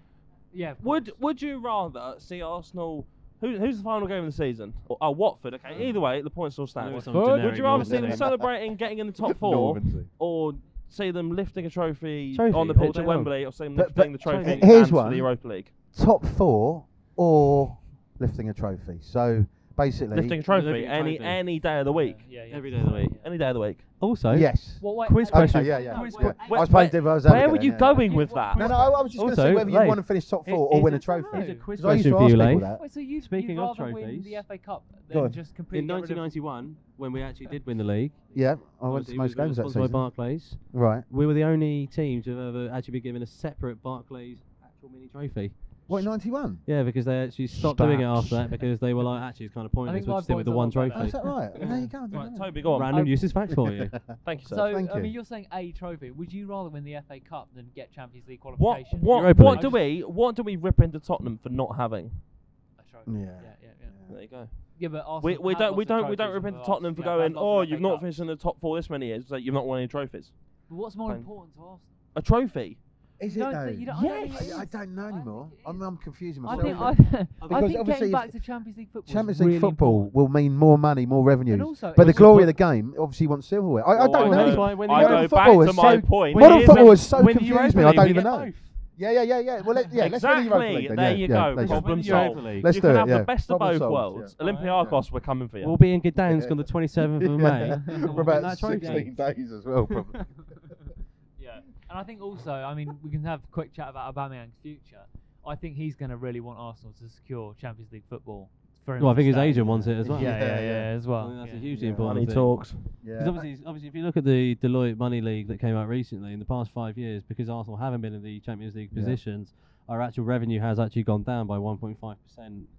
Speaker 1: Yeah. of
Speaker 4: Would
Speaker 1: course.
Speaker 4: Would you rather see Arsenal? Who, who's the final game of the season? Or, oh, Watford.
Speaker 2: Mm.
Speaker 4: Okay. Either way, the points still
Speaker 3: I know
Speaker 4: stand.
Speaker 3: it's on
Speaker 1: Would
Speaker 3: generic
Speaker 4: Would you rather
Speaker 3: rules,
Speaker 4: see them
Speaker 3: isn't it?
Speaker 4: celebrating getting in
Speaker 3: [LAUGHS]
Speaker 4: the top four, or see them lifting a trophy,
Speaker 3: Trophy
Speaker 4: on the
Speaker 3: all
Speaker 4: pitch
Speaker 3: day
Speaker 4: at
Speaker 3: long.
Speaker 4: Wembley, or see them
Speaker 2: But-
Speaker 4: lifting the
Speaker 3: but-
Speaker 4: trophy in
Speaker 2: Here's
Speaker 4: hands for
Speaker 2: one.
Speaker 4: the Europa League?
Speaker 2: Top four or lifting a trophy. So basically,
Speaker 4: Lifting a trophy
Speaker 3: Lifting a
Speaker 4: any
Speaker 3: trophy.
Speaker 4: any day of the week.
Speaker 1: Yeah, yeah,
Speaker 3: Every
Speaker 1: yeah.
Speaker 3: day of the week.
Speaker 1: Yeah.
Speaker 4: Any day of the week.
Speaker 3: Also,
Speaker 2: yes.
Speaker 1: Well, wait,
Speaker 3: Quiz
Speaker 1: uh,
Speaker 3: question.
Speaker 2: Okay, yeah, yeah.
Speaker 1: No,
Speaker 2: yeah.
Speaker 1: wait,
Speaker 2: I
Speaker 1: wait,
Speaker 4: where-
Speaker 2: was playing
Speaker 4: where-
Speaker 2: devil's
Speaker 4: Where
Speaker 2: advocate
Speaker 4: were
Speaker 2: then,
Speaker 4: you
Speaker 2: yeah.
Speaker 4: going
Speaker 1: Yeah,
Speaker 4: with
Speaker 1: what-
Speaker 4: that?
Speaker 2: No, no, I, I was just
Speaker 1: Oh,
Speaker 2: going to
Speaker 3: Also,
Speaker 2: say whether you
Speaker 3: Leif,
Speaker 2: want to finish top
Speaker 3: it-
Speaker 2: four or
Speaker 3: it
Speaker 2: win a
Speaker 3: is a
Speaker 2: trophy.
Speaker 1: road. It's a
Speaker 3: quiz
Speaker 2: 'Cause I used to
Speaker 3: question for
Speaker 2: ask
Speaker 3: you,
Speaker 2: people
Speaker 3: Leif.
Speaker 2: that.
Speaker 1: Wait, so you
Speaker 3: Speaking
Speaker 1: you'd
Speaker 3: of
Speaker 1: rather win
Speaker 3: trophies-
Speaker 1: the FA Cup
Speaker 2: Go
Speaker 1: than
Speaker 2: on.
Speaker 1: just
Speaker 3: In
Speaker 1: completely get rid of-
Speaker 3: 1991, when we actually did win the league,
Speaker 2: Yeah, I went
Speaker 3: obviously
Speaker 2: to
Speaker 3: we
Speaker 2: most
Speaker 3: were
Speaker 2: games that
Speaker 3: sponsored by
Speaker 2: season.
Speaker 3: Barclays.
Speaker 2: Right.
Speaker 3: We were the only team to have ever actually been given a separate Barclays actual mini trophy.
Speaker 2: What, 91?
Speaker 3: Yeah, because they actually stopped doing it after that because they were like, actually, it's kind of pointless.
Speaker 1: think
Speaker 3: We'll
Speaker 1: my
Speaker 3: just stick with
Speaker 1: points
Speaker 3: the
Speaker 1: are
Speaker 3: one
Speaker 1: not that
Speaker 3: trophy.
Speaker 1: bad.
Speaker 2: Oh, is that right? There you go. I didn't
Speaker 4: Right,
Speaker 2: know.
Speaker 4: Toby, go on.
Speaker 3: Random
Speaker 1: I'm-
Speaker 3: useless fact
Speaker 2: [LAUGHS]
Speaker 3: for [LAUGHS] you.
Speaker 4: Thank you, sir.
Speaker 1: So
Speaker 2: Thank
Speaker 1: I
Speaker 2: you.
Speaker 1: mean, you're saying a trophy. Would you rather win the FA Cup than get Champions League
Speaker 4: what
Speaker 1: qualification?
Speaker 4: what,
Speaker 3: Europa
Speaker 4: what
Speaker 3: League.
Speaker 4: do we what do we rip into Tottenham for not having?
Speaker 1: A trophy.
Speaker 2: Yeah.
Speaker 1: Yeah, yeah, yeah.
Speaker 4: There you go.
Speaker 1: Yeah, but Arsenal
Speaker 4: We, we
Speaker 1: had
Speaker 4: don't we
Speaker 1: lots of
Speaker 4: don't we don't
Speaker 1: trophies
Speaker 4: rip
Speaker 1: in the
Speaker 4: into
Speaker 1: last-
Speaker 4: Tottenham for
Speaker 1: yeah, they've
Speaker 4: going.
Speaker 1: had lots
Speaker 4: Oh,
Speaker 1: of
Speaker 4: you've
Speaker 1: FA
Speaker 4: not
Speaker 1: Cups.
Speaker 4: finished in the top four this many years. It's like you've not won any trophies.
Speaker 1: But what's more
Speaker 4: Fine.
Speaker 1: important to Arsenal?
Speaker 4: A trophy.
Speaker 2: Is it
Speaker 1: No,
Speaker 2: though?
Speaker 1: but you don't- I don't
Speaker 2: I,
Speaker 1: think it
Speaker 2: I
Speaker 1: is.
Speaker 2: don't know
Speaker 1: I
Speaker 2: anymore.
Speaker 1: think it
Speaker 2: I'm,
Speaker 1: is.
Speaker 2: I'm confusing
Speaker 1: I
Speaker 2: myself.
Speaker 1: think, [LAUGHS] I, I
Speaker 2: Because
Speaker 1: think
Speaker 2: obviously
Speaker 1: getting
Speaker 2: if-
Speaker 1: back to Champions League football
Speaker 2: Champions
Speaker 1: is
Speaker 2: League
Speaker 1: really
Speaker 2: football
Speaker 1: important.
Speaker 2: will mean more money, more revenues.
Speaker 1: And also,
Speaker 2: but the
Speaker 1: it's-
Speaker 2: glory of the game obviously wants silverware. I, I
Speaker 4: Well,
Speaker 2: don't
Speaker 3: I
Speaker 2: know.
Speaker 3: know. why when the
Speaker 4: I
Speaker 2: modern
Speaker 4: go back
Speaker 2: football
Speaker 4: to
Speaker 2: is
Speaker 4: my
Speaker 2: so-
Speaker 4: point.
Speaker 2: modern
Speaker 4: is-
Speaker 2: football is so
Speaker 3: When the
Speaker 2: confused
Speaker 3: Europa
Speaker 2: me. I
Speaker 3: League,
Speaker 2: don't
Speaker 3: we
Speaker 2: even
Speaker 3: get
Speaker 2: know.
Speaker 3: both.
Speaker 2: Yeah, yeah, yeah, yeah. Well, let, yeah, let's win the Europa
Speaker 4: Exactly.
Speaker 2: League then.
Speaker 4: There
Speaker 2: yeah,
Speaker 4: you
Speaker 2: yeah,
Speaker 4: go.
Speaker 2: let's-
Speaker 3: Because
Speaker 4: Problem
Speaker 3: when the Europa
Speaker 4: solved.
Speaker 3: League-
Speaker 2: Let's
Speaker 4: you
Speaker 2: do
Speaker 4: can
Speaker 2: it,
Speaker 4: have
Speaker 2: yeah.
Speaker 4: the best of
Speaker 2: Problem
Speaker 4: both
Speaker 2: solved,
Speaker 4: worlds.
Speaker 2: yeah.
Speaker 4: Olympiacos, we're coming for you.
Speaker 3: We'll be in Gdansk on the 27th of May.
Speaker 2: [LAUGHS] Yeah.
Speaker 3: We'll
Speaker 2: For
Speaker 3: win
Speaker 2: about
Speaker 3: that trophy.
Speaker 2: 16 days as well, probably.
Speaker 1: [LAUGHS] yeah, and I think also, I mean, we can have a quick chat about Aubameyang's future. I think he's going to really want Arsenal to secure Champions League football. For him
Speaker 3: Well, I
Speaker 1: to
Speaker 3: think his
Speaker 1: stay.
Speaker 3: agent wants it as well.
Speaker 1: Yeah, yeah,
Speaker 2: Yeah,
Speaker 1: yeah,
Speaker 2: yeah.
Speaker 1: as
Speaker 3: I
Speaker 1: well.
Speaker 3: think that's
Speaker 1: yeah.
Speaker 3: a hugely
Speaker 2: Yeah.
Speaker 3: important
Speaker 4: Money
Speaker 3: thing.
Speaker 4: talks.
Speaker 2: Yeah.
Speaker 3: Because obviously, obviously, if you look at the Deloitte Money League that came out recently, in the past five years, because Arsenal haven't been in the Champions League
Speaker 2: Yeah.
Speaker 3: positions, our actual revenue has actually gone down by 1.5%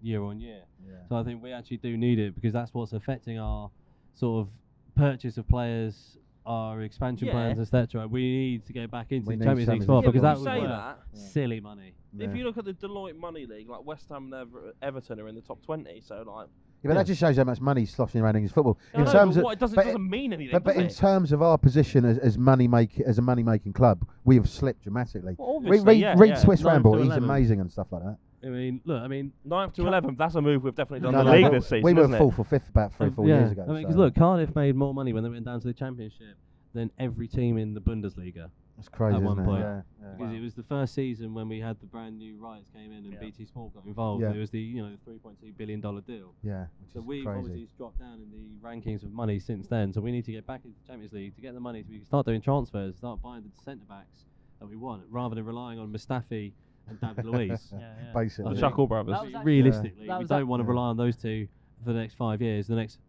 Speaker 3: year on year. So I think we actually do need it because that's what's affecting our sort of purchase of players, our expansion
Speaker 4: Yeah.
Speaker 3: plans, etc. We need to go back into
Speaker 2: We
Speaker 3: the
Speaker 2: need
Speaker 3: Champions League
Speaker 2: Champions
Speaker 3: spot
Speaker 2: League
Speaker 3: because that
Speaker 2: football.
Speaker 3: was
Speaker 4: say
Speaker 3: worth
Speaker 4: that.
Speaker 2: Yeah.
Speaker 3: silly money.
Speaker 4: If
Speaker 2: Yeah.
Speaker 4: you look at the Deloitte Money League, like West Ham and Ever- Everton are in the top twenty, so like
Speaker 2: Yeah, but
Speaker 3: Yeah.
Speaker 2: that just shows how much money sloshing around English football.
Speaker 4: I
Speaker 2: in
Speaker 4: know,
Speaker 2: terms
Speaker 4: but
Speaker 2: of,
Speaker 4: what, it doesn't,
Speaker 2: but-
Speaker 4: doesn't mean anything.
Speaker 2: but, but
Speaker 4: does
Speaker 2: in
Speaker 4: it?
Speaker 2: terms of our position as, as money make as a money making club, we have slipped dramatically.
Speaker 4: Well,
Speaker 2: Read,
Speaker 4: obviously,
Speaker 2: read,
Speaker 4: yeah,
Speaker 2: read
Speaker 4: yeah.
Speaker 2: Swiss
Speaker 3: Nine to
Speaker 2: Ramble; he's
Speaker 3: 11.
Speaker 2: amazing and stuff like that.
Speaker 3: I mean, look, I mean,
Speaker 4: Ninth to eleventh. That's a move we've definitely done
Speaker 2: No,
Speaker 4: in
Speaker 2: no,
Speaker 4: the league
Speaker 2: but
Speaker 4: this season.
Speaker 2: we were
Speaker 4: isn't it?
Speaker 2: fourth or fifth about three,
Speaker 3: Um,
Speaker 2: four
Speaker 3: yeah.
Speaker 2: years ago.
Speaker 3: I mean, 'cause
Speaker 2: so
Speaker 3: look, Cardiff made more money when they went down to the Championship than every team in the Bundesliga
Speaker 2: it's crazy,
Speaker 3: at one
Speaker 2: isn't it?
Speaker 3: point.
Speaker 2: Yeah, yeah.
Speaker 3: because it was the first season when we had the brand new rights came in and
Speaker 1: Yeah.
Speaker 3: BT Sport got involved.
Speaker 2: Yeah.
Speaker 3: It was the you know the 3.2 billion dollar deal.
Speaker 2: yeah, which
Speaker 3: So
Speaker 2: is
Speaker 3: we've
Speaker 2: crazy.
Speaker 3: obviously dropped down in the rankings of money since then. So we need to get back into the Champions League to get the money so we can start doing transfers, start buying the centre backs that we want, rather than relying on Mustafi and David Luiz.
Speaker 1: Yeah, yeah.
Speaker 4: The
Speaker 2: Basically,
Speaker 3: I think-
Speaker 4: Shackle brothers.
Speaker 1: That was actually-
Speaker 3: Realistically,
Speaker 1: that
Speaker 3: we
Speaker 1: was
Speaker 3: don't
Speaker 1: ac-
Speaker 3: want to
Speaker 2: Yeah.
Speaker 3: rely on those two for the next five years, the next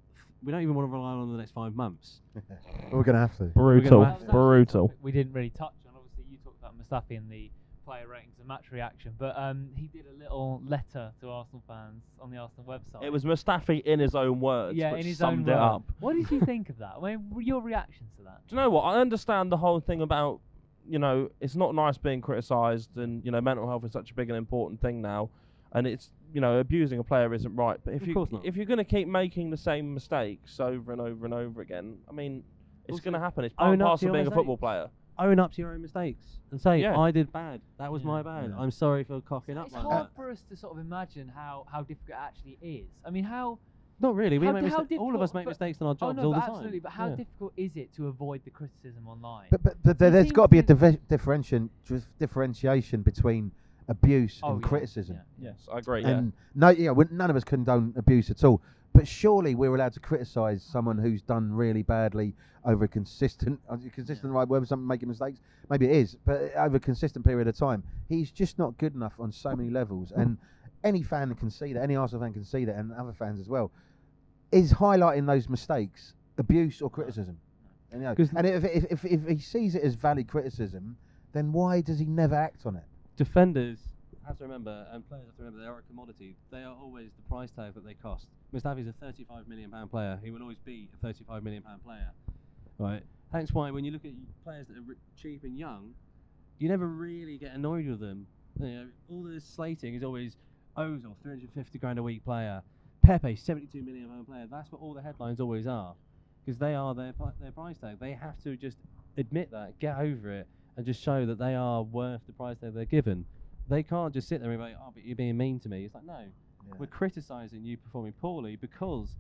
Speaker 3: we don't even want to rely on the next five months.
Speaker 2: We're going to have to.
Speaker 3: Brutal,
Speaker 1: That was actually a topic We didn't really touch on. Obviously, you talked about Mustafi and the player ratings and match reaction, but um, he did a little letter to Arsenal fans on the Arsenal website.
Speaker 4: It was Mustafi in his own words,
Speaker 1: yeah,
Speaker 4: which
Speaker 1: in his
Speaker 4: summed
Speaker 1: own
Speaker 4: it
Speaker 1: word.
Speaker 4: up.
Speaker 1: What did you think of that? I mean, w- your reaction to that?
Speaker 4: Do you know what? I understand the whole thing about, you know, it's not nice being criticised, and you know, mental health is such a big and important thing now, and it's you know, abusing a player isn't right. But if
Speaker 3: Of
Speaker 4: you
Speaker 3: course not.
Speaker 4: if you're going to keep making the same mistakes over and over and over again, I mean, it's
Speaker 3: Also,
Speaker 4: going to happen. It's part and
Speaker 3: own up
Speaker 4: parcel
Speaker 3: to
Speaker 4: of
Speaker 3: your
Speaker 4: being a football
Speaker 3: mistakes.
Speaker 4: player.
Speaker 3: Own up to your own mistakes and say,
Speaker 4: Yeah.
Speaker 3: I did bad. That was
Speaker 1: Yeah.
Speaker 3: my bad.
Speaker 2: Yeah.
Speaker 3: I'm sorry for cocking up
Speaker 1: It's
Speaker 3: like
Speaker 1: hard
Speaker 3: that. uh,
Speaker 1: for us to sort of imagine how, how difficult it actually is. I mean, how
Speaker 3: Not really. We
Speaker 1: How
Speaker 3: make
Speaker 1: di- how
Speaker 3: mista- all of us
Speaker 1: difficult-
Speaker 3: make
Speaker 1: but-
Speaker 3: mistakes in our
Speaker 1: oh
Speaker 3: jobs
Speaker 1: no,
Speaker 3: all the
Speaker 1: but
Speaker 3: time.
Speaker 1: absolutely. But how
Speaker 3: Yeah.
Speaker 1: difficult is it to avoid the criticism online?
Speaker 2: But, but, but there-
Speaker 1: He
Speaker 2: there's
Speaker 1: seems
Speaker 2: got to be a
Speaker 1: to-
Speaker 2: diffe- differentiation, just differentiation between abuse
Speaker 1: oh,
Speaker 2: and
Speaker 1: yeah,
Speaker 2: criticism.
Speaker 1: yeah.
Speaker 4: Yes, I agree.
Speaker 2: And no, yeah, we, none of us condone abuse at all. But surely we're allowed to criticise someone who's done really badly over a consistent, [LAUGHS] uh, consistent right word, something making mistakes. Maybe it is, but over a consistent period of time, he's just not good enough on so many levels. And any fan can see that, any Arsenal fan can see that, and other fans as well. Is highlighting those mistakes abuse or criticism? And, you know,
Speaker 3: 'Cause-
Speaker 2: and if, if, if, if he sees it as valid criticism, then why does he never act on it?
Speaker 3: defenders have to remember, and players have to remember, they are a commodity. They are always the price tag that they cost. Mustafi's a 35 million pound player. He will always be a 35 million pound player. Right. Hence why when you look at players that are r- cheap and young, you never really get annoyed with them. You know, all this slating is always Ozil, 350 grand a week player. Pepe, 72 million pound player. That's what all the headlines always are, because they are their pri- their price tag. They have to just admit that, get over it, and just show that they are worth the price that they're given. They can't just sit there and be like, oh, but you're being mean to me. It's like, no, we're criticising you performing poorly because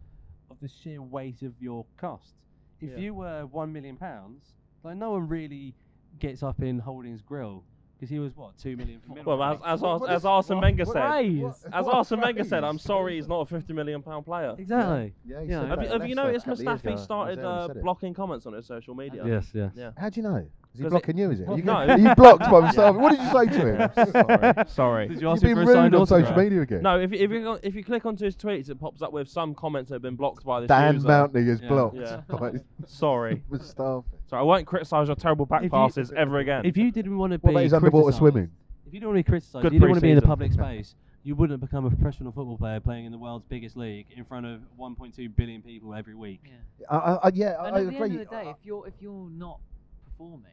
Speaker 3: of the sheer weight of your cost. If
Speaker 4: Yeah.
Speaker 3: you were one million pounds, like no one really gets up in Holding's grill because he was what two million. for
Speaker 4: well, as
Speaker 3: Middlesbrough?
Speaker 4: as,
Speaker 2: What-
Speaker 4: Ars-
Speaker 2: what
Speaker 4: as
Speaker 2: is-
Speaker 4: Arsene
Speaker 2: what-
Speaker 4: Wenger
Speaker 2: what-
Speaker 4: said,
Speaker 3: Praise.
Speaker 4: as
Speaker 2: What
Speaker 4: Arsene Wenger said,
Speaker 2: praise.
Speaker 4: I'm sorry, he's not a 50 million pound player.
Speaker 3: exactly.
Speaker 2: Yeah, he
Speaker 3: Yeah.
Speaker 2: said
Speaker 4: Have
Speaker 2: that
Speaker 4: you,
Speaker 2: at
Speaker 4: have you
Speaker 2: Leicester
Speaker 4: noticed
Speaker 2: a couple of years ago. I
Speaker 4: Mustafi
Speaker 2: was
Speaker 4: started
Speaker 2: there when he
Speaker 4: uh,
Speaker 2: said it.
Speaker 4: blocking comments on his social media?
Speaker 3: Yes. Yes.
Speaker 4: Yeah.
Speaker 2: How do you know? Is he
Speaker 4: 'Cause it-
Speaker 2: blocking you? Is it? Are you,
Speaker 4: No.
Speaker 2: gonna- are you blocked by himself? What did you say
Speaker 3: [LAUGHS]
Speaker 2: to him?
Speaker 4: Sorry.
Speaker 3: Did you
Speaker 2: You've
Speaker 3: ask him
Speaker 2: been
Speaker 3: for a
Speaker 2: rude
Speaker 3: signed
Speaker 2: on social
Speaker 3: autograph?
Speaker 2: media again.
Speaker 4: No, if you, if you go- if you click onto his tweets, it pops up with some comments that have been blocked by this
Speaker 2: Dan
Speaker 4: user.
Speaker 2: Mountney is
Speaker 3: Yeah.
Speaker 2: blocked
Speaker 4: Yeah.
Speaker 2: by his [LAUGHS]
Speaker 4: Sorry,
Speaker 2: Mustafi.
Speaker 4: sorry, I won't criticise your terrible
Speaker 3: If
Speaker 4: back
Speaker 3: you-
Speaker 4: passes ever again.
Speaker 3: If you didn't want to be
Speaker 2: What about his underwater
Speaker 3: criticised-
Speaker 2: swimming?
Speaker 3: If you don't want to be criticised,
Speaker 4: Good
Speaker 3: you don't want to be in a
Speaker 4: pre-season.
Speaker 3: public space. You wouldn't become a professional football player playing in the world's biggest league in front of 1.2 billion people every week.
Speaker 1: yeah.
Speaker 2: I, I, I- yeah, I,
Speaker 1: And
Speaker 2: I
Speaker 1: at the
Speaker 2: agree.
Speaker 1: end of the
Speaker 3: Uh,
Speaker 1: day,
Speaker 2: I-
Speaker 1: if you're if you're not performing,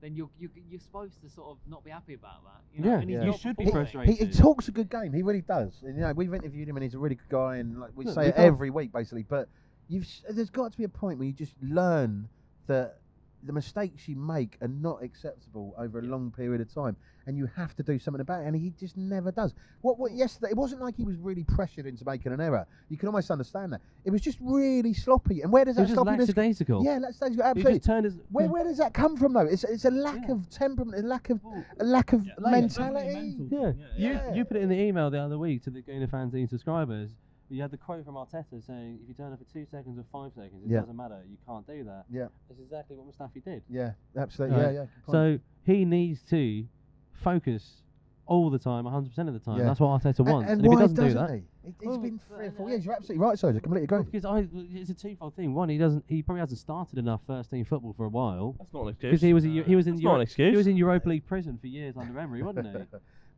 Speaker 1: then you're you're, you're supposed to sort of not be happy about that. You know?
Speaker 3: Yeah,
Speaker 1: and he's
Speaker 2: yeah.
Speaker 3: You
Speaker 1: not
Speaker 3: should be
Speaker 1: performing.
Speaker 3: frustrated.
Speaker 2: He, he talks a good game. He really does. And, you know, we've interviewed him, and he's a really good guy. And like we
Speaker 3: Look,
Speaker 2: say
Speaker 3: we
Speaker 2: it
Speaker 3: can't-
Speaker 2: every week, basically. But you've s- there's got to be a point where you just learn that the mistakes you make are not acceptable over a long period of time, and you have to do something about it. And he just never does. What? What? Yesterday, it wasn't like he was really pressured into making an error. You can almost understand that. It was just really sloppy. And where does that
Speaker 3: He was just
Speaker 2: sloppiness?
Speaker 3: lackadaisical.
Speaker 2: Yeah, let's say
Speaker 3: He
Speaker 2: absolutely.
Speaker 3: just turned his.
Speaker 2: Where, where does that come from though? It's, it's a lack
Speaker 3: Yeah.
Speaker 2: of temperament, a lack of
Speaker 3: Well,
Speaker 2: a lack of
Speaker 3: Yeah.
Speaker 2: mentality.
Speaker 3: [LAUGHS] Yeah.
Speaker 2: Yeah.
Speaker 3: You, you put it in the email the other week to the Gainer fanzine subscribers. You had the quote from Arteta saying, if you turn up for two seconds or five seconds, it
Speaker 2: Yeah.
Speaker 3: doesn't matter. You can't do that.
Speaker 2: Yeah.
Speaker 3: That's exactly what Mustafi did.
Speaker 2: Yeah, absolutely.
Speaker 3: Right.
Speaker 2: Yeah, yeah. good point.
Speaker 3: So he needs to focus all the time, 100% of the time.
Speaker 2: Yeah.
Speaker 3: That's what Arteta
Speaker 2: A-
Speaker 3: wants.
Speaker 2: and
Speaker 3: if he
Speaker 2: why
Speaker 3: doesn't,
Speaker 2: doesn't,
Speaker 3: do that,
Speaker 2: he? It, has
Speaker 3: Well,
Speaker 2: been
Speaker 3: well,
Speaker 2: three or four
Speaker 3: uh,
Speaker 2: years. You're absolutely right, Serge. I completely agree.
Speaker 3: Because I, it's a twofold thing. One, he doesn't. He probably hasn't started enough first team football for a while
Speaker 4: That's not an excuse.
Speaker 3: because he was a, Eu- he was in
Speaker 4: That's not an
Speaker 3: Euro,
Speaker 4: excuse.
Speaker 3: he was in Europa League prison for years under
Speaker 2: [LAUGHS]
Speaker 3: Emery, wasn't he?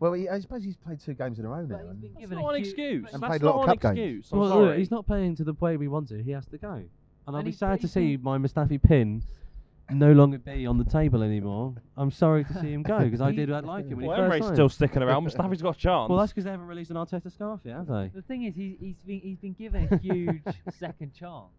Speaker 2: well, he, I suppose he's played two games in a row
Speaker 1: But
Speaker 2: now.
Speaker 1: he's
Speaker 2: and-
Speaker 1: been
Speaker 4: That's
Speaker 1: given a
Speaker 4: not an
Speaker 1: huge-
Speaker 4: excuse.
Speaker 1: but
Speaker 2: And
Speaker 4: That's
Speaker 2: played a lot
Speaker 4: not
Speaker 2: of
Speaker 4: an
Speaker 2: cup games.
Speaker 4: excuse. I'm
Speaker 3: well, look,
Speaker 4: sorry.
Speaker 3: he's not playing to the way we want to. He has to go, and, I'll
Speaker 1: And
Speaker 3: be
Speaker 1: he's
Speaker 3: sad to see
Speaker 1: pretty-
Speaker 3: my Mustafi pin no longer be on the table anymore. I'm sorry to see him go
Speaker 2: [LAUGHS]
Speaker 3: because I
Speaker 1: He-
Speaker 3: did not like him when
Speaker 4: Well,
Speaker 3: he first
Speaker 4: Emery's
Speaker 3: signed.
Speaker 4: still sticking around.
Speaker 3: [LAUGHS]
Speaker 4: Mustafi's got a chance.
Speaker 3: well, that's because they haven't released an Arteta scarf yet, have they?
Speaker 1: The thing is, he's he's been he's been given a
Speaker 3: [LAUGHS]
Speaker 1: huge second chance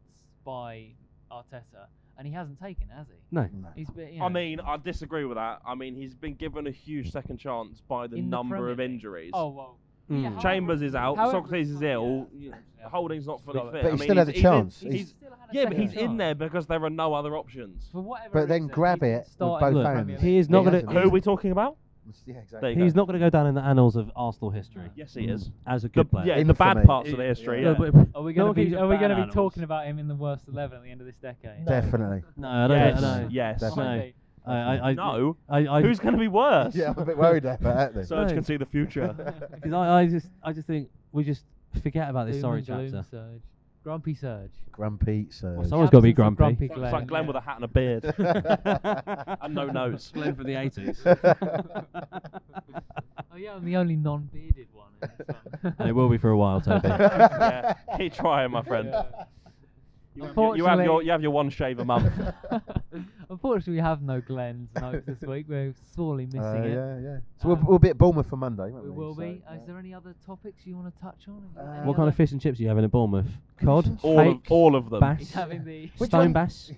Speaker 1: by Arteta, and he hasn't taken, it, has he?
Speaker 3: No.
Speaker 2: No.
Speaker 1: He's been. You
Speaker 4: I
Speaker 1: know-
Speaker 4: mean, I disagree with that. I mean, he's been given a huge second chance by the
Speaker 1: In the
Speaker 4: number
Speaker 1: Premier
Speaker 4: of
Speaker 1: League.
Speaker 4: injuries.
Speaker 1: Oh well.
Speaker 3: Mm.
Speaker 1: Yeah, however-
Speaker 4: Chambers is out.
Speaker 1: however-
Speaker 4: Socrates is ill.
Speaker 1: Yeah.
Speaker 4: Holding's not fully
Speaker 3: But
Speaker 4: fit.
Speaker 2: he
Speaker 4: I mean,
Speaker 2: still has
Speaker 4: he's-
Speaker 2: a
Speaker 4: he's in-
Speaker 2: chance.
Speaker 1: He's
Speaker 4: he's-
Speaker 1: still had a
Speaker 4: yeah, but
Speaker 1: second
Speaker 4: he's in
Speaker 1: chance.
Speaker 4: there because there are no other options.
Speaker 1: For whatever
Speaker 2: But then
Speaker 1: reason,
Speaker 2: grab
Speaker 1: he didn't
Speaker 2: it with
Speaker 1: start
Speaker 2: both
Speaker 1: in the
Speaker 3: hands.
Speaker 1: Premier
Speaker 3: He is
Speaker 1: League.
Speaker 3: not
Speaker 2: He
Speaker 3: gonna-
Speaker 2: hasn't.
Speaker 4: Who are we talking about?
Speaker 2: [LAUGHS] Yeah,
Speaker 4: There
Speaker 2: exactly.
Speaker 4: you
Speaker 3: He's
Speaker 4: go.
Speaker 3: not going to go down in the annals of Arsenal history
Speaker 4: Yes, he is.
Speaker 3: as a
Speaker 4: The-
Speaker 3: good player.
Speaker 4: yeah,
Speaker 2: In
Speaker 4: the
Speaker 2: for me.
Speaker 4: bad parts of the history.
Speaker 3: No,
Speaker 4: yeah. [LAUGHS]
Speaker 3: but if-
Speaker 1: Are we
Speaker 3: no
Speaker 1: going
Speaker 3: one
Speaker 1: to
Speaker 3: keeps
Speaker 1: be Are we
Speaker 3: bad
Speaker 1: going to be
Speaker 3: animals.
Speaker 1: talking about him in the worst eleven at the end of this decade?
Speaker 2: Definitely.
Speaker 3: No, I don't.
Speaker 4: Yes.
Speaker 3: I don't.
Speaker 4: Yes.
Speaker 3: No.
Speaker 1: Definitely.
Speaker 3: I, I, I,
Speaker 4: no.
Speaker 3: I, I, [LAUGHS]
Speaker 4: Who's going to be worse?
Speaker 2: Yeah, I'm a bit worried about that. Then.
Speaker 4: Serge
Speaker 3: No.
Speaker 4: can
Speaker 2: [LAUGHS]
Speaker 4: see the future.
Speaker 1: [LAUGHS]
Speaker 3: 'cause I, I just, I just think we just forget about this
Speaker 1: Doom
Speaker 3: sorry
Speaker 1: and gloom,
Speaker 3: chapter.
Speaker 1: Serge. Grumpy Surge.
Speaker 2: Grumpy Surge.
Speaker 3: Well, someone's got to be
Speaker 1: Absence of
Speaker 3: grumpy.
Speaker 1: grumpy
Speaker 4: It's like-
Speaker 1: Glenn.
Speaker 4: it's like Glenn with a hat and
Speaker 1: [LAUGHS]
Speaker 4: a beard [LAUGHS] and no nose.
Speaker 3: Glenn from
Speaker 2: [LAUGHS]
Speaker 3: the
Speaker 4: [LAUGHS]
Speaker 3: 80s.
Speaker 1: Oh yeah, I'm the only non-bearded one. in this
Speaker 2: [LAUGHS]
Speaker 1: one.
Speaker 3: and it will be for a while, Toby.
Speaker 4: yeah, keep trying,
Speaker 2: [LAUGHS]
Speaker 4: my friend.
Speaker 1: Yeah.
Speaker 4: You, have your-
Speaker 1: Unfortunately-
Speaker 4: you have your you have your one shave
Speaker 1: [LAUGHS]
Speaker 4: a month.
Speaker 1: Unfortunately, we have no Glenn's notes this week. We're sorely missing
Speaker 2: Uh,
Speaker 1: it.
Speaker 2: yeah, yeah. So we'll,
Speaker 1: Um,
Speaker 2: we'll be at Bournemouth for Monday. Won't
Speaker 1: We
Speaker 2: we
Speaker 1: will
Speaker 2: So,
Speaker 1: be.
Speaker 2: yeah.
Speaker 1: Is there any other topics you want to touch on? Have you got
Speaker 2: Uh,
Speaker 1: any
Speaker 3: what kind of
Speaker 1: other-
Speaker 3: fish and chips are you having at Bournemouth? Cod,
Speaker 4: all of,
Speaker 3: fake,
Speaker 4: all of them.
Speaker 3: bass,
Speaker 1: He's having the
Speaker 2: Which
Speaker 3: stone
Speaker 2: one?
Speaker 3: bass.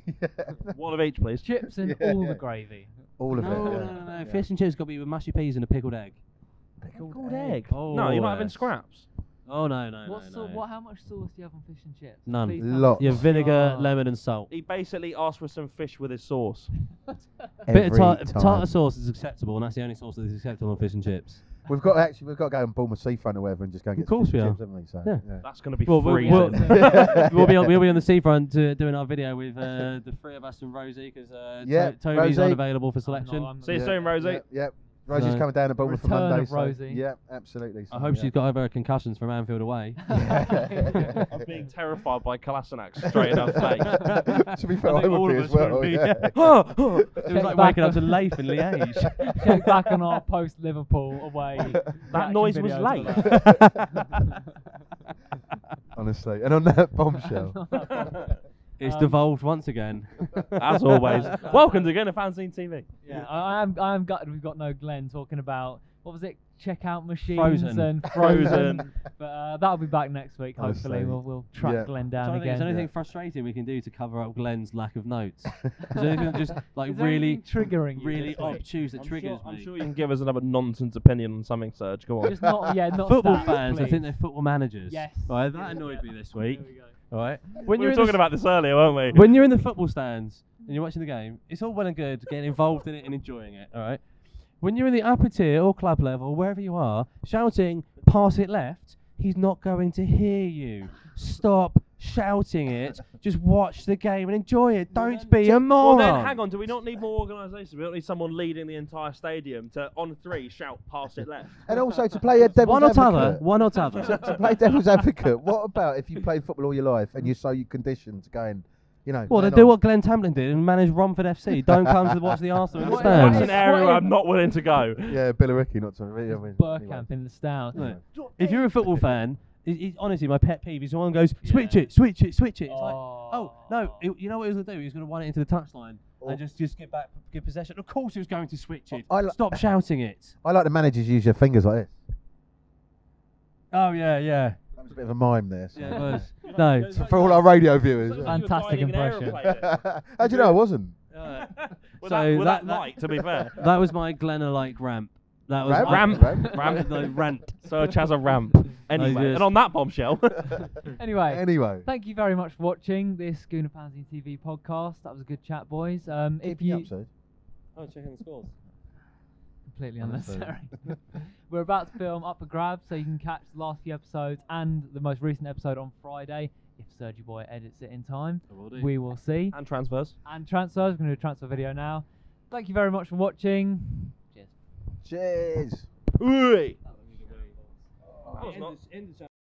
Speaker 4: One of each, please.
Speaker 1: chips and
Speaker 2: Yeah,
Speaker 1: all
Speaker 2: yeah.
Speaker 1: the gravy.
Speaker 2: [LAUGHS] All of
Speaker 3: no,
Speaker 2: it.
Speaker 3: no,
Speaker 2: yeah.
Speaker 3: no, no.
Speaker 2: Yeah.
Speaker 3: Fish and chips got to be with mashed peas and a pickled egg.
Speaker 2: Pickled egg.
Speaker 3: Oh,
Speaker 4: no, you're not having
Speaker 3: yes.
Speaker 4: scraps.
Speaker 3: Oh no, no,
Speaker 1: What
Speaker 3: no,
Speaker 1: sau-
Speaker 3: no.
Speaker 1: What? How much sauce do you have on fish and chips?
Speaker 3: None.
Speaker 1: Please tell me.
Speaker 2: Lots.
Speaker 3: Your vinegar,
Speaker 1: Oh.
Speaker 3: lemon, and salt.
Speaker 4: He basically asked for some fish with his sauce.
Speaker 3: Bit of
Speaker 2: Every
Speaker 3: tar-
Speaker 2: time.
Speaker 3: tartar sauce is acceptable, and that's the only sauce that is acceptable on fish and chips.
Speaker 2: We've got actually we've got to go on Bournemouth Seafront or whatever and just go and
Speaker 3: Of
Speaker 2: get some
Speaker 3: course
Speaker 2: fish
Speaker 3: we
Speaker 2: and
Speaker 3: are.
Speaker 2: chips, haven't we? So,
Speaker 3: Yeah.
Speaker 2: yeah.
Speaker 4: That's going to be
Speaker 3: Well, we'll- we'll-
Speaker 4: freezing.
Speaker 3: [LAUGHS] we'll be on, we'll be on the seafront uh, doing our video with uh, the three of us and Rosie because uh,
Speaker 2: Yeah,
Speaker 3: To- Toby's
Speaker 2: Rosie.
Speaker 3: unavailable for
Speaker 1: I'm not-
Speaker 3: selection.
Speaker 1: I'm not
Speaker 4: See you
Speaker 1: doing
Speaker 4: soon,
Speaker 1: that.
Speaker 4: Rosie.
Speaker 2: Yep, yep. Rosie's
Speaker 3: No.
Speaker 2: coming down to Bournemouth
Speaker 1: Return
Speaker 2: for
Speaker 1: of
Speaker 2: Monday. so-
Speaker 1: Rosie.
Speaker 2: Yeah, absolutely.
Speaker 3: I
Speaker 2: so,
Speaker 3: hope
Speaker 2: yeah. [LAUGHS]
Speaker 3: she's got over her concussions from Anfield away.
Speaker 4: [LAUGHS] I'm being terrified by Kalasanac straight in her face.
Speaker 3: [LAUGHS]
Speaker 2: to be fair,
Speaker 3: I
Speaker 2: I,
Speaker 3: think all
Speaker 2: would be
Speaker 3: of
Speaker 2: as
Speaker 3: us would
Speaker 2: well.
Speaker 3: be, [LAUGHS]
Speaker 2: yeah.
Speaker 3: it was
Speaker 1: Check
Speaker 3: like
Speaker 1: back
Speaker 3: waking up to
Speaker 1: on-
Speaker 3: Leif in
Speaker 1: [LAUGHS]
Speaker 3: Liège.
Speaker 1: [LAUGHS] Check back on our post Liverpool
Speaker 2: [LAUGHS]
Speaker 1: away.
Speaker 4: That
Speaker 1: reaction
Speaker 4: noise was
Speaker 1: videos
Speaker 4: late.
Speaker 1: for that.
Speaker 2: [LAUGHS] Honestly, and on that
Speaker 3: [LAUGHS]
Speaker 2: bombshell.
Speaker 3: it's
Speaker 1: Um,
Speaker 3: devolved once again.
Speaker 4: As always, welcome to Again of Fanzine TV.
Speaker 1: Yeah, I, I am. I am gutted. We've got no Glenn talking about what was it? Checkout machines
Speaker 3: Frozen.
Speaker 1: and
Speaker 4: Frozen.
Speaker 1: frozen. but uh, that'll be back next week. Hopefully,
Speaker 2: Honestly.
Speaker 1: we'll, we'll track
Speaker 2: Yeah.
Speaker 1: Glenn
Speaker 3: So
Speaker 1: down
Speaker 3: I think
Speaker 1: again.
Speaker 3: there's anything frustrating we can do to cover up Glen's lack of notes. Is there anything just like
Speaker 1: Is there
Speaker 3: really,
Speaker 1: anything triggering you
Speaker 3: really
Speaker 1: this week?
Speaker 3: obtuse that
Speaker 4: I'm
Speaker 3: triggers
Speaker 4: sure, I'm
Speaker 3: me?
Speaker 4: sure you can give us another nonsense opinion on something, Serge. Go on.
Speaker 1: Just not, yeah, not
Speaker 3: football
Speaker 1: stats,
Speaker 3: fans, I
Speaker 1: please.
Speaker 3: think they're football managers.
Speaker 1: Yes.
Speaker 3: Right, that annoyed
Speaker 1: Yeah.
Speaker 3: me this
Speaker 4: [LAUGHS]
Speaker 3: week.
Speaker 1: There we go.
Speaker 3: All right.
Speaker 4: we
Speaker 3: When
Speaker 4: were
Speaker 3: in
Speaker 4: talking
Speaker 3: the
Speaker 4: about this earlier, weren't we?
Speaker 3: when you're in the football stands and you're watching the game, it's all well and good getting involved in it and enjoying it, all right? When you're in the upper tier or club level, wherever you are, shouting, pass it left, he's not going to hear you. Stop shouting it. Just watch the game and enjoy it. Don't be a
Speaker 4: Well,
Speaker 3: moron.
Speaker 4: then, hang on. Do we not need more organisation? We don't need someone leading the entire stadium to, on three, shout, pass it left.
Speaker 2: and also to play a devil's
Speaker 3: One or t'other.
Speaker 2: advocate.
Speaker 3: One or
Speaker 2: to
Speaker 4: [LAUGHS]
Speaker 3: t'other.
Speaker 2: play devil's advocate, what about if you played football all your life and you're so you conditioned to going, you know?
Speaker 3: Well, they
Speaker 2: going
Speaker 3: do
Speaker 2: on-
Speaker 3: what Glenn Tamblyn did and manage Romford FC. Don't come to watch the Arsenal in the
Speaker 1: What- what
Speaker 4: That's
Speaker 1: is-
Speaker 4: an
Speaker 3: stands.
Speaker 4: area
Speaker 1: what
Speaker 4: where
Speaker 1: is-
Speaker 4: I'm not willing to go.
Speaker 2: Yeah, Billericay, not to really. I mean,
Speaker 1: Burkamp
Speaker 2: anyway.
Speaker 1: in the stand.
Speaker 3: Look, If you're a football fan, it, it's honestly my pet peeve is someone goes, switch
Speaker 1: Yeah.
Speaker 3: it, switch it, switch it. It's like,
Speaker 1: Oh.
Speaker 3: Oh no! It, you know what he was gonna do? He was gonna run it into the touchline
Speaker 2: Or-
Speaker 3: and just just get back, get possession. Of course, he was going to switch it.
Speaker 2: I li-
Speaker 3: Stop shouting it.
Speaker 2: I like the managers use their fingers like this.
Speaker 3: Oh yeah, yeah,
Speaker 2: That was a bit of a mime there. So.
Speaker 3: yeah.
Speaker 2: [LAUGHS]
Speaker 3: It was. no,
Speaker 4: It's like-
Speaker 2: For all our radio viewers.
Speaker 4: It's
Speaker 2: yeah.
Speaker 4: like you were
Speaker 1: Fantastic
Speaker 4: guiding an
Speaker 1: impression.
Speaker 4: aeroplane.
Speaker 2: [LAUGHS] How do you know I wasn't?
Speaker 3: uh,
Speaker 4: Well,
Speaker 3: So
Speaker 4: that, well, that,
Speaker 3: that- that-
Speaker 4: night, to be fair.
Speaker 3: [LAUGHS] that was my Glenna like ramp. That was
Speaker 2: Ramp?
Speaker 3: my-
Speaker 2: Ramp? Ramp?
Speaker 3: [LAUGHS] ramp, no, rant.
Speaker 4: Serge has a ramp. Anyway,
Speaker 3: just-
Speaker 4: and on
Speaker 3: [LAUGHS]
Speaker 4: that bombshell,
Speaker 1: [LAUGHS] Anyway,
Speaker 2: Anyway,
Speaker 1: thank you very much for watching this Schooner Fanzine TV podcast. That was a good chat, boys. Um, if
Speaker 2: keeping
Speaker 1: you
Speaker 2: you
Speaker 1: [LAUGHS]
Speaker 2: up, Serge.
Speaker 3: Oh, checking the scores.
Speaker 1: completely
Speaker 2: Honestly.
Speaker 1: unnecessary. We're about to film Up for Grabs, so you can catch the last few episodes and the most recent episode on Friday if Sergi Boy edits it in time. We will see.
Speaker 4: and transfers.
Speaker 1: And transfers, we're going to do a transfer video now. Thank you very much for watching. Cheers.
Speaker 2: [LAUGHS] Cheers.
Speaker 4: Ui. That was not-